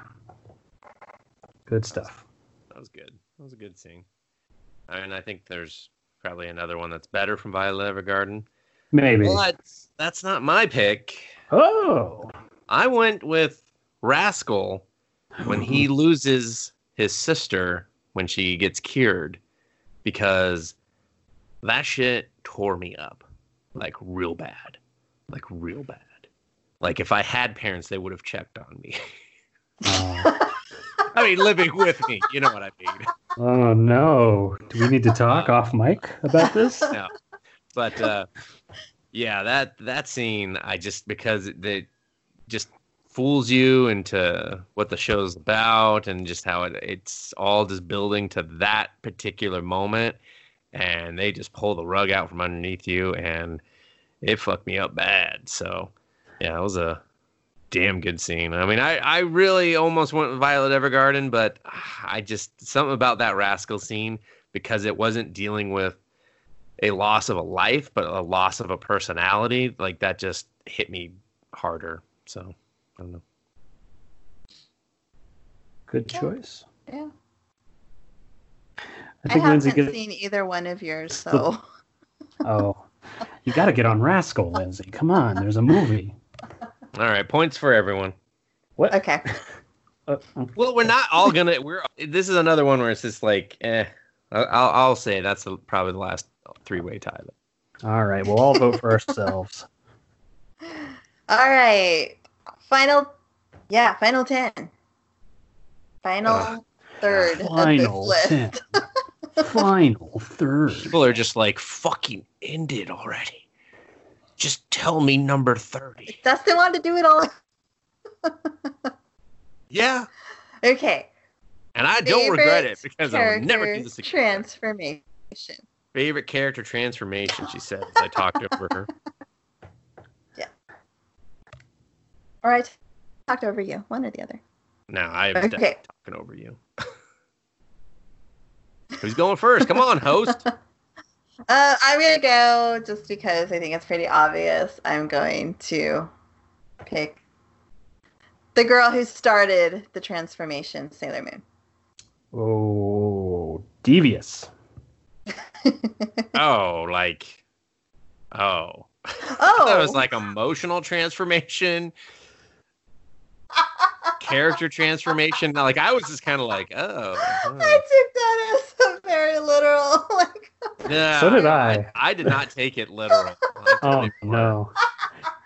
[SPEAKER 3] good stuff.
[SPEAKER 2] That was good. That was a good scene. I mean, I think there's probably another one that's better from Violet Evergarden,
[SPEAKER 3] Maybe.
[SPEAKER 2] but that's not my pick.
[SPEAKER 3] Oh,
[SPEAKER 2] I went with Rascal when he loses his sister when she gets cured because that shit tore me up like real bad. Like real bad. Like if I had parents, they would have checked on me.
[SPEAKER 3] Oh.
[SPEAKER 2] I mean, living with me. You know what I mean.
[SPEAKER 3] Oh no! Do we need to talk off mic about this?
[SPEAKER 2] no. But uh, yeah, that that scene, I just because it, it just fools you into what the show's about and just how it it's all just building to that particular moment, and they just pull the rug out from underneath you, and it fucked me up bad. So yeah, it was a damn good scene. I mean, I I really almost went with Violet Evergarden, but ah, I just something about that rascal scene because it wasn't dealing with a loss of a life, but a loss of a personality. Like that just hit me harder. So I don't know.
[SPEAKER 3] Good
[SPEAKER 1] Yeah.
[SPEAKER 3] choice.
[SPEAKER 1] Yeah.
[SPEAKER 3] I
[SPEAKER 1] I,
[SPEAKER 3] think Lindsay
[SPEAKER 1] haven't
[SPEAKER 3] gets.
[SPEAKER 1] seen either one of yours, so
[SPEAKER 3] Oh, you got to get on Rascal, Lindsay. Come on, there's a movie.
[SPEAKER 2] All right, points for everyone.
[SPEAKER 3] What?
[SPEAKER 1] okay.
[SPEAKER 3] Uh,
[SPEAKER 2] Well, we're not all gonna. We're. This is another one where it's just like, eh. I- I'll, I'll say that's the, probably the last three-way tie.
[SPEAKER 3] all right, we'll all vote for ourselves.
[SPEAKER 1] All right. Final yeah, final ten. Final
[SPEAKER 2] Ugh.
[SPEAKER 1] third
[SPEAKER 3] Final
[SPEAKER 1] of this
[SPEAKER 3] ten.
[SPEAKER 1] list.
[SPEAKER 3] Final third.
[SPEAKER 2] People are just like fucking end it already. Just tell me number thirty.
[SPEAKER 1] Dustin wanted to do it all.
[SPEAKER 2] Yeah,
[SPEAKER 1] Okay.
[SPEAKER 2] and I don't regret
[SPEAKER 1] Favorite
[SPEAKER 2] it because I would never do
[SPEAKER 1] character
[SPEAKER 2] this again.
[SPEAKER 1] Transformation.
[SPEAKER 2] Favorite character transformation, she said as I talked over her.
[SPEAKER 1] All right. Talked over you. One or the other.
[SPEAKER 2] No, I am
[SPEAKER 1] Okay.
[SPEAKER 2] definitely talking over you. Who's going first? Come on, host.
[SPEAKER 1] Uh, I'm gonna go just because I think it's pretty obvious. I'm going to pick the girl who started the transformation, Sailor Moon.
[SPEAKER 3] Oh, devious.
[SPEAKER 2] Oh, like, oh.
[SPEAKER 1] Oh,
[SPEAKER 2] That was like emotional transformation, character transformation. Like I was just kind of like, oh.
[SPEAKER 1] I
[SPEAKER 2] huh.
[SPEAKER 1] took that as a very literal. Like,
[SPEAKER 2] Nah,
[SPEAKER 3] So did I.
[SPEAKER 2] I did not take it literal. I'm
[SPEAKER 3] Oh
[SPEAKER 2] telling you.
[SPEAKER 3] no.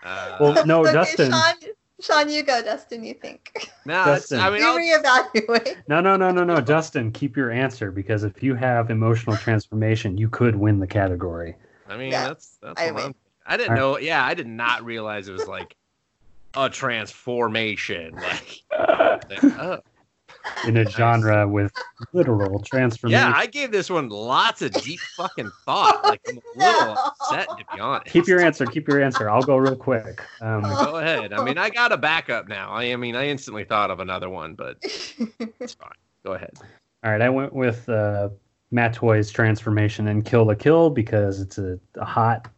[SPEAKER 2] Uh,
[SPEAKER 3] Well, no,
[SPEAKER 1] okay,
[SPEAKER 3] Dustin.
[SPEAKER 1] Sean, Sean, you go. Dustin, you think?
[SPEAKER 2] no, it's-
[SPEAKER 3] Dustin.
[SPEAKER 2] I
[SPEAKER 1] We
[SPEAKER 2] mean, I'll-
[SPEAKER 1] reevaluate.
[SPEAKER 3] No, no, no, no, no, Dustin. Keep your answer because if you have emotional transformation, you could win the category.
[SPEAKER 2] I mean,
[SPEAKER 1] Yeah,
[SPEAKER 2] that's that's
[SPEAKER 1] I
[SPEAKER 2] what
[SPEAKER 1] win.
[SPEAKER 2] I'm- I didn't know. Yeah, I did not realize it was like a transformation. Like, like, oh.
[SPEAKER 3] in a
[SPEAKER 2] Nice.
[SPEAKER 3] genre with literal transformation.
[SPEAKER 2] yeah, I gave this one lots of deep fucking thought. Like, I'm a little
[SPEAKER 1] No.
[SPEAKER 2] upset to be honest.
[SPEAKER 3] Oh, Keep your answer. Keep your answer. I'll go real quick. Um,
[SPEAKER 2] Go ahead. I mean, I got a backup now. I, I mean, I instantly thought of another one, but it's fine. Go ahead.
[SPEAKER 3] all right, I went with uh, Matt Toy's transformation in Kill the Kill because it's a, a hot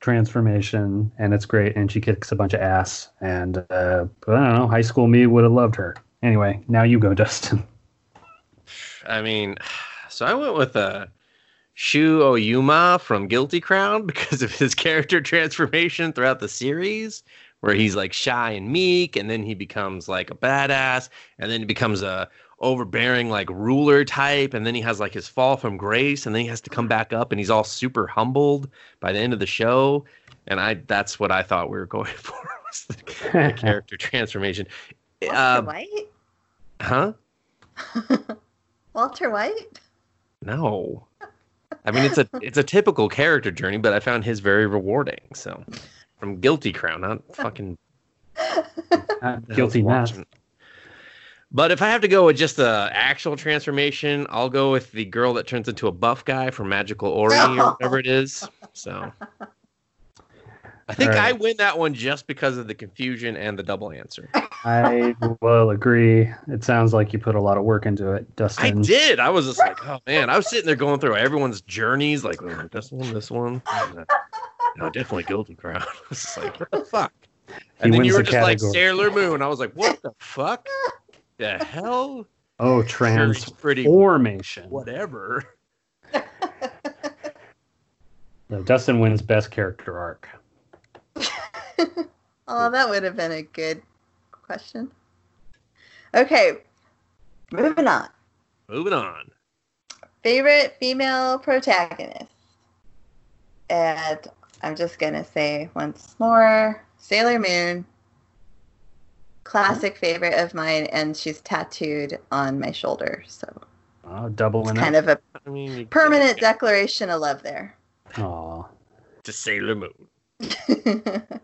[SPEAKER 3] transformation and it's great, and she kicks a bunch of ass. And uh, I don't know, high school me would have loved her. Anyway, now you go, Dustin.
[SPEAKER 2] I mean, so I went with uh, Shu Oyuma from Guilty Crown because of his character transformation throughout the series, where he's like shy and meek, and then he becomes like a badass, and then he becomes a overbearing like ruler type, and then he has like his fall from grace, and then he has to come back up, and he's all super humbled by the end of the show. And I, that's what I thought we were going for was the the character transformation.
[SPEAKER 1] Walter
[SPEAKER 2] Uh,
[SPEAKER 1] White.
[SPEAKER 2] huh?
[SPEAKER 1] Walter White.
[SPEAKER 2] No. I mean, it's a it's a typical character journey, but I found his very rewarding. So, from Guilty Crown, not fucking
[SPEAKER 3] Not guilty not.
[SPEAKER 2] watching. But if I have to go with just the actual transformation, I'll go with the girl that turns into a buff guy from Magical Ori or whatever it is. So, I think I
[SPEAKER 3] Alright.
[SPEAKER 2] win that one just because of the confusion and the double answer.
[SPEAKER 3] I will agree. It sounds like you put a lot of work into it, Dustin.
[SPEAKER 2] I did. I was just like, oh man, I was sitting there going through everyone's journeys, like oh, this one, this one. No, definitely guilty crown. I was just like, what the fuck? And then
[SPEAKER 3] wins
[SPEAKER 2] you were
[SPEAKER 3] the
[SPEAKER 2] just like
[SPEAKER 3] category.
[SPEAKER 2] Sailor Moon. I was like, what the fuck? The hell?
[SPEAKER 3] Oh,
[SPEAKER 2] Sure, he's pretty
[SPEAKER 3] transformation.
[SPEAKER 2] whatever.
[SPEAKER 3] No, Dustin wins best character arc.
[SPEAKER 1] Oh, that would have been a good question. Okay, moving on.
[SPEAKER 2] Moving on.
[SPEAKER 1] Favorite female protagonist. And I'm just gonna say once more, Sailor Moon. Classic favorite of mine, and she's tattooed on my shoulder, so
[SPEAKER 3] Oh, doubling
[SPEAKER 1] kind
[SPEAKER 3] up.
[SPEAKER 1] of a
[SPEAKER 2] I mean, you-
[SPEAKER 1] permanent declaration of love there.
[SPEAKER 3] Aw.
[SPEAKER 2] to Sailor Moon.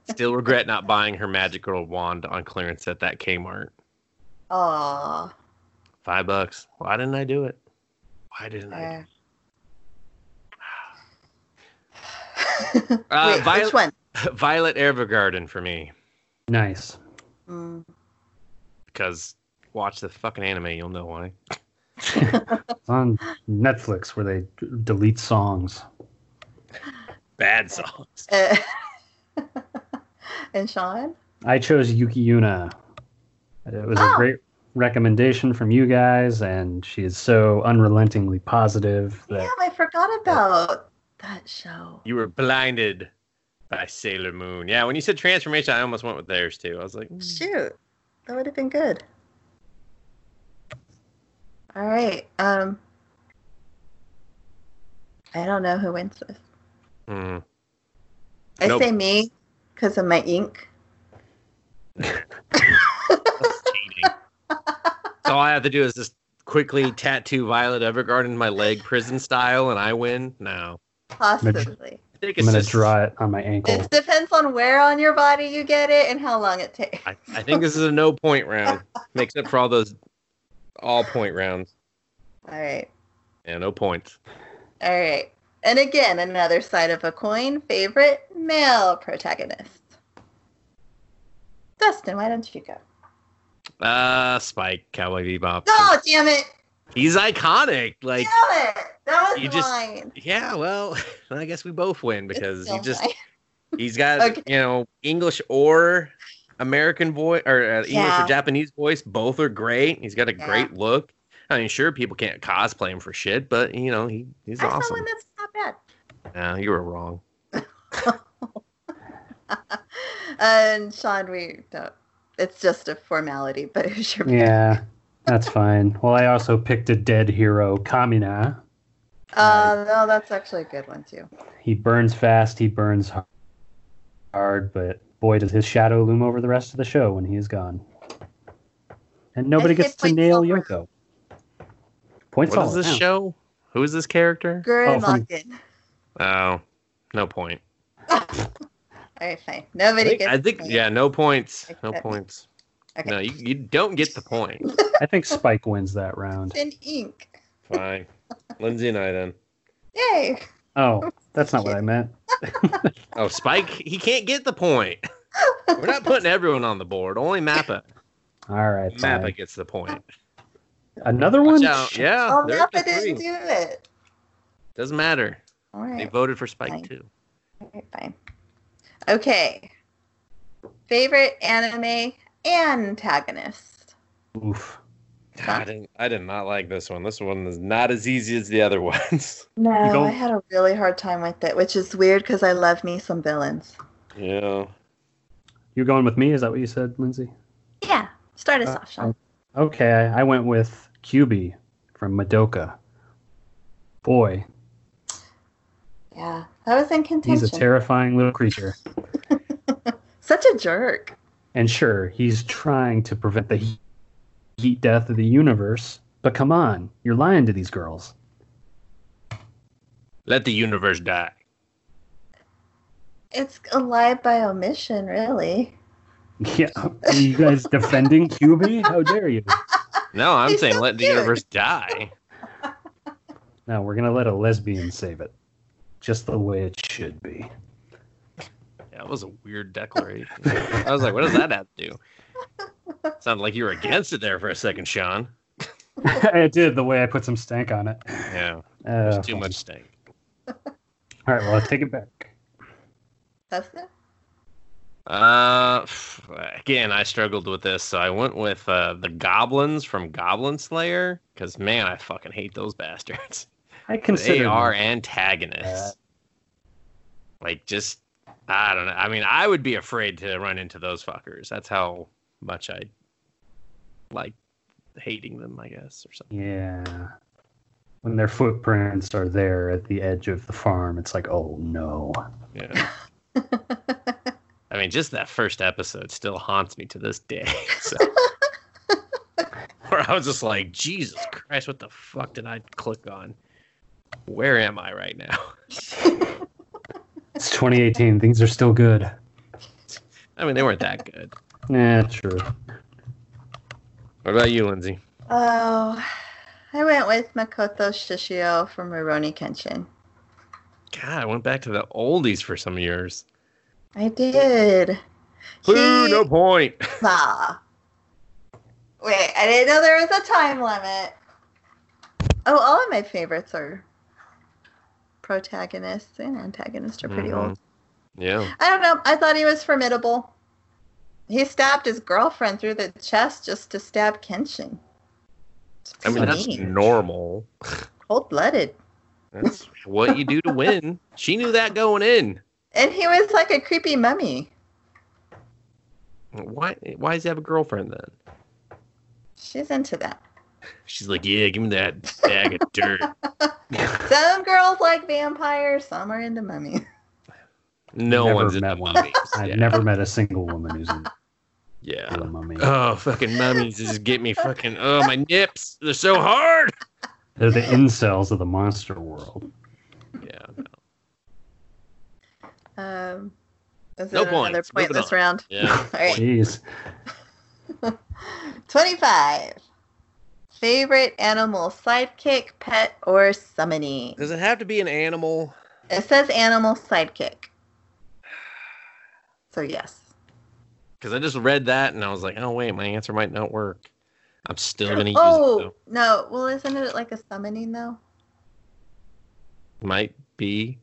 [SPEAKER 2] Still regret not buying her magical wand on clearance at that Kmart.
[SPEAKER 1] Aww.
[SPEAKER 2] Five bucks. Why didn't I do it? Why didn't I? Do it?
[SPEAKER 1] There.
[SPEAKER 2] Uh,
[SPEAKER 1] Wait,
[SPEAKER 2] Violet-
[SPEAKER 1] which one?
[SPEAKER 2] Violet Evergarden for me
[SPEAKER 3] Nice.
[SPEAKER 1] Mm.
[SPEAKER 2] because watch the fucking anime, you'll know why.
[SPEAKER 3] It's on Netflix where they d- delete songs.
[SPEAKER 2] bad songs.
[SPEAKER 1] Uh, and Sean?
[SPEAKER 3] I chose Yuki Yuna. It was
[SPEAKER 1] Oh.
[SPEAKER 3] a great recommendation from you guys, and she is so unrelentingly positive that
[SPEAKER 1] Damn, I forgot about that show.
[SPEAKER 2] You were blinded by Sailor Moon. Yeah, when you said transformation, I almost went with theirs too. I was like, mm.
[SPEAKER 1] Shoot, that would have been good. All right. Um, I don't know who wins this.
[SPEAKER 2] mm.
[SPEAKER 1] I
[SPEAKER 2] Nope.
[SPEAKER 1] say me because of my ink.
[SPEAKER 2] That's cheating. so all I have to do is just quickly tattoo Violet Evergarden in my leg, prison style, and I win. No,
[SPEAKER 1] Possibly.
[SPEAKER 2] I think it's
[SPEAKER 3] I'm going to
[SPEAKER 2] just-
[SPEAKER 3] draw it on my ankle.
[SPEAKER 1] It depends on where on your body you get it and how long it takes.
[SPEAKER 2] I, I think this is a no point round, makes up for all those all point rounds.
[SPEAKER 1] All right.
[SPEAKER 2] Yeah, no points.
[SPEAKER 1] All right. And again, another side of a coin favorite male protagonist. Dustin, why don't you go?
[SPEAKER 2] Uh, Spike, Cowboy Bebop.
[SPEAKER 1] No, Oh, damn it.
[SPEAKER 2] He's iconic. Like,
[SPEAKER 1] damn it. That was
[SPEAKER 2] you just-
[SPEAKER 1] mine.
[SPEAKER 2] yeah, well, I guess we both win
[SPEAKER 1] It's
[SPEAKER 2] because
[SPEAKER 1] still
[SPEAKER 2] he just
[SPEAKER 1] mine.
[SPEAKER 2] he's got
[SPEAKER 1] Okay.
[SPEAKER 2] you know English or American voice or uh, English
[SPEAKER 1] Yeah.
[SPEAKER 2] or Japanese voice. Both are great. He's got a
[SPEAKER 1] Yeah.
[SPEAKER 2] great look. I mean, sure, people can't cosplay him for shit, but you know he, he's
[SPEAKER 1] I saw
[SPEAKER 2] awesome.
[SPEAKER 1] one that's not bad.
[SPEAKER 2] No, you were wrong.
[SPEAKER 1] And Sean, we don't. It's just a formality, but who's your
[SPEAKER 3] Yeah, that's fine. Well, I also picked a dead hero, Kamina.
[SPEAKER 1] Uh, no, that's actually a good one too.
[SPEAKER 3] He burns fast, he burns har- hard, but boy, does his shadow loom over the rest of the show when he is gone. And nobody
[SPEAKER 1] I'd say
[SPEAKER 3] gets to
[SPEAKER 1] points
[SPEAKER 3] nail
[SPEAKER 1] all around.
[SPEAKER 3] Yoko. Points
[SPEAKER 2] What
[SPEAKER 3] all
[SPEAKER 2] is this
[SPEAKER 3] around.
[SPEAKER 2] show? Who is this character?
[SPEAKER 1] Gurren
[SPEAKER 3] Oh, from-
[SPEAKER 1] Lagann.
[SPEAKER 2] Oh, no point.
[SPEAKER 1] All right, fine.
[SPEAKER 2] I
[SPEAKER 1] Nobody
[SPEAKER 2] think,
[SPEAKER 1] gets.
[SPEAKER 2] I think
[SPEAKER 1] the point.
[SPEAKER 2] yeah, no points. No
[SPEAKER 1] Okay.
[SPEAKER 2] points.
[SPEAKER 1] Okay.
[SPEAKER 2] No, you, you don't get the point.
[SPEAKER 3] I think Spike wins that round.
[SPEAKER 1] In ink.
[SPEAKER 2] Fine. Lindsay and I then.
[SPEAKER 1] Yay.
[SPEAKER 3] Oh, that's not what I meant.
[SPEAKER 2] Oh, Spike, he can't get the point. We're not putting everyone on the board. Only Mappa.
[SPEAKER 3] All right. fine.
[SPEAKER 2] Mappa gets the point.
[SPEAKER 3] Another
[SPEAKER 2] Watch
[SPEAKER 3] one?
[SPEAKER 2] out. Yeah.
[SPEAKER 1] Oh,
[SPEAKER 2] they're up to
[SPEAKER 1] Napa didn't
[SPEAKER 2] three.
[SPEAKER 1] do it.
[SPEAKER 2] Doesn't matter.
[SPEAKER 1] All
[SPEAKER 2] They
[SPEAKER 1] right.
[SPEAKER 2] voted for
[SPEAKER 1] Fine.
[SPEAKER 2] Spike too.
[SPEAKER 1] All right, fine. Okay. Favorite anime antagonist.
[SPEAKER 3] Oof.
[SPEAKER 1] Huh?
[SPEAKER 2] I didn't. I did not like this one. This one is not as easy as the other ones.
[SPEAKER 1] No,
[SPEAKER 3] don't-
[SPEAKER 1] I had a really hard time with it, which is weird because I love me some villains.
[SPEAKER 2] yeah.
[SPEAKER 3] You're going with me? Is that what you said, Lindsay?
[SPEAKER 1] Yeah. Start us
[SPEAKER 3] Uh,
[SPEAKER 1] off, Sean.
[SPEAKER 3] Okay, I went with QB from Madoka. Boy,
[SPEAKER 1] Yeah. I was in contention.
[SPEAKER 3] he's a terrifying little creature.
[SPEAKER 1] Such a jerk.
[SPEAKER 3] And sure, he's trying to prevent the he- heat death of the universe, but come on, you're lying to these girls.
[SPEAKER 2] Let the universe die.
[SPEAKER 1] It's a lie by omission, really.
[SPEAKER 3] Yeah, are you guys defending QB? How dare you?
[SPEAKER 2] No, I'm
[SPEAKER 1] He's
[SPEAKER 2] saying
[SPEAKER 1] so
[SPEAKER 2] let the
[SPEAKER 1] cute.
[SPEAKER 2] universe die.
[SPEAKER 3] No, we're going to let a lesbian save it. Just the way it should be.
[SPEAKER 2] Yeah, that was a weird declaration. I was like, what does that have to do? Sounded like you were against it there for a second, Sean.
[SPEAKER 3] I did the way I put some stank on it.
[SPEAKER 2] Yeah,
[SPEAKER 3] Uh,
[SPEAKER 2] there's too much stink.
[SPEAKER 3] All right, well, I'll take it back.
[SPEAKER 1] Dustin?
[SPEAKER 2] Uh, pff, again, I struggled with this, so I went with uh, the goblins from Goblin Slayer because man, I fucking hate those bastards.
[SPEAKER 3] I consider
[SPEAKER 2] they are
[SPEAKER 3] them.
[SPEAKER 2] antagonists. like just, I don't know. I mean, I would be afraid to run into those fuckers. That's how much I like hating them, I guess, or something.
[SPEAKER 3] Yeah. When their footprints are there at the edge of the farm, it's like, oh no.
[SPEAKER 2] Yeah. I mean, just that first episode still haunts me to this day. So. Where I was just like, Jesus Christ, what the fuck did I click on? Where am I right now?
[SPEAKER 3] It's 2018. Things are still good. Eh,
[SPEAKER 2] I mean, they weren't that good.
[SPEAKER 3] Yeah, true.
[SPEAKER 2] What about you, Lindsay?
[SPEAKER 1] Oh, I went with Makoto Shishio from Rurouni Kenshin.
[SPEAKER 2] God, I went back to the oldies for some years.
[SPEAKER 1] I did.
[SPEAKER 2] Boo,
[SPEAKER 1] He-
[SPEAKER 2] no point.
[SPEAKER 1] Ah. Wait, I didn't know there was a time limit. Oh, all of my favorites are protagonists and antagonists are pretty
[SPEAKER 3] Mm-hmm.
[SPEAKER 2] Mhm.
[SPEAKER 1] old.
[SPEAKER 2] Yeah.
[SPEAKER 1] I don't know. I thought he was formidable. He stabbed his girlfriend through the chest just to stab Kenshin. It's
[SPEAKER 2] I mean,
[SPEAKER 1] pretty
[SPEAKER 2] that's
[SPEAKER 1] mean.
[SPEAKER 2] normal.
[SPEAKER 1] cold blooded.
[SPEAKER 2] That's what you do to win. She knew that going in.
[SPEAKER 1] And he was like a creepy mummy.
[SPEAKER 2] Why? Why does he have a girlfriend then?
[SPEAKER 1] She's into that.
[SPEAKER 2] She's like, yeah, give me that bag of dirt.
[SPEAKER 1] Some girls like vampires, some are into mummies.
[SPEAKER 2] No
[SPEAKER 3] Never
[SPEAKER 2] one's
[SPEAKER 3] met
[SPEAKER 2] into
[SPEAKER 3] one.
[SPEAKER 2] mummies.
[SPEAKER 3] I've
[SPEAKER 2] Yeah.
[SPEAKER 3] never met a single woman who's in
[SPEAKER 2] yeah.
[SPEAKER 3] a mummy.
[SPEAKER 2] Oh, fucking mummies just get me fucking. Oh, my nips. They're so hard.
[SPEAKER 3] They're the incels of the monster world.
[SPEAKER 2] Yeah.
[SPEAKER 1] Um, is
[SPEAKER 2] No
[SPEAKER 1] it another
[SPEAKER 2] points.
[SPEAKER 1] point
[SPEAKER 2] Moving
[SPEAKER 1] this
[SPEAKER 2] on.
[SPEAKER 1] round?
[SPEAKER 2] Yeah.
[SPEAKER 1] All right.
[SPEAKER 3] Jeez.
[SPEAKER 1] 25. Favorite animal, sidekick, pet, or summoning?
[SPEAKER 2] Does it have to be an animal?
[SPEAKER 1] It says animal sidekick. So, yes.
[SPEAKER 2] Because I just read that and I was like, oh wait, my answer might not work. I'm still gonna use it.
[SPEAKER 1] Oh,
[SPEAKER 2] Though.
[SPEAKER 1] no. Well, isn't it like a summoning, though?
[SPEAKER 2] Might be.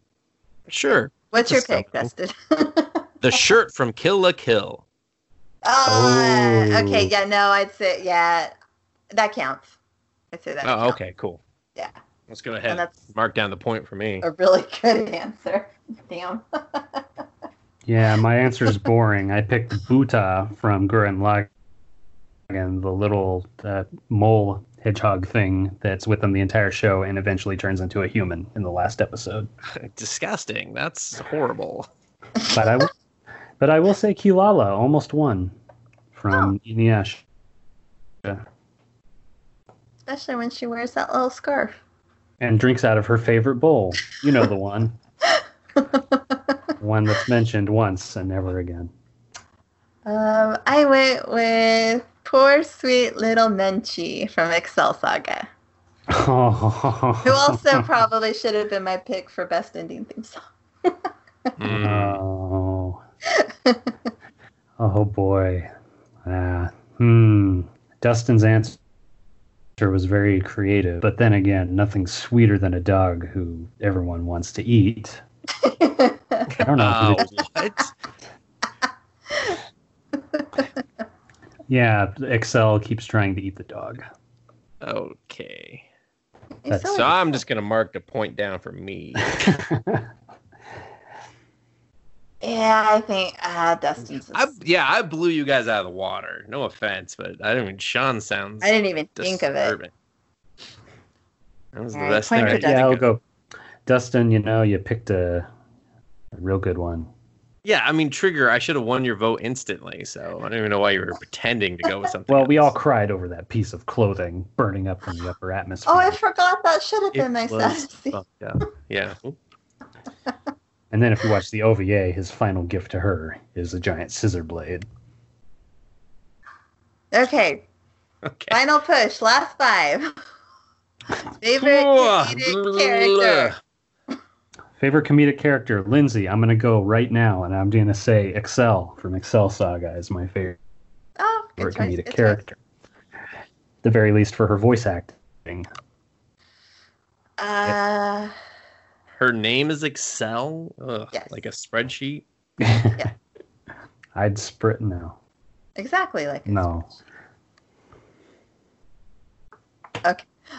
[SPEAKER 2] Sure.
[SPEAKER 1] What's your
[SPEAKER 2] A
[SPEAKER 1] pick,
[SPEAKER 2] summoning.
[SPEAKER 1] Dustin?
[SPEAKER 2] The shirt from Kill La Kill.
[SPEAKER 1] Ah, Okay,
[SPEAKER 3] Oh.
[SPEAKER 1] yeah, no, I'd say, yeah, that counts. I'd say that.
[SPEAKER 2] Oh,
[SPEAKER 1] counts.
[SPEAKER 2] okay, cool.
[SPEAKER 1] Yeah.
[SPEAKER 2] Let's go
[SPEAKER 1] And
[SPEAKER 2] ahead.
[SPEAKER 1] that's
[SPEAKER 2] Mark down the point for me.
[SPEAKER 1] a really good answer. Damn.
[SPEAKER 3] Yeah, my answer is boring. I picked Buta from Gurren Lagann, the little uh, mole hedgehog thing that's with them the entire show and eventually turns into a human in the last episode.
[SPEAKER 1] Oh.
[SPEAKER 2] Disgusting. That's horrible.
[SPEAKER 3] But I, w- but I will say Kilala almost won
[SPEAKER 1] Oh.
[SPEAKER 3] from Inuyasha.
[SPEAKER 1] Especially when she wears that little scarf.
[SPEAKER 3] and drinks out of her favorite bowl. You know the one. one that's mentioned once and never again.
[SPEAKER 1] Um, I went with poor sweet little Menchi from Excel Saga, who
[SPEAKER 3] Who
[SPEAKER 1] also probably should have been my pick for best ending theme song.
[SPEAKER 2] Mm.
[SPEAKER 3] Oh. oh boy. Ah. hmm. Dustin's answer was very creative, but then again, nothing sweeter than a dog who everyone wants to eat. I don't know.
[SPEAKER 2] Oh,
[SPEAKER 3] if it's-
[SPEAKER 2] what?
[SPEAKER 3] yeah, Excel keeps trying to eat the dog.
[SPEAKER 2] Okay.
[SPEAKER 1] It's
[SPEAKER 3] That's-
[SPEAKER 2] So I'm just gonna mark the point down for me.
[SPEAKER 1] Yeah, I think uh, Dustin's. is-
[SPEAKER 2] I, yeah, I blew you guys out of the water. No offense, but I don't even. Sean sounds.
[SPEAKER 1] I didn't even think of it.
[SPEAKER 2] disturbing. That was the
[SPEAKER 1] All right,
[SPEAKER 2] best
[SPEAKER 1] point
[SPEAKER 2] thing.
[SPEAKER 1] for
[SPEAKER 2] I
[SPEAKER 3] All
[SPEAKER 1] Dustin.
[SPEAKER 2] could think
[SPEAKER 3] right, yeah, I'll
[SPEAKER 2] of.
[SPEAKER 3] go. Dustin, you know, you picked a, a real good one.
[SPEAKER 2] Yeah, I mean, Trigger, I should have won your vote instantly. So I don't even know why you were pretending to go with something.
[SPEAKER 3] Well, we all
[SPEAKER 2] else.
[SPEAKER 3] cried over that piece of clothing burning up in the upper atmosphere.
[SPEAKER 1] Oh, I forgot that should have
[SPEAKER 2] It
[SPEAKER 1] been my
[SPEAKER 2] was
[SPEAKER 1] sassy.
[SPEAKER 2] fucked up. Yeah.
[SPEAKER 3] and then if you watch the OVA, his final gift to her is a giant scissor blade.
[SPEAKER 1] Okay,
[SPEAKER 2] Okay.
[SPEAKER 1] final push, last five. Favorite comedic character.
[SPEAKER 3] Favorite comedic character, Lindsay. I'm gonna go right now, and I'm gonna say Excel from Excel Saga is my favorite
[SPEAKER 1] Oh, good choice,
[SPEAKER 3] comedic
[SPEAKER 1] good choice.
[SPEAKER 3] character. The very least for her voice acting.
[SPEAKER 1] Uh,
[SPEAKER 2] Her name is Excel. Ugh,
[SPEAKER 1] Yes.
[SPEAKER 2] Like a spreadsheet.
[SPEAKER 3] I'd sprit no,
[SPEAKER 1] exactly like
[SPEAKER 3] no.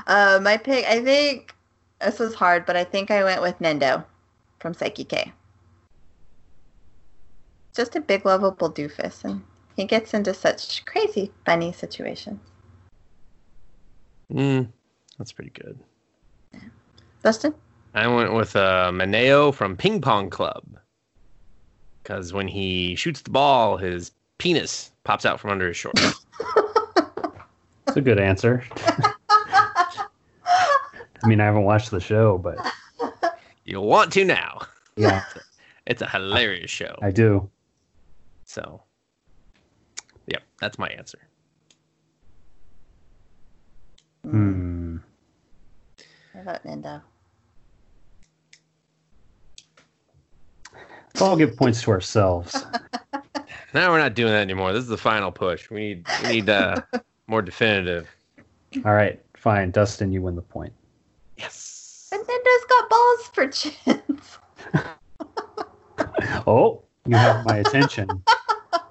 [SPEAKER 1] Uh, my pick, I think this was hard, but I think I went with Nendo from Psyche K. Just a big, lovable doofus, and he gets into such crazy, funny situations.
[SPEAKER 2] Mm, that's pretty good.
[SPEAKER 1] Dustin?
[SPEAKER 2] I went with uh, Maneo from Ping Pong Club. Because when he shoots the ball, his penis pops out from under his shorts.
[SPEAKER 3] It's a good answer. I mean, I haven't watched the show, but
[SPEAKER 2] You'll want to now.
[SPEAKER 3] yeah,
[SPEAKER 2] It's a hilarious show.
[SPEAKER 3] I do.
[SPEAKER 2] So, yep, that's my answer.
[SPEAKER 1] Mm.
[SPEAKER 3] Hmm.
[SPEAKER 1] I vote Nendo.
[SPEAKER 3] Let's all give points to ourselves.
[SPEAKER 2] Now we're not doing that anymore. This is the final push. We need we need uh, more definitive.
[SPEAKER 3] All right, fine. Dustin, you win the point.
[SPEAKER 2] Yes.
[SPEAKER 1] But Nendo's got ball Al's for chins.
[SPEAKER 3] Oh, you have my attention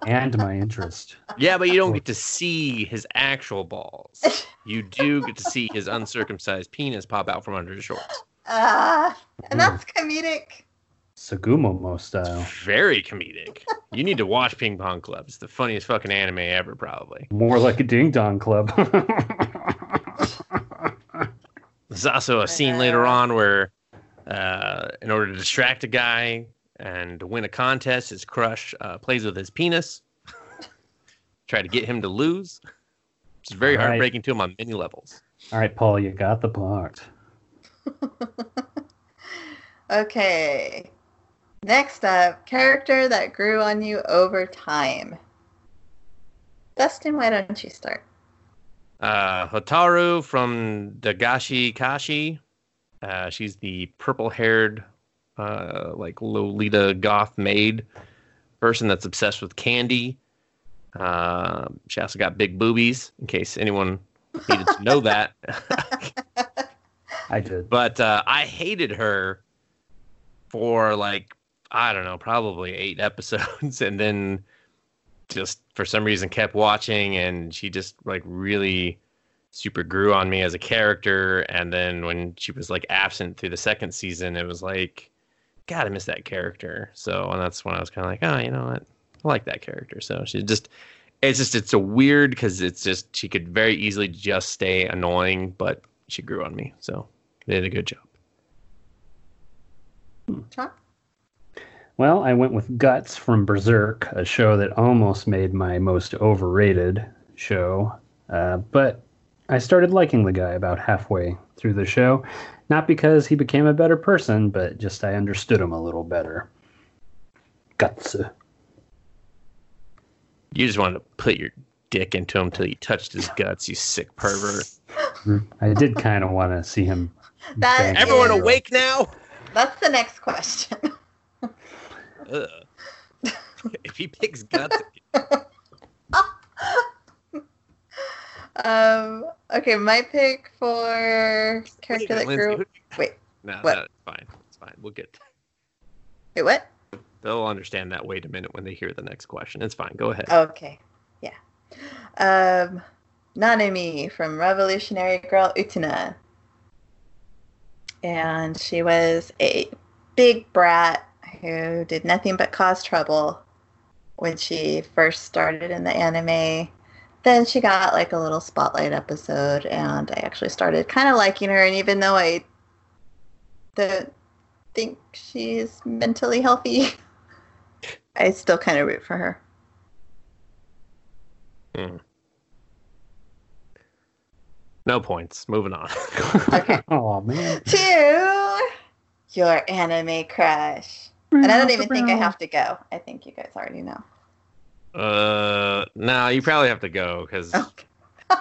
[SPEAKER 3] and my interest.
[SPEAKER 2] Yeah, but you don't get to see his actual balls. You do get to see his uncircumcised penis pop out from under his shorts.
[SPEAKER 1] Ah,
[SPEAKER 2] Hmm.
[SPEAKER 1] and that's comedic.
[SPEAKER 3] Sagumomo style.
[SPEAKER 2] Very comedic. You need to watch Ping Pong Club. It's the funniest fucking anime ever, probably.
[SPEAKER 3] More like a ding dong club.
[SPEAKER 2] There's also a scene later on where, uh, in order to distract a guy and to win a contest, his crush uh, plays with his penis, try to get him to lose. It's very
[SPEAKER 3] All right.
[SPEAKER 2] heartbreaking to him on many levels.
[SPEAKER 3] All right, Paul, you got the part.
[SPEAKER 1] Okay. Next up, character that grew on you over time. Dustin, why don't you start?
[SPEAKER 2] Uh, Hotaru from Dagashi Kashi. Uh, she's the purple-haired, uh, like Lolita goth maid person that's obsessed with candy. Uh, she also got big boobies, in case anyone needed to know that.
[SPEAKER 3] I did.
[SPEAKER 2] But uh, I hated her for like I don't know, probably eight episodes, and then just for some reason kept watching, and she just like really super grew on me as a character. And then when she was like absent through the second season, it was like, God, I miss that character. So and that's when I was kind of like, oh, you know what, I like that character. So she just. It's just it's a weird because it's just she could very easily just stay annoying, but she grew on me. So they did a good job.
[SPEAKER 1] Sean?
[SPEAKER 3] Well, I went with Guts from Berserk, a show that almost made my most overrated show. Uh, but I started liking the guy about halfway through the show. Not because he became a better person, but just I understood him a little better. Guts. Mm-hmm.
[SPEAKER 2] You just wanted to put your dick into him till you touched his guts, you sick pervert.
[SPEAKER 3] I did kind of want to see him.
[SPEAKER 1] That
[SPEAKER 3] bang
[SPEAKER 1] is-
[SPEAKER 2] Everyone
[SPEAKER 3] a girl.
[SPEAKER 2] awake now?
[SPEAKER 1] That's the next question.
[SPEAKER 2] Ugh. if he picks guts,
[SPEAKER 1] Um, okay, my pick for character that
[SPEAKER 2] Lindsay,
[SPEAKER 1] grew.
[SPEAKER 2] who-
[SPEAKER 1] Wait,
[SPEAKER 2] no,
[SPEAKER 1] What?
[SPEAKER 2] no, it's fine. It's fine. We'll get.
[SPEAKER 1] wait, what?
[SPEAKER 2] They'll understand that. Wait a minute when they hear the next question. It's fine. Go ahead.
[SPEAKER 1] Okay, yeah. Um, Nanami from Revolutionary Girl Utena. And she was a big brat who did nothing but cause trouble when she first started in the anime. Then she got like a little spotlight episode, and I actually started kind of liking her. And even though I don't think she's mentally healthy, I still kind of root for her.
[SPEAKER 2] No points. Moving on.
[SPEAKER 3] oh, man.
[SPEAKER 1] to your anime crush.
[SPEAKER 3] Mm,
[SPEAKER 1] And I don't even think I have to go. I think you guys already know.
[SPEAKER 2] uh, no, you probably have to go because
[SPEAKER 3] Oh,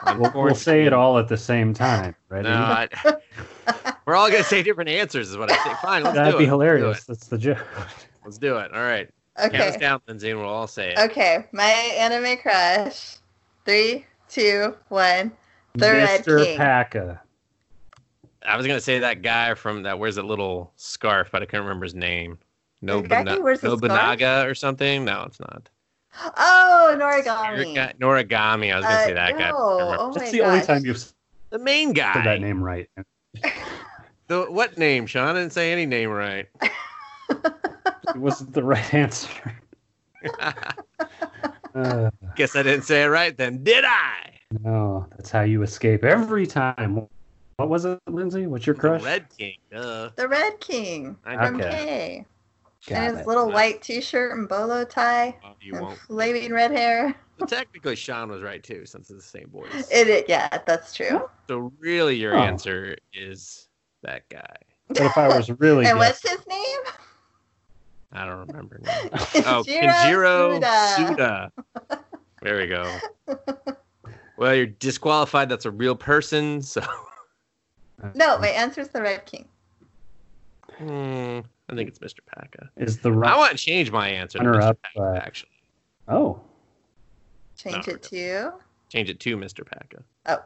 [SPEAKER 1] Okay.
[SPEAKER 3] We'll, we'll say it all at the same time. Ready?
[SPEAKER 2] No, I- we're all gonna say different answers, is what I say. Fine, let's
[SPEAKER 3] That'd
[SPEAKER 2] do
[SPEAKER 3] be
[SPEAKER 2] it.
[SPEAKER 3] hilarious. That's the joke.
[SPEAKER 2] Let's do it. Let's do it. All right. Count us
[SPEAKER 1] Okay.
[SPEAKER 2] down, Lindsay, and we'll all say it.
[SPEAKER 1] Okay. My anime crush. Three, two, one. The Red
[SPEAKER 3] Mr.
[SPEAKER 1] King.
[SPEAKER 3] Paka.
[SPEAKER 2] I was gonna say that guy from that wears that little scarf, but I couldn't remember his name.
[SPEAKER 1] The guy who
[SPEAKER 2] Nobuna-
[SPEAKER 1] wears the
[SPEAKER 2] Nobunaga or something? No, it's not.
[SPEAKER 1] Oh, Norigami.
[SPEAKER 2] Noriga- Norigami. I was gonna
[SPEAKER 1] Uh,
[SPEAKER 2] say that guy.
[SPEAKER 1] no.
[SPEAKER 2] but I couldn't remember.
[SPEAKER 1] Oh my
[SPEAKER 3] That's the
[SPEAKER 1] gosh.
[SPEAKER 3] only time you've said
[SPEAKER 2] The main guy.
[SPEAKER 3] that name right.
[SPEAKER 2] The, what name, Sean? I didn't say any name right.
[SPEAKER 3] It wasn't the right answer. Uh,
[SPEAKER 2] Guess I didn't say it right then, did I?
[SPEAKER 3] no, that's how you escape every time. What was it, Lindsay? What's your crush?
[SPEAKER 2] The Red King. Duh.
[SPEAKER 1] The Red King.
[SPEAKER 2] I
[SPEAKER 1] From
[SPEAKER 2] know.
[SPEAKER 3] Okay.
[SPEAKER 1] K.
[SPEAKER 3] Got
[SPEAKER 1] And his
[SPEAKER 3] it.
[SPEAKER 1] little
[SPEAKER 2] Nice.
[SPEAKER 1] white t shirt and bolo tie.
[SPEAKER 2] Well, you
[SPEAKER 1] and
[SPEAKER 2] won't.
[SPEAKER 1] flaming red hair.
[SPEAKER 2] Well, technically, Sean was right too, since it's the same voice.
[SPEAKER 1] It, it yeah, that's true.
[SPEAKER 2] so really, your
[SPEAKER 3] Oh.
[SPEAKER 2] answer is that guy.
[SPEAKER 3] But if I was really
[SPEAKER 1] And
[SPEAKER 3] good,
[SPEAKER 1] what's his name?
[SPEAKER 2] I don't remember. Now. Oh, Kenjiro Suda. There we go. Well, you're disqualified. That's a real person. So
[SPEAKER 1] No, my answer's the Red King.
[SPEAKER 2] Hmm, I think it's Mr. Paka.
[SPEAKER 3] is the
[SPEAKER 2] I
[SPEAKER 3] right?
[SPEAKER 2] want to change my answer to
[SPEAKER 3] Runner
[SPEAKER 2] Mr.
[SPEAKER 3] up,
[SPEAKER 2] Paka,
[SPEAKER 3] uh,
[SPEAKER 2] actually.
[SPEAKER 3] Oh,
[SPEAKER 1] Change
[SPEAKER 2] No,
[SPEAKER 1] it to.
[SPEAKER 2] Change it to Mr. Paka.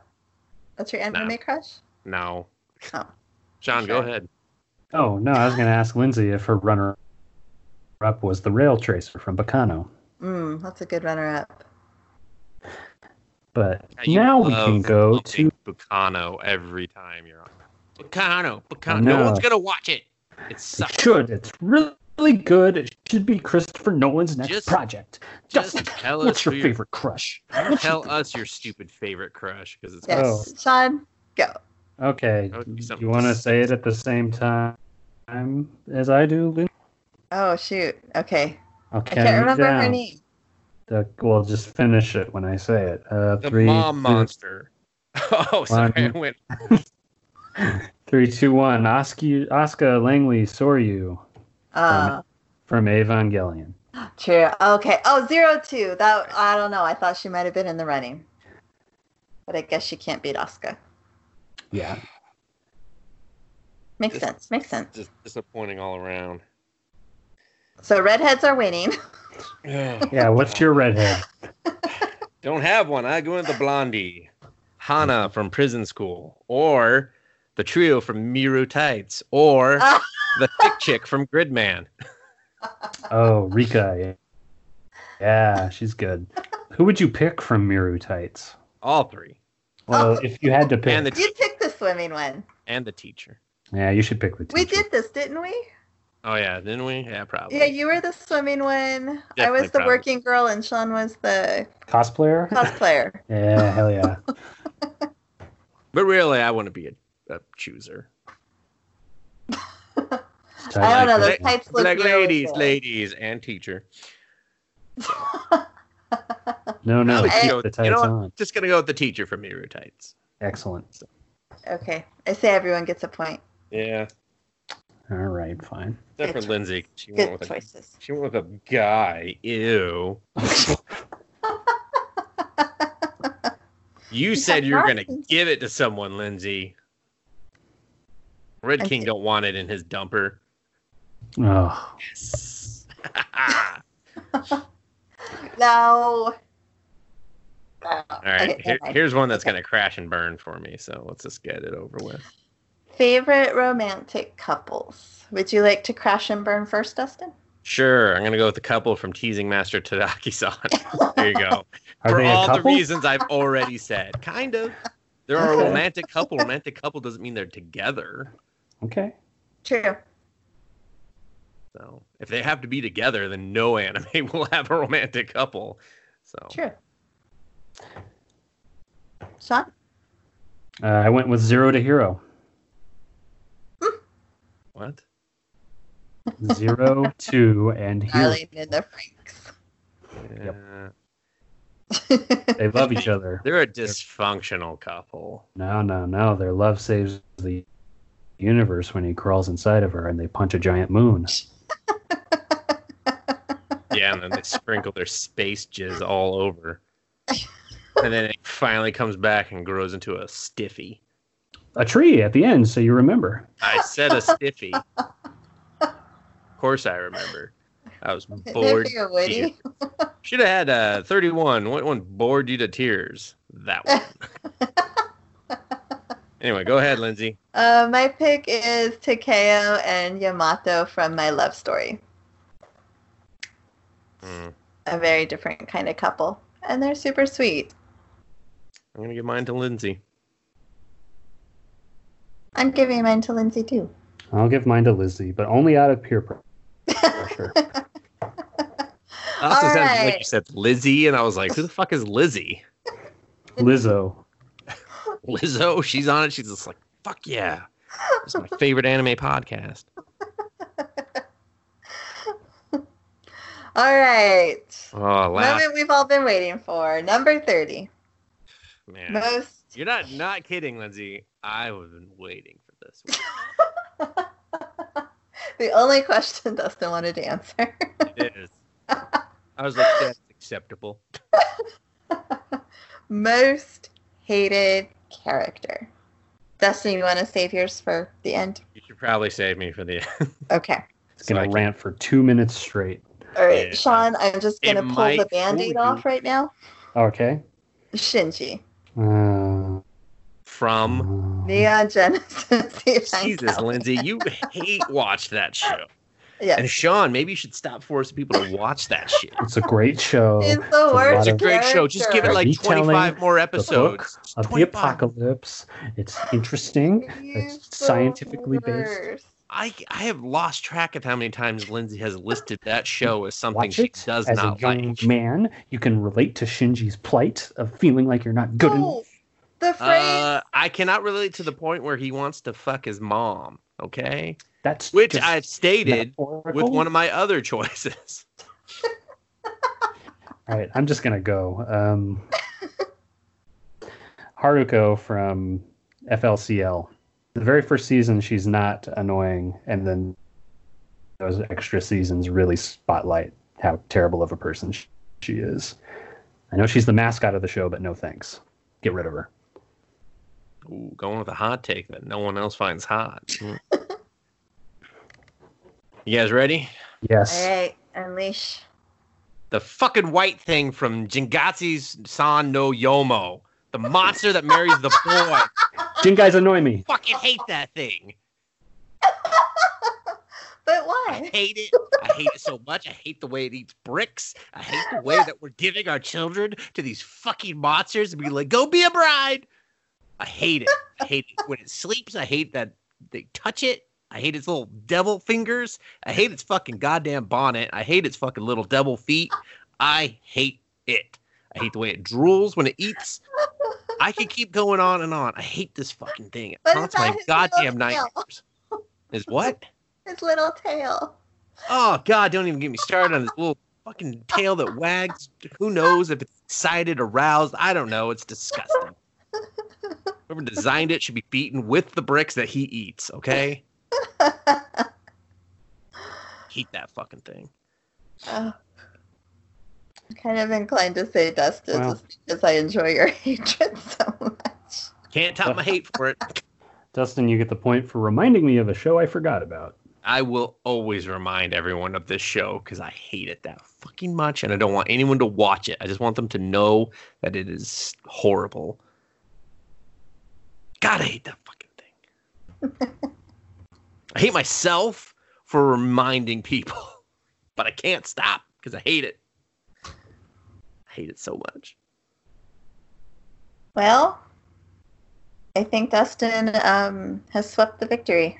[SPEAKER 1] That's your anime
[SPEAKER 2] No.
[SPEAKER 1] crush?
[SPEAKER 2] No.
[SPEAKER 1] Oh.
[SPEAKER 2] Sean, go
[SPEAKER 1] Sure.
[SPEAKER 2] ahead.
[SPEAKER 3] Oh no, I was going to ask Lindsay if her runner up was the rail tracer from Bacano,
[SPEAKER 1] Mm, that's a good runner up.
[SPEAKER 3] but
[SPEAKER 2] Yeah, you
[SPEAKER 3] now we can
[SPEAKER 2] love
[SPEAKER 3] go to
[SPEAKER 2] Big Bucano every time you're on. Bucano, Bucano.
[SPEAKER 3] I
[SPEAKER 2] No
[SPEAKER 3] know.
[SPEAKER 2] one's gonna watch it. It sucks.
[SPEAKER 3] It should. It's really good. It should be Christopher Nolan's next
[SPEAKER 2] Just-
[SPEAKER 3] project.
[SPEAKER 2] Just
[SPEAKER 3] Justin,
[SPEAKER 2] tell us
[SPEAKER 3] What's your
[SPEAKER 2] who
[SPEAKER 3] favorite crush?
[SPEAKER 2] Tell us your stupid favorite crush because it's
[SPEAKER 1] Yes,
[SPEAKER 3] Oh.
[SPEAKER 1] Sean, go.
[SPEAKER 3] Okay.
[SPEAKER 2] That would be
[SPEAKER 3] Do
[SPEAKER 2] something
[SPEAKER 3] you want to
[SPEAKER 2] to-
[SPEAKER 3] say it at the same time as I do, Lynn?
[SPEAKER 1] Oh shoot. Okay,
[SPEAKER 3] Okay.
[SPEAKER 1] I can't remember her name.
[SPEAKER 3] The, we'll just finish it when I say it. Uh,
[SPEAKER 2] the
[SPEAKER 3] three,
[SPEAKER 2] mom
[SPEAKER 3] two-
[SPEAKER 2] monster. Oh, sorry, I
[SPEAKER 3] One.
[SPEAKER 2] went.
[SPEAKER 3] three, two, one. Oscar, Oscar Langley Soryu
[SPEAKER 1] Uh,
[SPEAKER 3] from Evangelion.
[SPEAKER 1] true. Okay. Oh, zero two. That I don't know. I thought she might have been in the running, but I guess she can't beat Asuka.
[SPEAKER 3] Yeah.
[SPEAKER 1] Makes
[SPEAKER 2] Just-
[SPEAKER 1] sense. Makes sense.
[SPEAKER 2] Just disappointing all around.
[SPEAKER 1] So redheads are winning.
[SPEAKER 3] Yeah. What's your redhead?
[SPEAKER 2] Don't have one. I go with the blondie, Hana from Prison School, or the trio from Miru Tights, or the thick chick from Gridman.
[SPEAKER 3] Oh, Rika. Yeah. Yeah, she's good. Who would you pick from Miru Tights?
[SPEAKER 2] All three,
[SPEAKER 1] Oh.
[SPEAKER 3] Well, if you had to pick,
[SPEAKER 2] And the
[SPEAKER 1] you picked the swimming one.
[SPEAKER 2] and the teacher.
[SPEAKER 3] yeah, you should pick the
[SPEAKER 1] We
[SPEAKER 3] teacher.
[SPEAKER 1] did this, didn't we?
[SPEAKER 2] Oh yeah, didn't we? Yeah, probably.
[SPEAKER 1] Yeah, you were the swimming one. I
[SPEAKER 2] Definitely
[SPEAKER 1] was the
[SPEAKER 2] probably.
[SPEAKER 1] working girl, and Sean was the
[SPEAKER 3] cosplayer.
[SPEAKER 1] Oh. cosplayer.
[SPEAKER 3] Yeah, hell yeah.
[SPEAKER 2] But really, I want to be a, a chooser.
[SPEAKER 1] I don't know. Those
[SPEAKER 2] Black-
[SPEAKER 1] tights look
[SPEAKER 2] Like
[SPEAKER 1] really
[SPEAKER 2] ladies,
[SPEAKER 1] good.
[SPEAKER 2] ladies, and teacher.
[SPEAKER 3] No, no,
[SPEAKER 2] Probably
[SPEAKER 3] keep
[SPEAKER 2] go-
[SPEAKER 3] the
[SPEAKER 2] you
[SPEAKER 3] tights
[SPEAKER 2] know what?
[SPEAKER 3] on.
[SPEAKER 2] Just gonna go with the teacher from Miru Tights.
[SPEAKER 3] Excellent.
[SPEAKER 1] Okay, I say everyone gets a point.
[SPEAKER 2] Yeah,
[SPEAKER 3] All right, fine.
[SPEAKER 2] except for
[SPEAKER 1] Good
[SPEAKER 2] Lindsay. She went
[SPEAKER 1] Good
[SPEAKER 2] with a,
[SPEAKER 1] choices.
[SPEAKER 2] she went with a guy. Ew. You
[SPEAKER 1] He's
[SPEAKER 2] said
[SPEAKER 1] got
[SPEAKER 2] you were gonna
[SPEAKER 1] glasses.
[SPEAKER 2] give it to someone, Lindsay. Red
[SPEAKER 1] I
[SPEAKER 2] King
[SPEAKER 1] see.
[SPEAKER 2] don't want it in his dumper.
[SPEAKER 3] Oh,
[SPEAKER 2] Yes.
[SPEAKER 1] No. All
[SPEAKER 2] All right, here- here's one that's gonna crash and burn for me. So let's just get it over with.
[SPEAKER 1] Favorite romantic couples. Would you like to crash and burn first, Dustin?
[SPEAKER 2] Sure, I'm gonna go with the couple from Teasing Master Tadaki-san. there you go.
[SPEAKER 3] are
[SPEAKER 2] for
[SPEAKER 3] they a
[SPEAKER 2] all the
[SPEAKER 3] couple?
[SPEAKER 2] reasons I've already said. Kind of. They're a
[SPEAKER 1] Okay.
[SPEAKER 2] romantic couple. Romantic couple doesn't mean they're together.
[SPEAKER 3] okay.
[SPEAKER 1] True.
[SPEAKER 2] So if they have to be together, then no anime will have a romantic couple. So
[SPEAKER 1] True. Sean?
[SPEAKER 3] Uh, I went with zero to hero.
[SPEAKER 2] what?
[SPEAKER 3] Zero, two, and hero.
[SPEAKER 1] Darlene and the Franks.
[SPEAKER 2] Yeah.
[SPEAKER 3] Yep. They love each other.
[SPEAKER 2] They're a dysfunctional couple.
[SPEAKER 3] No, no, no. Their love saves the universe when he crawls inside of her and they punch a giant moon.
[SPEAKER 2] Yeah, and then they sprinkle their space jizz all over. And then it finally comes back and grows into a stiffy.
[SPEAKER 3] A tree at the end, so you remember.
[SPEAKER 2] I said a stiffy. Of course I remember. I was bored.
[SPEAKER 1] Maybe a Woody.
[SPEAKER 2] Should have had uh, 31. What one bored you to tears? That one. anyway, go ahead, Lindsay.
[SPEAKER 1] Uh, my pick is Takeo and Yamato from My Love Story.
[SPEAKER 2] Mm,
[SPEAKER 1] A very different kind of couple. And they're super sweet.
[SPEAKER 2] I'm going to give mine to Lindsay.
[SPEAKER 1] I'm giving mine to Lindsay too.
[SPEAKER 3] I'll give mine to Lizzie, but only out of peer pr- pressure.
[SPEAKER 2] I also
[SPEAKER 1] All
[SPEAKER 2] sounded like
[SPEAKER 1] right.
[SPEAKER 2] you said Lizzie, and I was like, who the fuck is Lizzie?
[SPEAKER 3] Lizzo.
[SPEAKER 2] Lizzo, she's on it. She's just like, fuck yeah. It's my favorite anime podcast.
[SPEAKER 1] All right.
[SPEAKER 2] Oh, last
[SPEAKER 1] Moment we've all been waiting for. Number 30.
[SPEAKER 2] man.
[SPEAKER 1] Most.
[SPEAKER 2] You're not not kidding, Lindsay. I've been waiting for this. one.
[SPEAKER 1] The only question Dustin wanted to answer.
[SPEAKER 2] It is. I was like, that's acceptable.
[SPEAKER 1] Most hated character. Dustin, you want to save yours for the end?
[SPEAKER 2] You should probably save me for the
[SPEAKER 1] Okay.
[SPEAKER 3] It's
[SPEAKER 2] So I
[SPEAKER 3] going to
[SPEAKER 2] can't-
[SPEAKER 3] rant for two minutes straight.
[SPEAKER 1] All right,
[SPEAKER 2] Yeah.
[SPEAKER 1] Sean, I'm just
[SPEAKER 2] It
[SPEAKER 1] going to pull
[SPEAKER 2] might
[SPEAKER 1] the
[SPEAKER 2] fool
[SPEAKER 1] band aid
[SPEAKER 2] you.
[SPEAKER 1] off right now.
[SPEAKER 3] Okay.
[SPEAKER 1] Shinji.
[SPEAKER 3] Uh,
[SPEAKER 2] from.
[SPEAKER 1] Neon Genesis. Evangelion.
[SPEAKER 2] Jesus, Lindsay, you hate watch that show. And
[SPEAKER 1] Yes.
[SPEAKER 2] Sean, maybe you should stop forcing people to watch that shit.
[SPEAKER 3] It's a great show.
[SPEAKER 1] He's
[SPEAKER 3] It's
[SPEAKER 1] the
[SPEAKER 3] a
[SPEAKER 1] worst.
[SPEAKER 2] It's a
[SPEAKER 3] lot of-
[SPEAKER 2] great show. Just give it like
[SPEAKER 3] Retelling
[SPEAKER 2] 25 more
[SPEAKER 3] the book
[SPEAKER 2] episodes.
[SPEAKER 3] of the
[SPEAKER 2] 25.
[SPEAKER 3] apocalypse. It's interesting.
[SPEAKER 1] He's
[SPEAKER 3] It's
[SPEAKER 1] the
[SPEAKER 3] scientifically based.
[SPEAKER 1] worst.
[SPEAKER 2] I I have lost track of how many times Lindsay has listed that show as something
[SPEAKER 3] Watch
[SPEAKER 2] she
[SPEAKER 3] it
[SPEAKER 2] does
[SPEAKER 3] as
[SPEAKER 2] not
[SPEAKER 3] a young
[SPEAKER 2] like.
[SPEAKER 3] man. You can relate to Shinji's plight of feeling like you're not good enough.
[SPEAKER 1] No, the phrase.
[SPEAKER 2] Uh, I cannot relate to the point where he wants to fuck his mom. Okay,
[SPEAKER 3] That's
[SPEAKER 2] which
[SPEAKER 3] just
[SPEAKER 2] I've stated with
[SPEAKER 3] metaphorical.
[SPEAKER 2] one of my other choices.
[SPEAKER 3] All right, I'm just gonna go. Um, Haruko from FLCL. The very first season, she's not annoying, and then those extra seasons really spotlight how terrible of a person sh- she is. I know she's the mascot of the show, but no thanks. Get rid of her.
[SPEAKER 2] Ooh, going with a hot take that no one else finds hot. Mm. you guys ready?
[SPEAKER 3] Yes.
[SPEAKER 1] All right, unleash.
[SPEAKER 2] The fucking white thing from Jingatsu's San no Yomo, the monster that marries the boy.
[SPEAKER 3] Jin guys annoy me.
[SPEAKER 2] fucking hate that thing.
[SPEAKER 1] But
[SPEAKER 2] I
[SPEAKER 1] why?
[SPEAKER 2] hate it. I hate it so much. I hate the way it eats bricks. I hate the way that we're giving our children to these fucking monsters and be like, go be a bride. I hate it. I hate it when it sleeps. I hate that they touch it. I hate its little devil fingers. I hate its fucking goddamn bonnet. I hate its fucking little devil feet. I hate it. I hate the way it drools when it eats. I could keep going on and on. I hate this fucking thing. It
[SPEAKER 1] But
[SPEAKER 2] haunts
[SPEAKER 1] it's not
[SPEAKER 2] my
[SPEAKER 1] his little tail.
[SPEAKER 2] goddamn nightmares. Is what?
[SPEAKER 1] His little tail.
[SPEAKER 2] Oh God, don't even get me started on this little fucking tail that wags. Who knows if it's excited, aroused? I don't know. It's disgusting. Whoever designed it should be beaten with the bricks that he eats. Okay, heat that fucking thing.
[SPEAKER 1] Oh. I'm kind of inclined to say Dustin
[SPEAKER 3] Wow.
[SPEAKER 1] just because I enjoy your hatred so much.
[SPEAKER 2] Can't top my hate for it.
[SPEAKER 3] Dustin, you get the point for reminding me of a show I forgot about.
[SPEAKER 2] I will always remind everyone of this show because I hate it that fucking much, and I don't want anyone to watch it. I just want them to know that it is horrible. God, I hate that fucking thing. I hate myself for reminding people, but I can't stop because I hate it. I hate it so much.
[SPEAKER 1] Well, I think Dustin um, has swept the victory.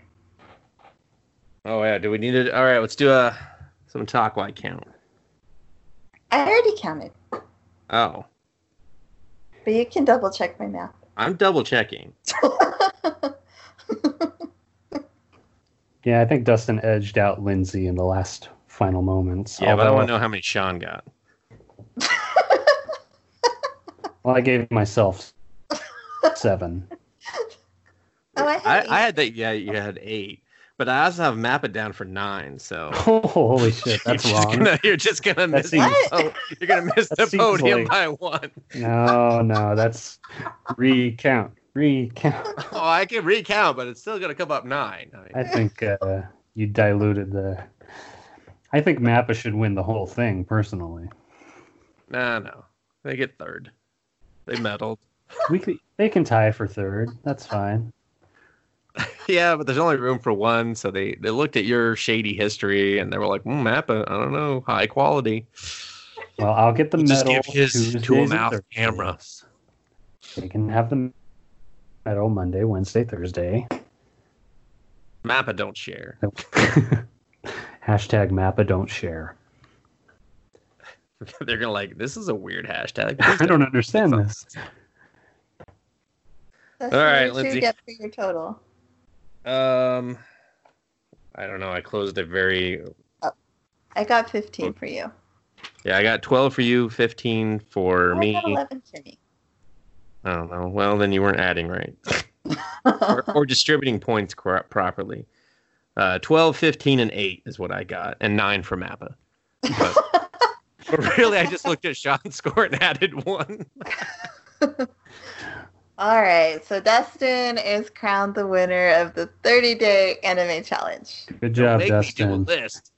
[SPEAKER 2] Oh yeah, do we need it? All right, let's do a some talk while I count.
[SPEAKER 1] I already counted,
[SPEAKER 2] Oh,
[SPEAKER 1] but you can double check my math.
[SPEAKER 2] I'm double checking.
[SPEAKER 3] Yeah, I think Dustin edged out Lindsay in the last final moments.
[SPEAKER 2] Yeah, but I
[SPEAKER 3] although-
[SPEAKER 2] want to know how many Sean got.
[SPEAKER 3] Well, I gave myself seven.
[SPEAKER 1] oh, I had.
[SPEAKER 2] I, I had that. Yeah, you had eight, but I also have map it down for nine. So
[SPEAKER 3] Oh, holy shit, that's
[SPEAKER 2] you're just
[SPEAKER 3] wrong.
[SPEAKER 2] Gonna, you're just gonna miss.
[SPEAKER 3] seems-
[SPEAKER 2] the po- you're gonna miss
[SPEAKER 3] That
[SPEAKER 2] the
[SPEAKER 3] seems
[SPEAKER 2] podium
[SPEAKER 3] like-
[SPEAKER 2] by one.
[SPEAKER 3] No, no, that's recount, recount.
[SPEAKER 2] Oh, I can recount, but it's still gonna come up nine. I mean,
[SPEAKER 3] I think uh, you diluted the. I think Mappa should win the whole thing personally.
[SPEAKER 2] no, no, they get third. They medaled.
[SPEAKER 3] We could, they can tie for third. That's fine.
[SPEAKER 2] Yeah, but there's only room for one, so they they looked at your shady history and they were like, mm, map. I don't know, high quality.
[SPEAKER 3] Well, I'll get the
[SPEAKER 2] We'll just
[SPEAKER 3] medal.
[SPEAKER 2] give his to
[SPEAKER 3] Tuesdays
[SPEAKER 2] him
[SPEAKER 3] and
[SPEAKER 2] off
[SPEAKER 3] Thursdays.
[SPEAKER 2] camera.
[SPEAKER 3] They can have the medal Monday, Wednesday, Thursday.
[SPEAKER 2] Mappa don't share.
[SPEAKER 3] Hashtag Mappa don't share.
[SPEAKER 2] They're gonna like, this is a weird hashtag.
[SPEAKER 3] I don't understand this.
[SPEAKER 1] That's what
[SPEAKER 2] All right,
[SPEAKER 1] you
[SPEAKER 2] Lindsay.
[SPEAKER 1] Get for your total.
[SPEAKER 2] Um, I don't know. I closed it very.
[SPEAKER 1] I got 15 for you.
[SPEAKER 2] Yeah, I got twelve for you, fifteen for
[SPEAKER 1] I
[SPEAKER 2] me.
[SPEAKER 1] got 11 for me.
[SPEAKER 2] I don't know. Well, then you weren't adding right or, or distributing points cor- properly. Uh, 12, 15, and 8 is what I got, and 9 for Mappa. But, but really, I just looked at Sean's score and added one.
[SPEAKER 1] All right, so Dustin is crowned the winner of the 30 day anime challenge.
[SPEAKER 3] Good job,
[SPEAKER 2] Make me do a
[SPEAKER 3] Dustin.
[SPEAKER 2] list.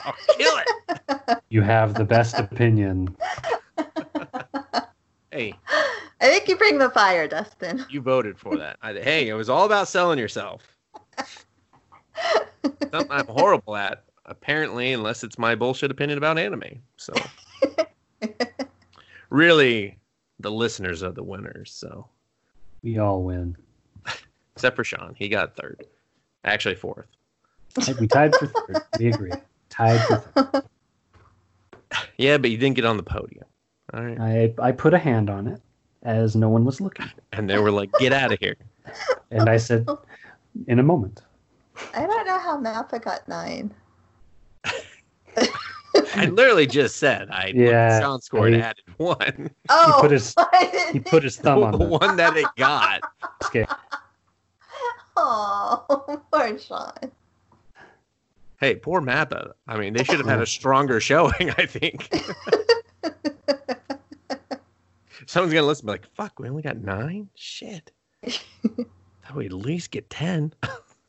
[SPEAKER 2] I'll kill it.
[SPEAKER 3] You have the best opinion.
[SPEAKER 2] Hey,
[SPEAKER 1] I think you bring the fire, Dustin.
[SPEAKER 2] You voted for that. I, hey, it was all about selling yourself. Something I'm horrible at, apparently, unless it's my bullshit opinion about anime. So, really, the listeners are the winners. So,
[SPEAKER 3] We all win.
[SPEAKER 2] except for Sean, he got third, actually fourth.
[SPEAKER 3] We tied for third. We agree. Tied for third.
[SPEAKER 2] Yeah, but you didn't get on the podium. All right,
[SPEAKER 3] I, I put a hand on it as no one was looking.
[SPEAKER 2] and they were like, "Get out of here."
[SPEAKER 3] And I said, in a moment.
[SPEAKER 1] I don't know how Mappa got nine.
[SPEAKER 2] I literally just said I
[SPEAKER 3] Yeah,
[SPEAKER 2] Sean scored
[SPEAKER 3] I-
[SPEAKER 2] added one,
[SPEAKER 1] Oh,
[SPEAKER 3] put his-
[SPEAKER 1] I didn't
[SPEAKER 3] He put his thumb on
[SPEAKER 2] the
[SPEAKER 3] the
[SPEAKER 2] one that it got.
[SPEAKER 3] scale.
[SPEAKER 1] Oh, poor Sean.
[SPEAKER 2] Hey, poor Mappa. I mean, they should have had a stronger showing, I think. Someone's gonna listen, and be like, "Fuck, we only got nine. Shit, thought we'd at least get ten.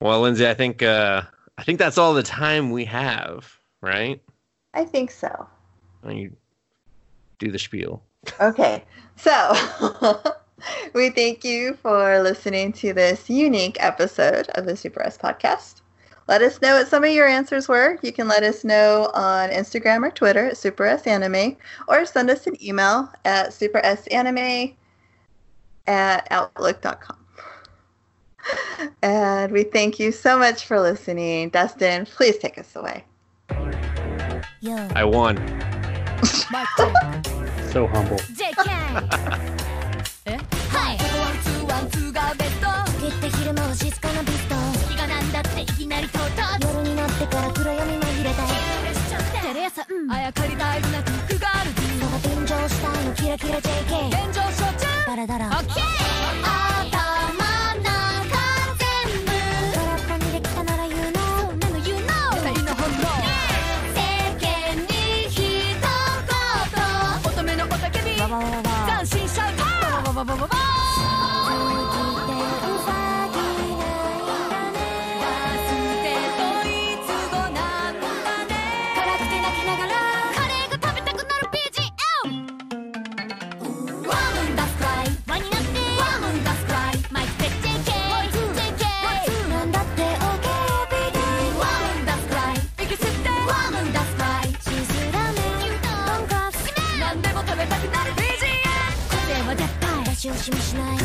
[SPEAKER 2] well, Lindsay, I think uh, I think that's all the time we have, right?
[SPEAKER 1] I think so.
[SPEAKER 2] Why don't you do the spiel.
[SPEAKER 1] Okay, so we thank you for listening to this unique episode of the Super S podcast. Let us know what some of your answers were. You can let us know on Instagram or Twitter at Super S Anime, or send us an email at supersanime at outlook.com. And we thank you so much for listening. Dustin, please take us away.
[SPEAKER 4] Yo,
[SPEAKER 2] I won.
[SPEAKER 4] mic check.
[SPEAKER 3] So humble.
[SPEAKER 4] JK! えはいワンツーワンツーがベスト
[SPEAKER 5] 切って昼間は静かなビスト
[SPEAKER 4] 日がなんだっていきなりとうとう
[SPEAKER 5] 夜になってから暗闇紛れた
[SPEAKER 4] テレ朝うんあやかりたいなクックガールズ
[SPEAKER 5] 人が便乗したいのキラキラ JK
[SPEAKER 4] 現状所中
[SPEAKER 5] ダラダラ
[SPEAKER 4] オッケー頭の中全部
[SPEAKER 5] 空っぽにできたなら言うの
[SPEAKER 4] そんなの you know 二人の本能世間に一言乙女のおたけび
[SPEAKER 5] わわわわわ
[SPEAKER 4] 斬新シャウトバババババババ
[SPEAKER 5] 聞いてうさぎないんだね
[SPEAKER 4] バスでドイツ語なんだね
[SPEAKER 5] 辛くて泣きながら
[SPEAKER 4] カレーが食べたくなる BGM ワームンダスクライ輪になってワームンダスクライマイクで JK JK
[SPEAKER 5] なんだって OK ビデ
[SPEAKER 4] ワームンダスクライ息吸ってワームンダスクライ
[SPEAKER 5] イ静らめ
[SPEAKER 4] どんかしめ何でも食べたくなる BGM これは絶対
[SPEAKER 5] 出し惜しみしない